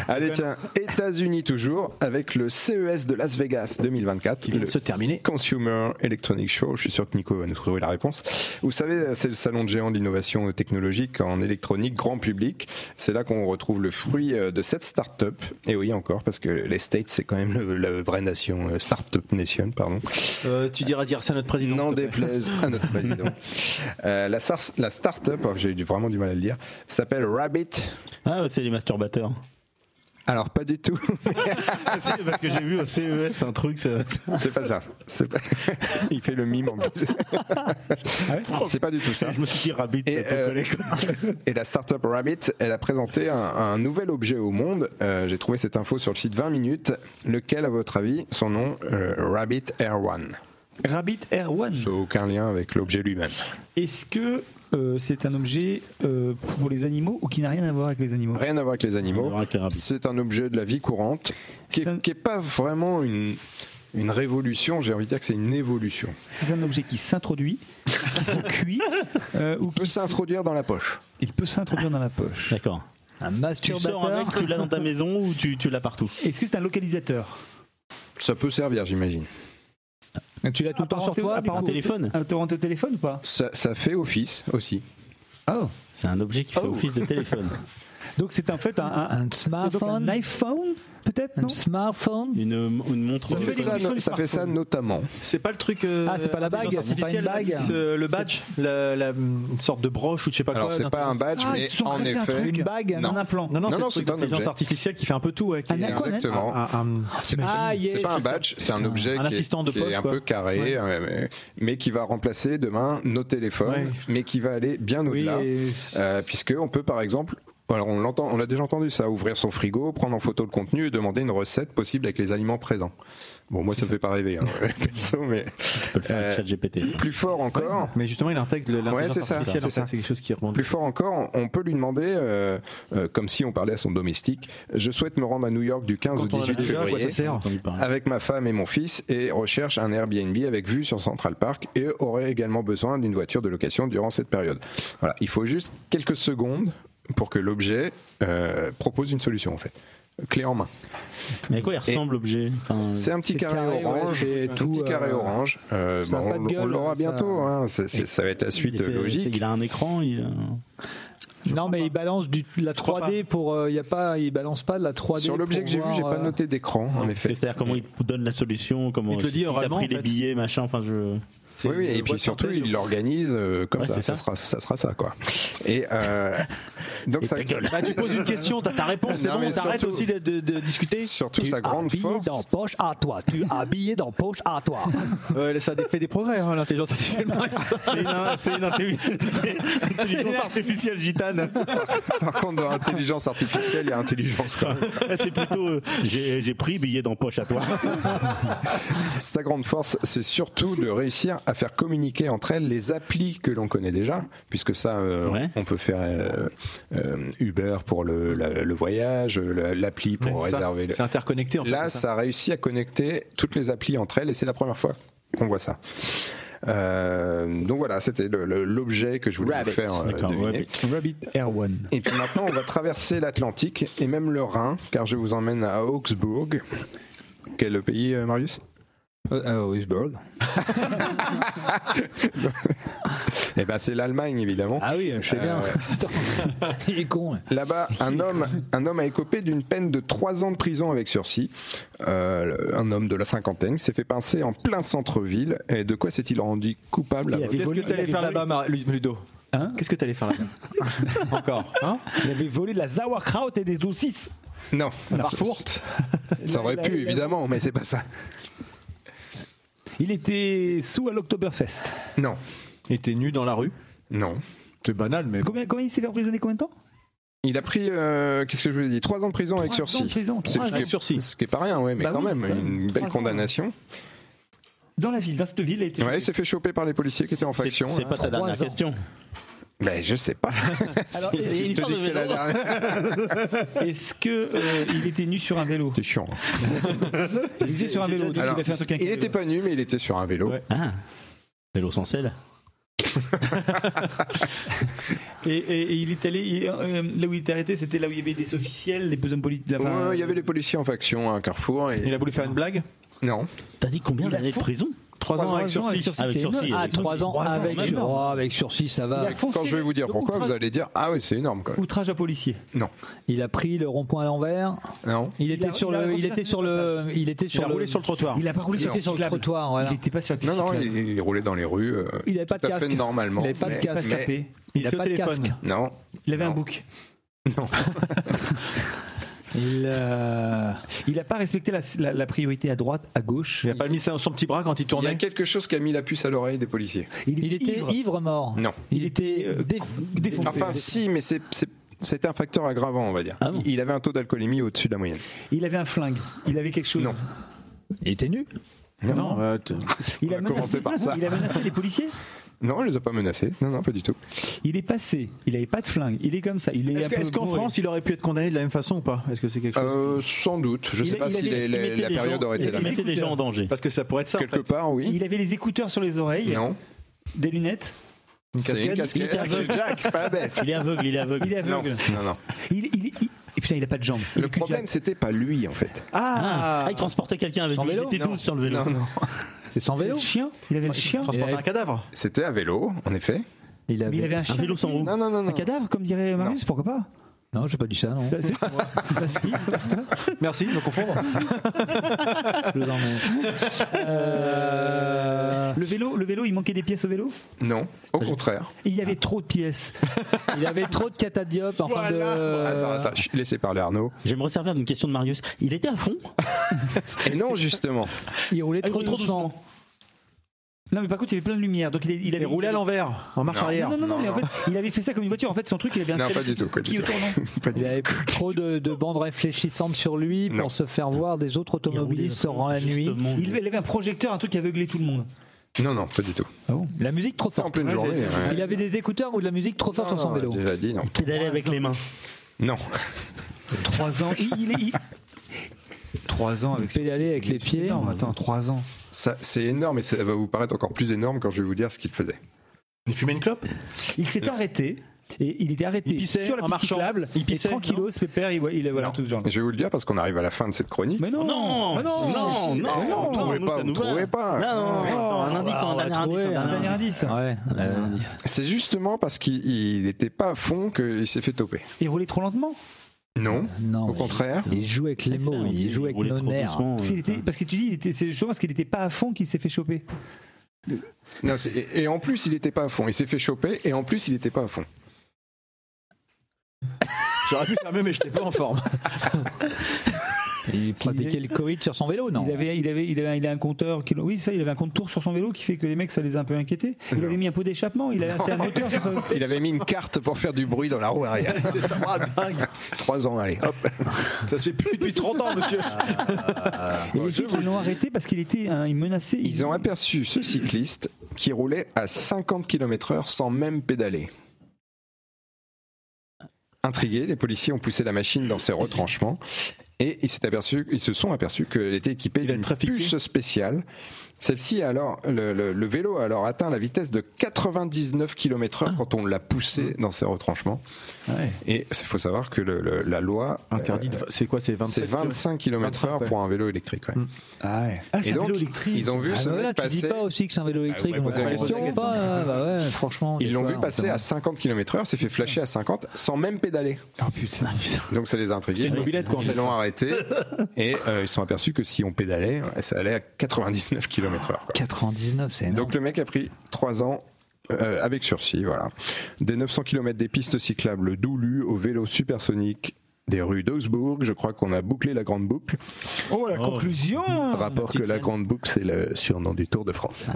Allez, tiens, États-Unis toujours, avec le CES de Las Vegas 2024. qui vient le de se terminer. Consumer Electronic Show, je suis sûr que Nico va nous trouver la réponse. Vous savez, c'est le salon de géant de l'innovation technologique en électronique grand public. C'est là qu'on retrouve le fruit euh, de cette start-up. Et oui, encore, parce que les States, c'est quand même le- la vraie nation, euh, start-up nation, pardon. Euh, tu diras dire ça à notre président. N'en s'il te plaît. déplaise Ah à notre président. Euh, la, sar- la start-up, oh, j'ai eu vraiment du mal à le dire, s'appelle Rabbit. Ah, c'est les masturbateurs. Alors, pas du tout. parce que j'ai vu au CES un truc. ça- C'est pas ça. C'est pas- Il fait le mime en plus. C'est pas du tout ça. Ah Je me suis dit rabbit, Et, ça peut euh, coller, quoi. Et la startup Rabbit, elle a présenté un, un nouvel objet au monde. Euh, J'ai trouvé cette info sur le site 20 minutes. Lequel, à votre avis, son nom euh, Rabbit Air One. Rabbit Air One. Ça n'a aucun lien avec l'objet lui-même. Est-ce que euh, c'est un objet euh, pour les animaux ou qui n'a rien à voir avec les animaux Rien à voir avec les Rien à animaux. voir avec les rabbits. C'est un objet de la vie courante qui C'est un- n'est pas vraiment une, une révolution. J'ai envie de dire que c'est une évolution. Est-ce que c'est un objet qui s'introduit, qui se cuit euh, ou Peut qui s- s'introduire dans la poche. il peut s'introduire dans la poche euh, D'accord. Un Tu sors un masturbateur. mec, tu l'as dans ta maison ou tu, tu l'as partout Est-ce que c'est un localisateur Ça peut servir, j'imagine. Tu l'as tout le temps sur Apparenté au- toi Un apparenté au- téléphone apparenté au téléphone ou pas Ça, ça fait office aussi. Oh. C'est un objet qui fait Oh. office de téléphone. Donc c'est en fait un, un- Un c'est donc smartphone. un iPhone peut-être non Un smartphone Une, une montre. Ça fait ça, no- ça fait ça notamment. C'est pas le truc. euh, Ah, c'est pas la bague, intelligence c'est pas une artificielle, bague. là, qui se- le badge, la, la- une sorte de broche ou je sais pas Alors, quoi. c'est pas un badge, Ah, mais ils se sont en greffés un effet. truc. Une bague, Non. un hein. implant. Non, non, Non, c'est non, le truc c'est un d'intelligence objet. artificielle qui fait un peu tout. ouais, qui Un hein. est- aquanet. Exactement. un- un- Ah, yeah. C'est pas un badge, c'est un objet Un qui, assistant est, de qui poche, est un quoi. peu carré, Ouais. euh, mais, mais qui va remplacer demain nos téléphones, Ouais. mais qui va aller bien au-delà, et- euh, puisque on peut par exemple. Alors on l'entend, on l'a déjà entendu ça, ouvrir son frigo, prendre en photo le contenu et demander une recette possible avec les aliments présents. Bon, moi ça me fait pas rêver, hein, perso, mais Tu peux le faire avec Euh, ChatGPT. plus fort encore, Mais justement, il intègre le- l'intelligence c'est ça, artificielle. c'est en fait, ça. C'est quelque chose qui rebondit. Plus fort encore, on peut lui demander, euh, euh, comme si on parlait à son domestique, je souhaite me rendre à New York du 15 au Quand on en a 18 déjà, à quoi février ça sert Entendu parler. avec ma femme et mon fils et recherche un Airbnb avec vue sur Central Park et aurait également besoin d'une voiture de location durant cette période. Voilà, il faut juste quelques secondes pour que l'objet euh, propose une solution en fait. clé en main. Mais à quoi il ressemble l'objet Enfin, C'est un petit c'est carré, carré, ouais, orange. c'est un tout, petit euh, carré orange. Euh, ça a bah, pas de on on gueule, ça. l'aura bientôt. hein. C'est- c'est- ça va être la suite Il fait- euh, logique. Il a un écran, il euh, a... Non, mais il balance du, la 3D pour. euh, y a pas, il balance pas de la 3D. Sur l'objet pour que j'ai vu, voir, j'ai pas euh, noté d'écran, en effet. C'est-à-dire comment il te donne la solution, comment Il te le dit si t'as oralement, pris en les fait. billets, machin. Enfin, je. Oui, oui, et puis surtout, il l'organise euh, comme Ouais, ça. c'est Ça. ça. sera, ça sera ça, quoi. Et euh, donc ça. Bah, tu poses une question, t'as ta réponse, c'est bon, Non, mais t'arrêtes surtout- aussi de, de- de discuter. Surtout sa grande force. dans poche à toi, tu habillé dans poche à toi. ça fait des progrès, hein, l'intelligence artificielle. C'est une- c'est une intelligence intelligence artificielle gitane. Par contre, dans intelligence artificielle, il y a intelligence. quand même. C'est plutôt. euh, J'ai j'ai pris billet dans poche à toi. Sa grande force, c'est surtout de réussir à faire communiquer entre elles les applis que l'on connaît déjà, puisque ça, euh, on peut faire euh, euh, Uber pour le, la- le voyage, euh, la- l'appli pour Ouais, c'est ça. réserver. le- C'est interconnecté, en fait, Là, c'est ça. ça. a réussi à connecter toutes les applis entre elles, et c'est la première fois qu'on voit ça. Euh, donc voilà, c'était le- le- l'objet que je voulais vous faire euh, D'accord, deviner. Rabbit. Rabbit Air One. Et puis maintenant, on va traverser l'Atlantique et même le Rhin, car je vous emmène à Augsbourg. Quel pays, euh, Marius Euh, Augsbourg. Eh ben, c'est l'Allemagne, évidemment. Ah oui, je sais bien. Il est con. hein. Là-bas, un homme, un homme a écopé d'une peine de 3 ans de prison avec sursis. Euh, un homme de la cinquantaine s'est fait pincer en plein centre-ville. Et de quoi s'est-il rendu coupable à votre Qu'est-ce que t'allais faire là-bas, Mar- Ludo Qu'est-ce que t'allais faire là-bas Encore hein Il avait volé de la sauerkraut et des saucisses. Non, Un Barfourt. Ça aurait pu, évidemment, mais c'est pas ça. Il était sous à l'Oktoberfest. Non. Il était nu dans la rue Non. C'est banal, mais. Combien, combien il s'est fait emprisonner combien de temps Il a pris, euh, qu'est-ce que je vous ai dit, 3 ans de prison avec Trois ans sursis. de prison, C'est trois ce qui ans. est- Ce qui est pas rien, ouais, mais Bah quand oui, même, quand même, une trois belle ans. condamnation. Dans la ville, dans cette ville. il a été- Ouais, il s'est fait choper par les policiers qui étaient en C'est- faction. hein. C'est là. pas ta dernière Trois ans. question. Ben, je sais pas. Alors, si, et- si et je te l'histoire dis que de c'est la vélo dernière. Est-ce que euh, il était nu sur un vélo C'est chiant. Il était sur un vélo. donc Alors, il a fait un truc avec il un était vélo. pas nu, mais il était sur un vélo. Ah, vélo sans selle. Et, et- et il est allé il- euh, là où il était arrêté, c'était là où il y avait des officiels, des hommes politiques. Ouais, enfin, il y avait les policiers en faction à un carrefour. Et... Il a voulu faire une blague Non. T'as dit combien Il a d'années de fou- prison 3 ans avec sursis. Avec c'est sursis, énorme. oui. Ah, 3 ans Trois ans, avec, même sur- pas. oh, avec sursis, ça Il va. a foncé- Quand je vais vous dire donc, pourquoi, outrage- vous allez dire Ah oui, c'est énorme quand même. Outrage à policier. Non. Il a pris le rond-point à l'envers. Non. Il était a- sur il a le, il renversé était sur le le, il était sur Il a le- roulé sur le trottoir. Il a pas roulé il sur était le sur le cyclable. trottoir. Il voilà. n'était pas sur la piste Non, non, cyclable. il, il roulait dans les rues. euh, Il n'avait pas de tout à fait casque. normalement. Il n'avait pas de mais- Il a pas casque. mais- tapé. Il a n'a pas de téléphone. casque. Non. Il avait un Non. bouc. Il, euh, Il n'a pas respecté la, la- la priorité à droite, à gauche. Il a pas mis ça- son petit bras quand il Il y a tournait quelque chose qui a mis la puce à l'oreille des policiers. il était ivre, mort. Non. Il était euh, dé- défoncé. Enfin, si, mais c'est- c'est- c'était un facteur aggravant, on va dire. Ah bon il avait un taux d'alcoolémie au-dessus de la moyenne. Il avait un flingue. Il avait quelque chose. Non. Il était nu. Non, euh, t- Il On a commencé par ça. Il a menacé les policiers. Non, il les a pas menacés. Non, non, pas du tout. Il est passé. Il avait pas de flingue. Il est comme ça. Il est. Est-ce un que- peu est-ce qu'en bourré. France, il aurait pu être condamné de la même façon ou pas Est-ce que c'est quelque chose Euh, sans doute. Je ne Il- sais pas il si avait- les- est-ce qu'il les- mettait la des période gens- aurait été Est-ce la qu'il même. mettait des gens en danger. Parce que ça pourrait être ça. en Quelque fait. part, oui. Il avait les écouteurs sur les oreilles. Non. Des lunettes. C'est une casquette. casquette. Jack, pas bête. Il est aveugle, il est aveugle. Il est Non, aveugle. non, non. Il, il, il- Et putain, il a pas de jambes. Il Le est que problème, Jack. c'était pas lui, en fait. Ah, Ah il transportait quelqu'un avec Sans lui. Ils vélo étaient 12 sur le vélo. Non, non. C'est sans Il avait vélo. le chien. Il avait le chien. Transporter Il a- un cadavre C'était à vélo, en effet. Il Mais avait. il avait un chien. Un vélo sans roue. Non, non, non, Un non. cadavre, comme dirait Marius, pourquoi pas Non, j'ai pas dit ça, non. C'est- Si, Merci, me confondre. Je vous emmène. Euh, Le vélo, le vélo, il manquait des pièces au vélo. Non, au contraire. Il y avait trop de pièces. Il avait trop de catadiopes. Enfin de. Attends, attends, chut, laissez parler Arnaud. Je vais me resservir d'une question de Marius. Il était à fond Et non, justement. Il roulait Il trop, roule trop doucement. Non, mais par contre, il y avait plein de lumière, donc il, il Il avait est roulé à l'envers, en marche Non. arrière. Non, non, non, mais en Non, non. fait, il avait fait ça comme une voiture. En fait, son truc, il avait un Non, pas du tout. Pas du tout. Pas du Il tout. avait trop de, de bandes réfléchissantes sur lui pour Non. se faire voir des autres automobilistes durant la nuit. Il avait un projecteur, un truc qui aveuglait tout le monde. Non, non, pas du tout. La musique trop C'était en forte. pleine journée. ouais. Il avait des écouteurs ou de la musique trop forte sur son Non, vélo. J'ai déjà dit, non. pédalait avec les mains. Non. Trois ans. Il, il, il- Trois ans avec. Pédaler avec les pieds. Non, attends, trois ans. Ça, c'est énorme et ça va vous paraître encore plus énorme quand je vais vous dire ce qu'il faisait. Il fumait une clope Il s'est arrêté. Et il était arrêté Il pissait sur la en piste marchant. cyclable. Il pissait, et tranquillos, pépère, il, il voilà, tout ce genre. Et Je vais vous le dire parce qu'on arrive à la fin de cette chronique. Mais non, Non, mais Ah non, si, si, non, si. non, Eh, non, vous trouvez nous, pas, ça vous nous va. trouvez pas. Ah, Non, attends, un indice, un dernier indice, un dernier indice. Ouais. C'est justement parce qu'il n'était pas à fond qu'il s'est fait toper. Il roulait trop lentement Non, Non, au contraire. Il joue avec les mots, il joue avec nos nerfs. Parce qu'il était- parce que tu dis, il était- c'est justement parce qu'il n'était pas à fond qu'il s'est fait choper. Non, c'est- et, et en plus, il n'était pas à fond. Il s'est fait choper et en plus, il n'était pas à fond. J'aurais pu faire mieux, mais j'étais pas en forme. Il pratiquait le Covid sur son vélo, non Il avait, il avait, il avait, il a un compteur. Qui, oui, ça, il avait un compte tour sur son vélo qui fait que les mecs, ça les a un peu inquiétés. Il avait mis un pot d'échappement. Il avait installé un moteur. Sur son- Il avait mis une carte pour faire du bruit dans la roue arrière. C'est ça, ah, dingue. Trois ans, allez, hop. Ça se fait plus depuis 30 ans, monsieur. Et les flics ils l'ont arrêté parce qu'il était, hein, il menaçait. il- Ils ont aperçu ce cycliste qui roulait à 50 km/h sans même pédaler. Intrigués, les policiers ont poussé la machine dans ses retranchements et ils, s'est aperçu, ils se sont aperçus qu'elle était équipée d'une puce spéciale. Celle-ci, a alors, le, le- le vélo a alors atteint la vitesse de 99 km/h quand on l'a poussé Ah. dans ses retranchements. Et il faut savoir que le- le- la loi euh, Interdit. de- C'est quoi, c'est 27 c'est 25 km/h pour un vélo électrique. ouais. Mm. Ah, ouais. Ah, c'est Et un donc, vélo électrique. ils ont vu Ah, ce bah mec voilà, tu dis passer. Ah, pas aussi que c'est un vélo électrique. vous on m'avez l'a posé la pas, question. ouais, euh, bah ouais, franchement. Ils des l'ont fois, vu on passer peut- à 50 km/h, s'est fait flasher à 50 sans même pédaler. Ah, Ah, Donc ça les a intrigués. une mobilette, quoi, en Ils fait. l'ont arrêté et euh, ils se sont aperçus que si on pédalait, ça allait à 99 km/h. 99, c'est énorme. Donc le mec a pris 3 ans. euh, avec sursis, voilà. Des 900 km des pistes cyclables d'Oulu au vélo supersonique des rues d'Augsbourg, je crois qu'on a bouclé la grande boucle. Oh, la conclusion Rapport que Ah, la grande boucle, c'est le surnom du Tour de France.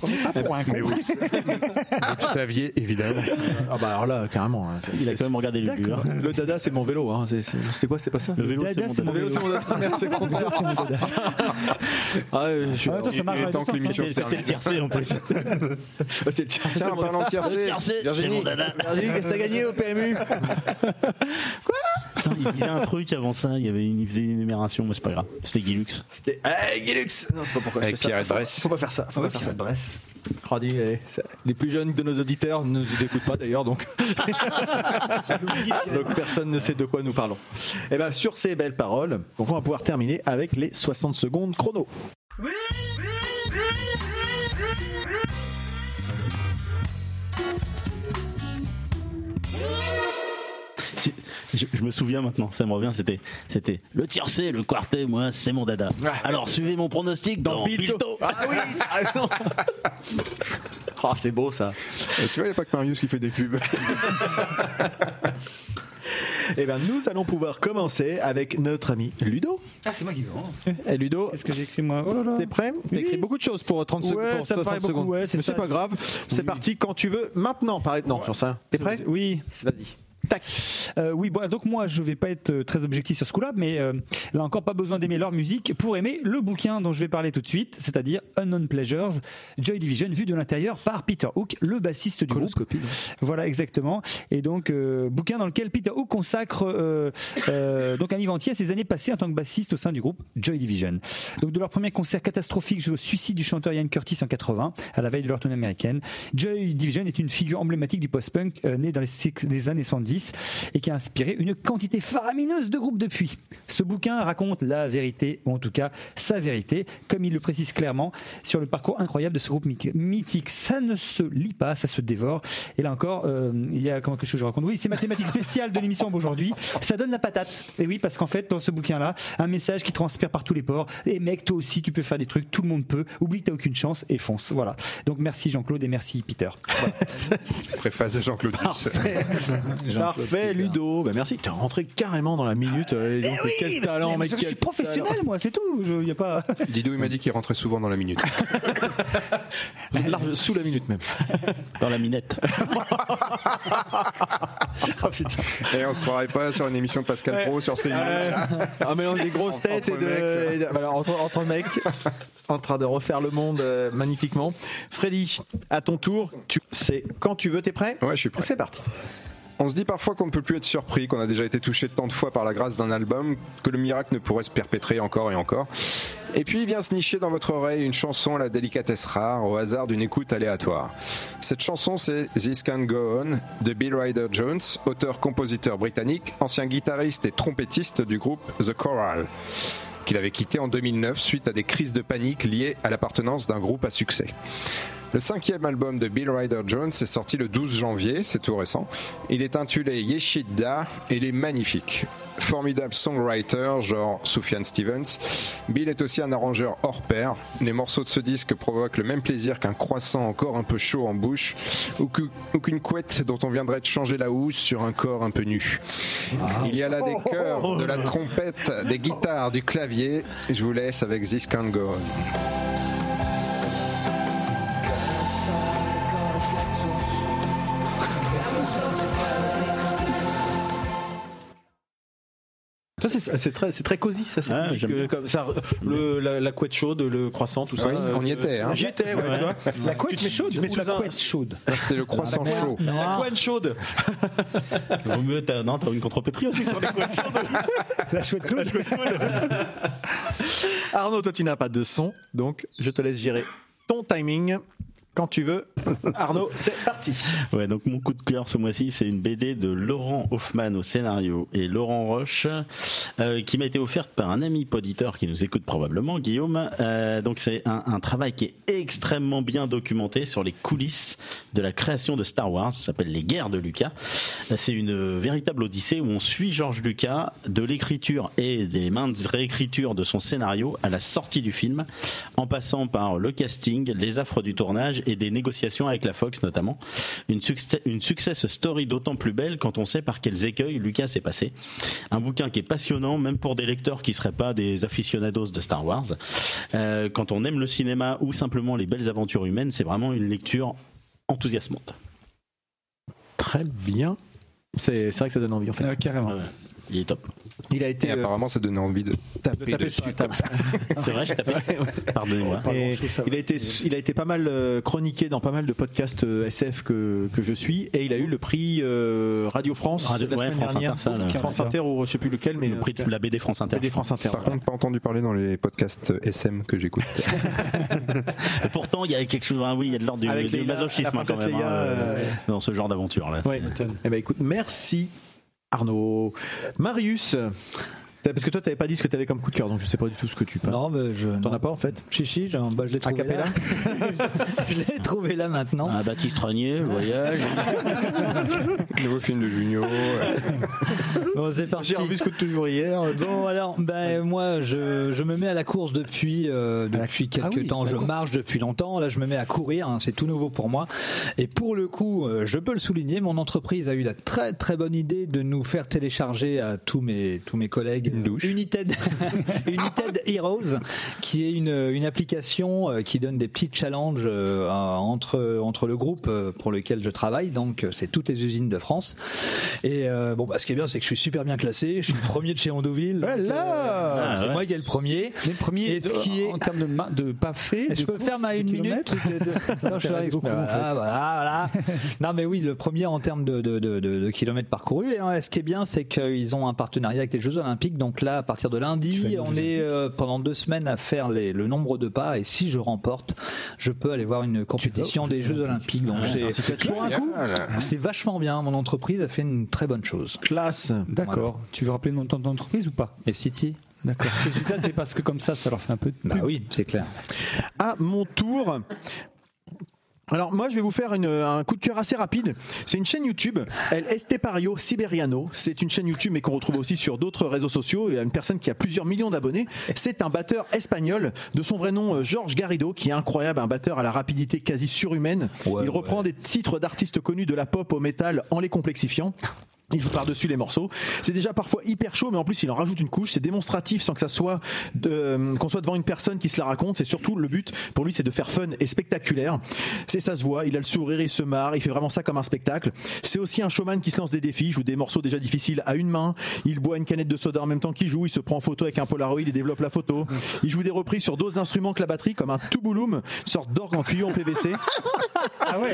Voilà. Pour un con. Mais vous, le sa- vous le saviez évidemment. Ah bah alors là, carrément. hein. Il a quand même regardé les lieux. D'accord. Le Euh, dada, c'est mon vélo. Hein. C'est- c'est- C'est quoi, c'est pas ça Le vélo, Dada, c'est mon vélo, c'est mon dada. Merde, c'est le contraire. Ah, ouais, je suis- En même temps, ça marche Il est dans les temps deux que sens, l'émission hein. se C'était le tiercé en plus. Ah, c'est le tien. Tiens, en parlant de tiercé, c'est mon dada. Virginie, qu'est-ce que t'as gagné au PMU Putain, il disait un truc avant ça, il y avait une, il faisait une énumération, mais c'est pas grave. C'était Guilux. C'était. Hey, Gilux Non, c'est pas pourquoi Avec je fais Pierre ça. Faut- Edresse. Faut pas faire ça. Faut pas faire ça de Bresse. les plus jeunes de nos auditeurs ne nous écoutent pas d'ailleurs, donc. donc personne ne sait de quoi nous parlons. Et bien, sur ces belles paroles, donc on va pouvoir terminer avec les 60 secondes chrono. Si- Je, je me souviens maintenant, ça me revient, c'était, c'était le tiercé, le quartet, moi, c'est mon dada. Alors suivez mon pronostic dans, Pilto. Ah oui Ah non Oh, c'est beau ça. Et Euh, tu vois, il n'y a pas que Marius qui fait des pubs. Et bien, Eh ben, nous allons pouvoir commencer avec notre ami Ludo. Ah, c'est moi qui commence. Et Eh, Ludo, Qu'est-ce que j'ai écrit moi Oh là là. T'es prêt T'as Oui. écrit beaucoup de choses pour 30 secondes, Ouais, pour ça me 60 paraît beaucoup, secondes. ouais, c'est Mais c'est ça. pas grave. C'est parti quand tu veux. Maintenant, pareil. Non, j'en sais. rien. T'es prêt Oui. Vas-y. Euh, oui, bon, donc moi, je vais pas être euh, très objectif sur ce coup-là, mais euh, là encore, pas besoin d'aimer leur musique pour aimer le bouquin dont je vais parler tout de suite, c'est-à-dire Unknown Pleasures, Joy Division, vu de l'intérieur par Peter Hook, le bassiste du groupe. Voilà, exactement. Et donc, euh, bouquin dans lequel Peter Hook consacre euh, euh, donc un livre entier à ses années passées en tant que bassiste au sein du groupe Joy Division. Donc, de leur premier concert catastrophique jusqu'au suicide du chanteur Ian Curtis en 80, à la veille de leur tournée américaine, Joy Division est une figure emblématique du post-punk euh, né dans les, six- des années 70 et qui a inspiré une quantité faramineuse de groupes depuis. Ce bouquin raconte la vérité, ou en tout cas sa vérité, comme il le précise clairement, sur le parcours incroyable de ce groupe mythique- mythique. Ça ne se lit pas, ça se dévore. Et là encore, euh, il y a comment que je raconte Oui, c'est mathématiques spéciales de l'émission aujourd'hui. Ça donne la patate. Et oui, parce qu'en fait, dans ce bouquin-là, un message qui transpire par tous les ports. Et mec, toi aussi, tu peux faire des trucs, tout le monde peut. Oublie que t'as aucune chance et fonce. Voilà. Donc merci Jean-Claude et merci Peter. Préface de Jean-Claude Duss. Parfait, Ludo. Bah, merci. T'es rentré carrément dans la minute. euh, Eh donc, quel talent, Mais mec. je quel suis professionnel, talent. moi, c'est tout. Je- y a pas. Didou, il m'a dit qu'il rentrait souvent dans la minute. Vous êtes large sous la minute même. Dans la minette. oh putain. Et on se croirait pas sur une émission de Pascal Pro sur CNews. Un mélange des grosses Entre- têtes et entre de. mecs. euh. et de- voilà, entre, entre mecs. En train de refaire le monde euh, magnifiquement. Freddy, à ton tour, tu sais quand tu veux, t'es prêt Ouais, je suis prêt. C'est parti. On se dit parfois qu'on ne peut plus être surpris, qu'on a déjà été touché tant de fois par la grâce d'un album que le miracle ne pourrait se perpétrer encore et encore. Et puis vient se nicher dans votre oreille une chanson à la délicatesse rare, au hasard d'une écoute aléatoire. Cette chanson, c'est This Can Go On de Bill Ryder Jones, auteur-compositeur britannique, ancien guitariste et trompettiste du groupe The Choral qu'il avait quitté en 2009 suite à des crises de panique liées à l'appartenance d'un groupe à succès. Le cinquième album de Bill Ryder Jones est sorti le 12 janvier, c'est tout récent. Il est intitulé Yeshida et il est magnifique. Formidable songwriter, genre Sufjan Stevens, Bill est aussi un arrangeur hors pair. Les morceaux de ce disque provoquent le même plaisir qu'un croissant encore un peu chaud en bouche ou que- ou qu'une couette dont on viendrait de changer la housse sur un corps un peu nu. Il y a là des chœurs, de la trompette, des guitares, du clavier. Je vous laisse avec This Can't Go On. Ça, c'est c'est très, c'est très cosy, ça. c'est musique, euh, comme ça le, la, la couette chaude, le croissant, tout ça. Oui, euh, on y était, hein. J'y étais, ouais, Ouais. tu vois. La couette Tu te- chaude tu te mets ou sous la un- couette chaude Là, Ah, c'était le croissant La chaud. couette- La couette chaude. Ah. Vaut mieux, t'as, non, t'as une contrepétrie aussi sur les couettes La chouette Claude. Arnaud, toi, tu n'as pas de son, donc je te laisse gérer ton timing quand tu veux. Arnaud, c'est parti. Ouais, donc mon coup de cœur ce mois-ci, c'est une BD de Laurent Hoffman au scénario et Laurent Roche, euh, qui m'a été offerte par un ami poditeur qui nous écoute probablement, Guillaume. Euh, donc c'est un, un travail qui est extrêmement bien documenté sur les coulisses de la création de Star Wars. Ça s'appelle Les Guerres de Lucas. Euh, C'est une véritable odyssée où on suit George Lucas de l'écriture et des maintes réécritures de son scénario à la sortie du film, en passant par le casting, les affres du tournage et des négociations avec la Fox notamment. Une, succès, une success story d'autant plus belle quand on sait par quels écueils Lucas s'est passé. Un bouquin qui est passionnant, même pour des lecteurs qui seraient pas des aficionados de Star Wars. Euh, quand on aime le cinéma ou simplement les belles aventures humaines, c'est vraiment une lecture enthousiasmante. Très bien. C'est c'est vrai que ça donne envie, en fait. Ah, carrément. Il est top. Il a été. Et apparemment, ça donnait envie de Ah, taper, de taper dessus. sur la table. C'est vrai, je tapais. Pardonnez-moi. Et il a été, il a été pas mal euh, chroniqué dans pas mal de podcasts euh, SF que, que je suis, et il a eu le prix euh, Radio France Radio- la ouais, semaine France dernière, Inter, ça, France là. France Inter ou je sais plus lequel, mais Le prix de la BD France Inter. BD France Inter. Par contre, pas entendu parler dans les podcasts SM que j'écoute. Pourtant, il y a quelque chose. ah oui, il y a de l'ordre du, Avec du Leila, masochisme la hein, quand princesse même hein, Leia, euh, euh, dans ce genre d'aventure là. Ouais. Eh ben écoute, merci Arnaud. Marius, t'as- parce que toi t'avais pas dit ce que t'avais comme coup de cœur, donc je sais pas du tout ce que tu passes. Non, mais je. T'en as pas en fait Chichi, je, bah, je l'ai trouvé là. Acapella je l'ai trouvé là maintenant. Ah, Baptiste Rognier, voyage. Nouveau film de Junio. euh, Bon, c'est parti. J'ai revu ce coup de toujours hier. Bon alors, ben moi je, je me mets à la course depuis euh, depuis quelques oui, temps. la Je course. marche depuis longtemps. Là, je me mets à courir. hein, c'est tout nouveau pour moi. Et pour le coup, euh, je peux le souligner, mon entreprise a eu la très très bonne idée de nous faire télécharger à tous mes tous mes collègues United United Heroes, qui est une une application euh, qui donne des petits challenges euh, à- entre entre le groupe euh, pour lequel je travaille. Donc euh, c'est toutes les usines de France. Et euh, bon, bah, ce qui est bien, c'est que je suis super bien classé. Je suis le premier de chez Ondouville. donc, euh, Ah, c'est ouais. moi qui ai le premier. Les premiers Et ce qui est en termes de, ma- de pas fait. je de peux course, faire ma de une minute kilomètres de- de- Non, je m'intéresse reste- beaucoup, en fait. Ah, voilà, voilà. Non, mais oui, le premier en termes de, de, de, de- de kilomètres parcourus. Et hein, ce qui est bien, c'est qu'ils ont un partenariat avec les Jeux Olympiques. Donc là, à partir de lundi, on est euh, pendant deux semaines à faire les- le nombre de pas. Et si je remporte, je peux aller voir une compétition des Jeux Olympiques. Donc Ah, c'est un c'est pour un coup, c'est vachement bien. Mon entreprise a fait une très bonne chose. Classe. D'accord. Tu veux rappeler le nom de ton entreprise ou pas Et City D'accord. Je dis ça, c'est parce que comme ça, ça leur fait un peu de. Bah oui, c'est clair. À mon tour. Alors moi je vais vous faire une- un coup de cœur assez rapide. C'est une chaîne YouTube, El Estepario Siberiano. C'est une chaîne YouTube mais qu'on retrouve aussi sur d'autres réseaux sociaux. Il y a une personne qui a plusieurs millions d'abonnés. C'est un batteur espagnol de son vrai nom euh, Georges Garrido qui est incroyable, un batteur à la rapidité quasi surhumaine. Ouais, Il reprend des titres d'artistes connus de la pop au métal en les complexifiant. Il joue par-dessus les morceaux. C'est déjà parfois hyper chaud, mais en plus il en rajoute une couche. C'est démonstratif sans que ça soit de- euh, qu'on soit devant une personne qui se la raconte. C'est surtout le but pour lui, c'est de faire fun et spectaculaire. C'est ça se voit. Il a le sourire, il se marre, il fait vraiment ça comme un spectacle. C'est aussi un showman qui se lance des défis, il joue des morceaux déjà difficiles à une main. Il boit une canette de soda en même temps qu'il joue. Il se prend en photo avec un Polaroid et développe la photo. Il joue des reprises sur d'autres instruments que la batterie, comme un tubouloum, sorte d'orgue en tuyau en PVC.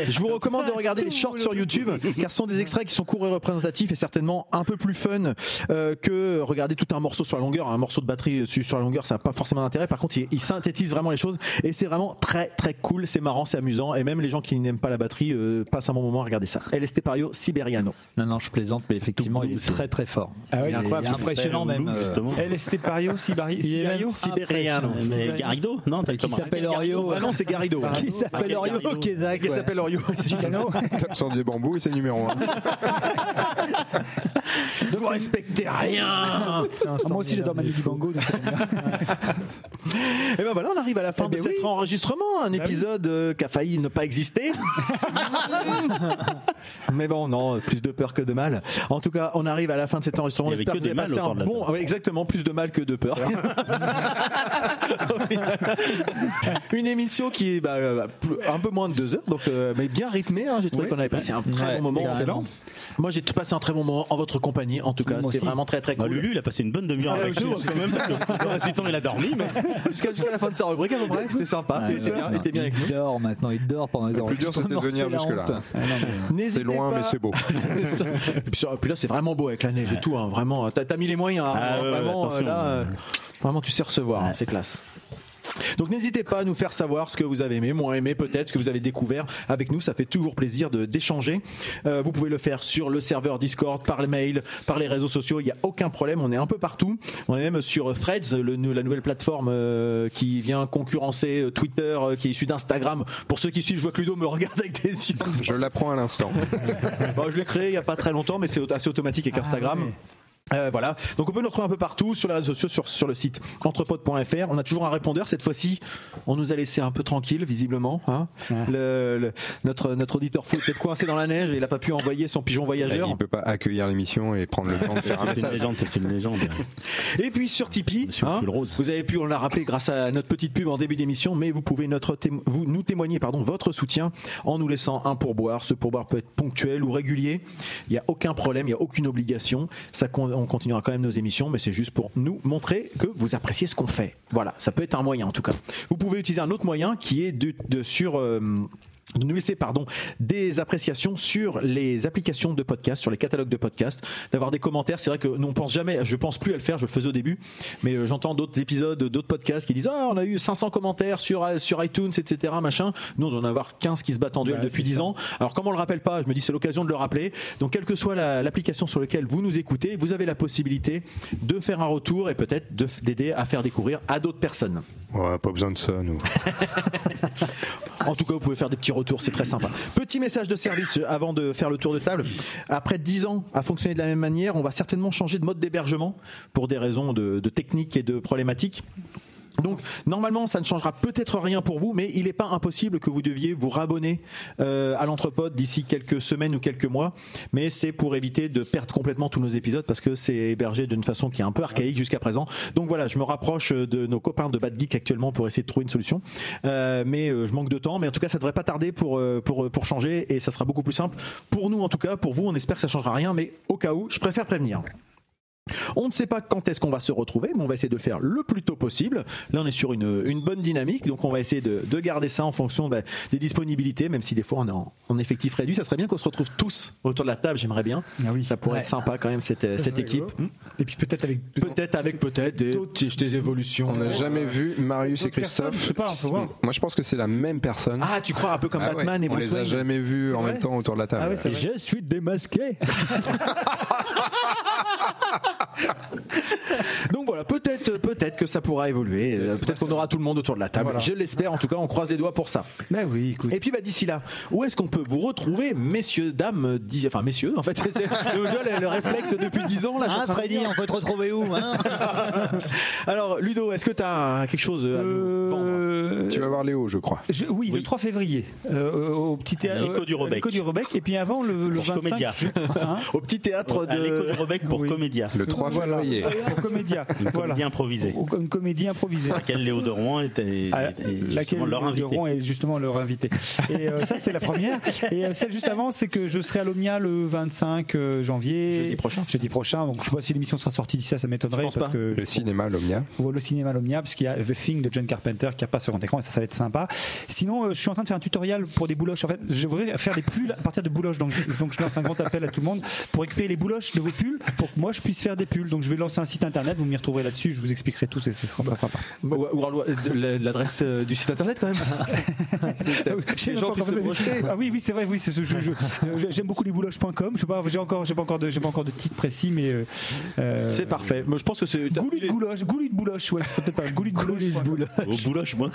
Je vous recommande de regarder les shorts sur YouTube, car ce sont des extraits qui sont courts et représentatifs et certainement un peu plus fun euh, que regarder tout un morceau sur la longueur. Un morceau de batterie su- sur la longueur, ça n'a pas forcément d'intérêt. Par contre, il, il synthétise vraiment les choses et c'est vraiment très très cool, c'est marrant, c'est amusant. Et même les gens qui n'aiment pas la batterie euh, passent un bon moment à regarder ça. El Estepario Siberiano. Non, non, je plaisante, mais effectivement, il est très très fort. Ah il est il est impressionnant même. euh, El Estepario Sibari- Il est Sibario même Siberiano. C'est Garrido Non, t'as Qui s'appelle Orio. Ah non, c'est Garrido. Qui s'appelle Orio Kézak. Qui s'appelle Orio. Tape sur des bambous et c'est numéro 1. Vous respectez rien Moi aussi j'adore Manu Dibango. donc c'est- Et ben voilà, on arrive à la fin de cet enregistrement, un épisode euh, qui a failli ne pas exister. Mais bon, non, plus de peur que de mal. En tout cas, on arrive à la fin de cet enregistrement. Il y avait J'espère que que vous avez des mal passé un autour de la bon. Oui, exactement, plus de mal que de peur. Une émission qui est bah, euh, plus- un peu moins de deux heures, donc, euh, mais bien rythmée. hein. J'ai trouvé qu'on avait passé un très Ouais, bon moment. carrément. Moi, j'ai passé un très bon moment en votre compagnie. En tout cas, c'était vraiment très très cool. Bah, Ah, Lulu, il a passé une bonne demi-heure avec nous. quand même, parce que le reste du temps, il a dormi. Mais... Jusqu'à jusqu'à la fin de sa rubrique, à peu près. C'était sympa. Ah, Ouais, C'était ouais, bien, non, était bien avec nous. Il dort maintenant, il dort pendant les Le plus dur, c'était de enregistrements, venir c'est la jusque-là. honte. Ah, non, mais- C'est N'hésitez loin, pas. mais c'est beau. C'est ça. Et puis, sur- puis là, c'est vraiment beau avec l'année. J'ai tout, hein, vraiment. T'as t'as mis les moyens. hein, Ah, ouais, ouais, vraiment, attention. là, euh, vraiment, tu sais recevoir. hein, c'est classe. Donc n'hésitez pas à nous faire savoir ce que vous avez aimé, moins aimé peut-être, ce que vous avez découvert avec nous. Ça fait toujours plaisir de d'échanger. Euh, vous pouvez le faire sur le serveur Discord, par le mail, par les réseaux sociaux. Il n'y a aucun problème. On est un peu partout. On est même sur Threads, le, nou- la nouvelle plateforme euh, qui vient concurrencer euh, Twitter, euh, qui est issue d'Instagram. Pour ceux qui suivent, je vois que Ludo me regarde avec des yeux. Je l'apprends à l'instant. Bon, je l'ai créé il n'y a pas très longtemps, mais c'est assez automatique avec Instagram. Euh, voilà, donc on peut nous retrouver un peu partout sur les réseaux sociaux, sur, sur le site entrepod.fr. On a toujours un répondeur cette fois-ci. On nous a laissé un peu tranquille, visiblement. hein. Le- le- notre, notre auditeur fou est peut-être coincé dans la neige et il n'a pas pu envoyer son pigeon voyageur. Bah, Il peut pas accueillir l'émission et prendre le temps de faire un C'est une message. légende, c'est une légende. Et puis sur Tipeee, Monsieur hein, Pull Rose. vous avez pu, on l'a rappelé grâce à notre petite pub en début d'émission, mais vous pouvez notre témo- vous, nous témoigner pardon, votre soutien en nous laissant un pourboire. Ce pourboire peut être ponctuel ou régulier. Il n'y a aucun problème, il n'y a aucune obligation. Ça, con- on continuera quand même nos émissions, mais c'est juste pour nous montrer que vous appréciez ce qu'on fait. Voilà, ça peut être un moyen en tout cas. Vous pouvez utiliser un autre moyen qui est de, de- sur... euh, de nous laisser pardon des appréciations sur les applications de podcast, sur les catalogues de podcast, d'avoir des commentaires. C'est vrai que nous on pense jamais, je pense plus à le faire, je le faisais au début, mais euh, j'entends d'autres épisodes, d'autres podcasts qui disent ah on a eu 500 commentaires sur euh, sur iTunes etc machin. Nous on doit en avoir 15 qui se battent en duel depuis 10 ans. Alors comme on le rappelle pas, je me dis c'est l'occasion de le rappeler. Donc quelle que soit la- l'application sur laquelle vous nous écoutez, vous avez la possibilité de faire un retour et peut-être de- d'aider à faire découvrir à d'autres personnes. Ouais, pas besoin de ça, nous. En tout cas, vous pouvez faire des petits retours, c'est très sympa. Petit message de service euh, avant de faire le tour de table. Après 10 ans à fonctionner de la même manière, on va certainement changer de mode d'hébergement pour des raisons de, de technique et de problématiques. Donc normalement ça ne changera peut-être rien pour vous mais il n'est pas impossible que vous deviez vous rabonner euh, à l'entrepode d'ici quelques semaines ou quelques mois mais c'est pour éviter de perdre complètement tous nos épisodes parce que c'est hébergé d'une façon qui est un peu archaïque jusqu'à présent donc voilà je me rapproche de nos copains de Bad Geek actuellement pour essayer de trouver une solution Euh, mais euh, je manque de temps mais en tout cas ça devrait pas tarder pour, euh, pour, pour changer et ça sera beaucoup plus simple pour nous en tout cas pour vous on espère que ça changera rien mais au cas où je préfère prévenir on ne sait pas quand est-ce qu'on va se retrouver, mais on va essayer de le faire le plus tôt possible. Là, on est sur une, une bonne dynamique, donc on va essayer de, de garder ça en fonction bah, des disponibilités, même si des fois on est en, en effectif réduit. Ça serait bien qu'on se retrouve tous autour de la table, j'aimerais bien. Ça pourrait Ouais. être sympa quand même, cette, euh, cette équipe. Et puis peut-être avec Peut-être avec peut-être des, des évolutions. On n'a jamais vu Marius et D'autres personnes, Christophe. je sais pas, on peut voir. Moi, je pense que c'est la même personne. Ah, tu crois un peu comme Ah ouais, Batman et On Bruce les a Wayne jamais vus en vrai même temps autour de la table. Ah ouais, c'est vrai. Je suis démasqué. Donc voilà, peut-être, peut-être, peut-être que ça pourra évoluer. euh, Peut-être qu'on aura tout le monde autour de la table. Je l'espère. En tout cas, on croise les doigts pour ça. Bah oui, écoute. Et puis bah d'ici là, où est-ce qu'on peut vous retrouver, messieurs, dames, euh, dis- enfin messieurs, en fait, c'est tu vois, le, le réflexe depuis 10 ans là. je suis en Hein, train de Freddy, dire. on peut te retrouver où hein Alors Ludo, est-ce que t'as euh, quelque chose à nous vendre Tu vas voir Léo, je crois. Je- oui, le 3 février, euh, au au petit théâtre. l'écho du Rebec. l'écho du Rebec. Et puis avant, le, le Ah, Pour 25. Comédia. ju- hein Au petit théâtre À l'écho de. de Rebec pour Oui. Comédia. Le 3 Voilà. février. Pour Comédia. Une voilà. comédie improvisée. Ou Une comédie improvisée. Pour laquelle Léo de Rouen était, à était Ah, euh, laquelle justement leur Laurent invité. est justement leur invité. Et euh, ça, c'est la première. Et euh, celle juste avant, c'est que je serai à l'Omnia le 25 euh, janvier. Jeudi prochain. Jeudi prochain. Donc, je sais pas si l'émission sera sortie d'ici là, ça m'étonnerait parce que Le cinéma, l'Omnia. ou le cinéma Lomnia parce qu'il y a The Thing de John Carpenter qui repasse sur grand écran et ça ça va être sympa sinon euh, je suis en train de faire un tutoriel pour des bouloches en fait je voudrais faire des pulls à partir de bouloches donc, je- donc je lance un grand appel à tout le monde pour récupérer les bouloches de vos pulls pour que moi je puisse faire des pulls donc je vais lancer un site internet vous m'y retrouverez là-dessus je vous expliquerai tout et ce sera très sympa Ou- ou alors, euh, de- la- de L'adresse euh, du site internet quand même. J'ai Ah les gens pas puissent se encore- projeter. Ah oui, oui, c'est vrai. Oui, c'est ce je- je- euh, J'aime beaucoup les bouloches.com. Je sais pas, j'ai encore, j'ai pas encore de, j'ai pas encore de titre précis, mais euh, euh, C'est parfait. Moi, je pense que c'est. Goulut de bouloche, goulut de bouloche. Ouais, c'est peut-être pas goulut de bouloche. Au bouloche.com.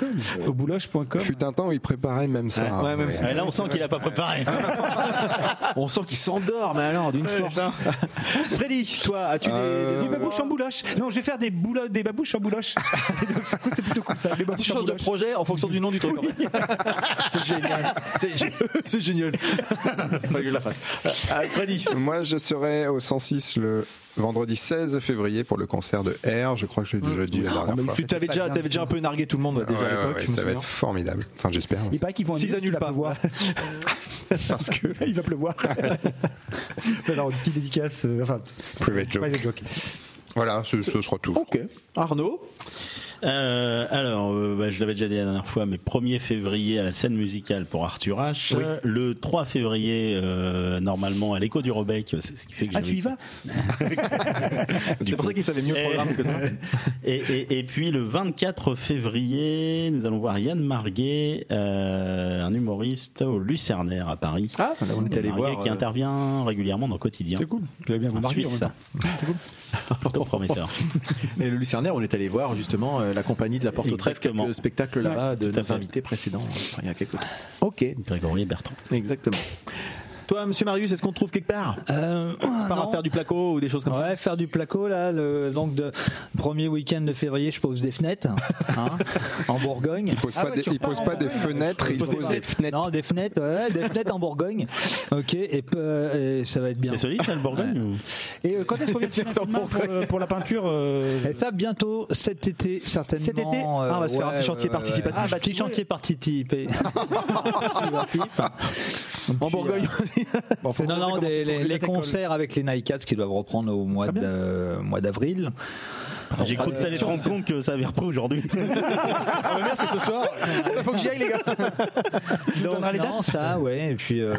Au bouloche.com. Fut un temps, il préparait même ça. hein, mais- Ah, là, on sent qu'il a pas préparé. On sent qu'il s'endort, mais alors d'une force. Freddy, toi, as-tu des- Euh, des, Des babouches en bouloche. Non, je vais faire des, boulo- des babouches en bouloche. Et donc, ce coup, c'est plutôt comme ça. Tu Les babouches en changes de bouloche. projet en fonction du nom du truc. en fait. C'est génial. C'est gé- C'est génial. Fallait que je la fasse. Euh, Freddy. Moi, je serai au 106 le vendredi 16 février pour le concert de R. Je crois que je l'ai déjà dit la dernière fois. Tu t'avais déjà, t'avais déjà un peu nargué tout le monde déjà Ouais, à ouais, l'époque. ouais, je me ça va souviens. être formidable. Enfin, j'espère. hein. Il paraît qu'ils vont S'ils annuler annulent parce pas. qu'il va Parce que pleuvoir. Il va pleuvoir. Alors, petite dédicace. euh, enfin, private joke. private joke. Voilà, ce, ce sera tout. Ok. Arnaud. Euh, alors, euh, bah, je l'avais déjà dit la dernière fois, mais 1er février à la scène musicale pour Arthur H. Le 3 février, euh, normalement, à l'écho du Rebec. C'est ce qui fait que Ah, tu y j'invite- vas C'est pour ça qu'il savait mieux le Et- programme que hein. toi. et, et- et puis le 24 février, nous allons voir Yann Marguet, euh, un humoriste au Lucernaire à Paris. Ah, bah, là, on est allé Marguet voir. qui euh, intervient régulièrement dans Quotidien. C'est cool. Tu vas Ah, bien vous Un marier. en Suisse. même temps. C'est cool. Plutôt prometteur. Et le Lucernaire, on est allé voir justement euh, la compagnie de la Porte aux Trèves, Exactement. quelques spectacles là-bas de tout à nos fait. invités précédents, euh, il y a quelques temps. Ok, Grégory et Bertrand. exactement. Toi, monsieur Marius, est-ce qu'on te trouve quelque part Euh, Par non. à faire du placo ou des choses comme ça Ouais, faire du placo là, le, donc de premier week-end de février, je pose des fenêtres hein, en Bourgogne. Il pose pas, des, il pose pas des fenêtres, il pose des fenêtres. Non, des fenêtres, ouais, des fenêtres en Bourgogne. Ok, et, peu- et ça va être bien. C'est solide, ça, le Bourgogne ou- Et euh, quand est-ce qu'on vient de faire un coup de main pour, euh, pour la peinture euh, Et ça bientôt cet été certainement. Cet été euh, Ah, on va se faire un petit chantier participatif. Ah, bah, petit chantier participatif. En Bourgogne bon, faut Non, compter non, comment des- c'est les, pour les les dates d'école. concerts avec les Nike Cats qui doivent reprendre au mois Très bien. d'a- mois d'avril. J'ai cru que euh, t'allais te rendre compte que ça avait repris aujourd'hui. Ah, ma mère, c'est ce soir. Il faut que j'y aille, les gars. Donc, donneras les non, dates ça, ouais. Et puis, euh,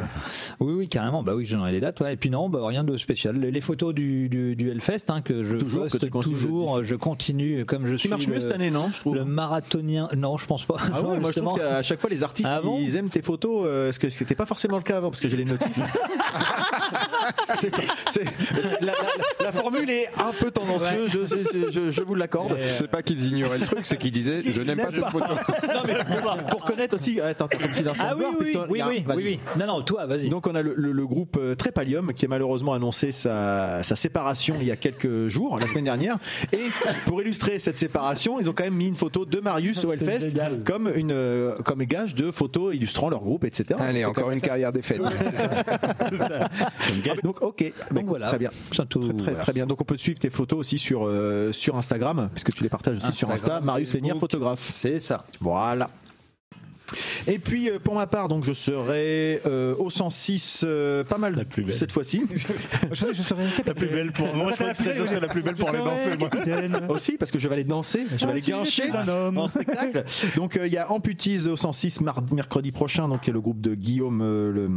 oui, oui, carrément. Bah oui, je donnerai les dates. Ouais. Et puis non, bah, rien de spécial. Les, les photos du, du, du Hellfest hein, que je Toujours, poste que tu continues de toujours. euh, Je continue comme je suis. Qui marche mieux le- cette année, non Je trouve. Le marathonien. Non, je pense pas. Ah Non, ouais, moi je justement. trouve qu'à chaque fois les artistes Ah bon ils aiment tes photos, euh, ce que c'était pas forcément le cas avant parce que j'ai les notifs. C'est- c'est- c'est- la, la- la formule est un peu tendancieuse, je, sais, c'est- je- je vous l'accorde. C'est pas qu'ils ignoraient le truc, c'est qu'ils disaient je n'aime pas cette photo. Non, mais pour, pour connaître aussi, attends, attends, un petit instant Ah de oui, gloire, oui, puisqu'on- il oui, y a un- oui, vas-y. oui, oui. Non, non, toi, vas-y. Donc on a le, le- le groupe euh, Trépalium qui a malheureusement annoncé sa, sa séparation il y a quelques jours, la semaine dernière. Et pour illustrer cette séparation, ils ont quand même mis une photo de Marius Ah, au Hellfest génial. comme une euh, comme gage de photos illustrant leur groupe, etc. Allez, C'est encore quand une carrière des fêtes. même- Donc ok, Bah, écoute, voilà. très bien, Ça, tout- très, très, voilà. très bien. Donc on peut suivre tes photos aussi sur euh, sur Instagram, puisque tu les partages aussi sur Insta. Instagram, Marius Lénir, photographe. C'est ça. Voilà. Et puis euh, pour ma part, donc je serai euh, au 106 euh, pas mal La plus belle. cette fois-ci. Je, je serais La plus belle pour moi, je crois que c'est la chose la plus belle pour aller danser. moi. Aussi parce que je vais aller danser, je vais aller tu es guincher un homme. en spectacle. Donc euh, il y a Amputees au 106 mardi, mercredi prochain, donc qui est le groupe de Guillaume euh, le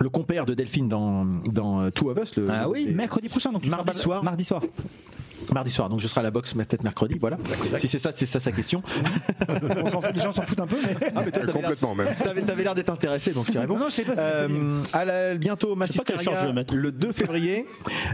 le compère de Delphine dans, dans euh, Two of Us. Le, Ah oui, des- Mercredi prochain, donc tu Mardi seras- soir. Mardi soir. Mardi soir, donc je serai à la boxe mais peut-être mercredi, voilà. Si c'est ça, c'est ça sa question. On s'en fout, les gens s'en foutent un peu, mais. Ah, mais toi, t'avais l'air- Complètement, même. T'avais, t'avais l'air d'être intéressé, donc je dirais bon. Non, non, je sais pas ce que Euh, à la- bientôt, quelle charge je Massisteria, vais mettre. le 2 février.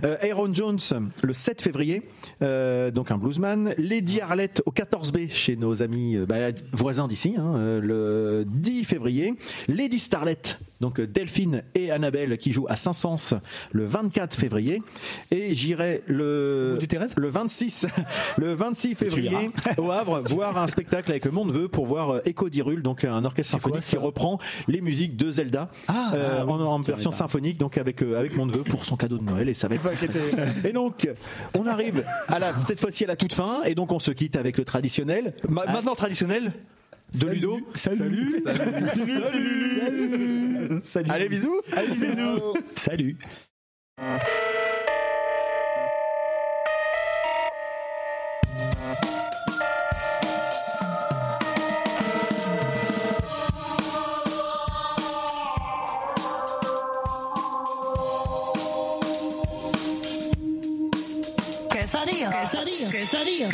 Euh, Aaron Jones, le 7 février. Euh, donc un bluesman. Lady Arlette au 14B chez nos amis euh, bah, voisins d'ici, hein, euh, le 10 février. Lady Starlet, donc euh, Delphine et Annabelle qui jouent à Saint-Saëns le 24 février. Et j'irai le, le 26, le 26 février au Havre voir un spectacle avec mon neveu pour voir euh, Echo d'Irule, donc un orchestre symphonique qui reprend les musiques de Zelda euh, en, en version symphonique, donc avec, euh, avec mon neveu pour son cadeau de Noël. Et ça va être. et donc, on arrive à la, cette fois-ci à la toute fin, et donc on se quitte avec le traditionnel. Ma- Maintenant traditionnel de Ludo. Ah. Salut. Salut. Salut. Allez, bisous. Allez, bisous. Salut. Quesadilla. Quesadilla. Quesadilla. Quesadilla.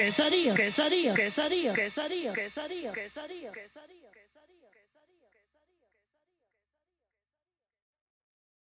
Quesadilla. Quesadilla. Quesadilla. Quesadilla. Quesadilla.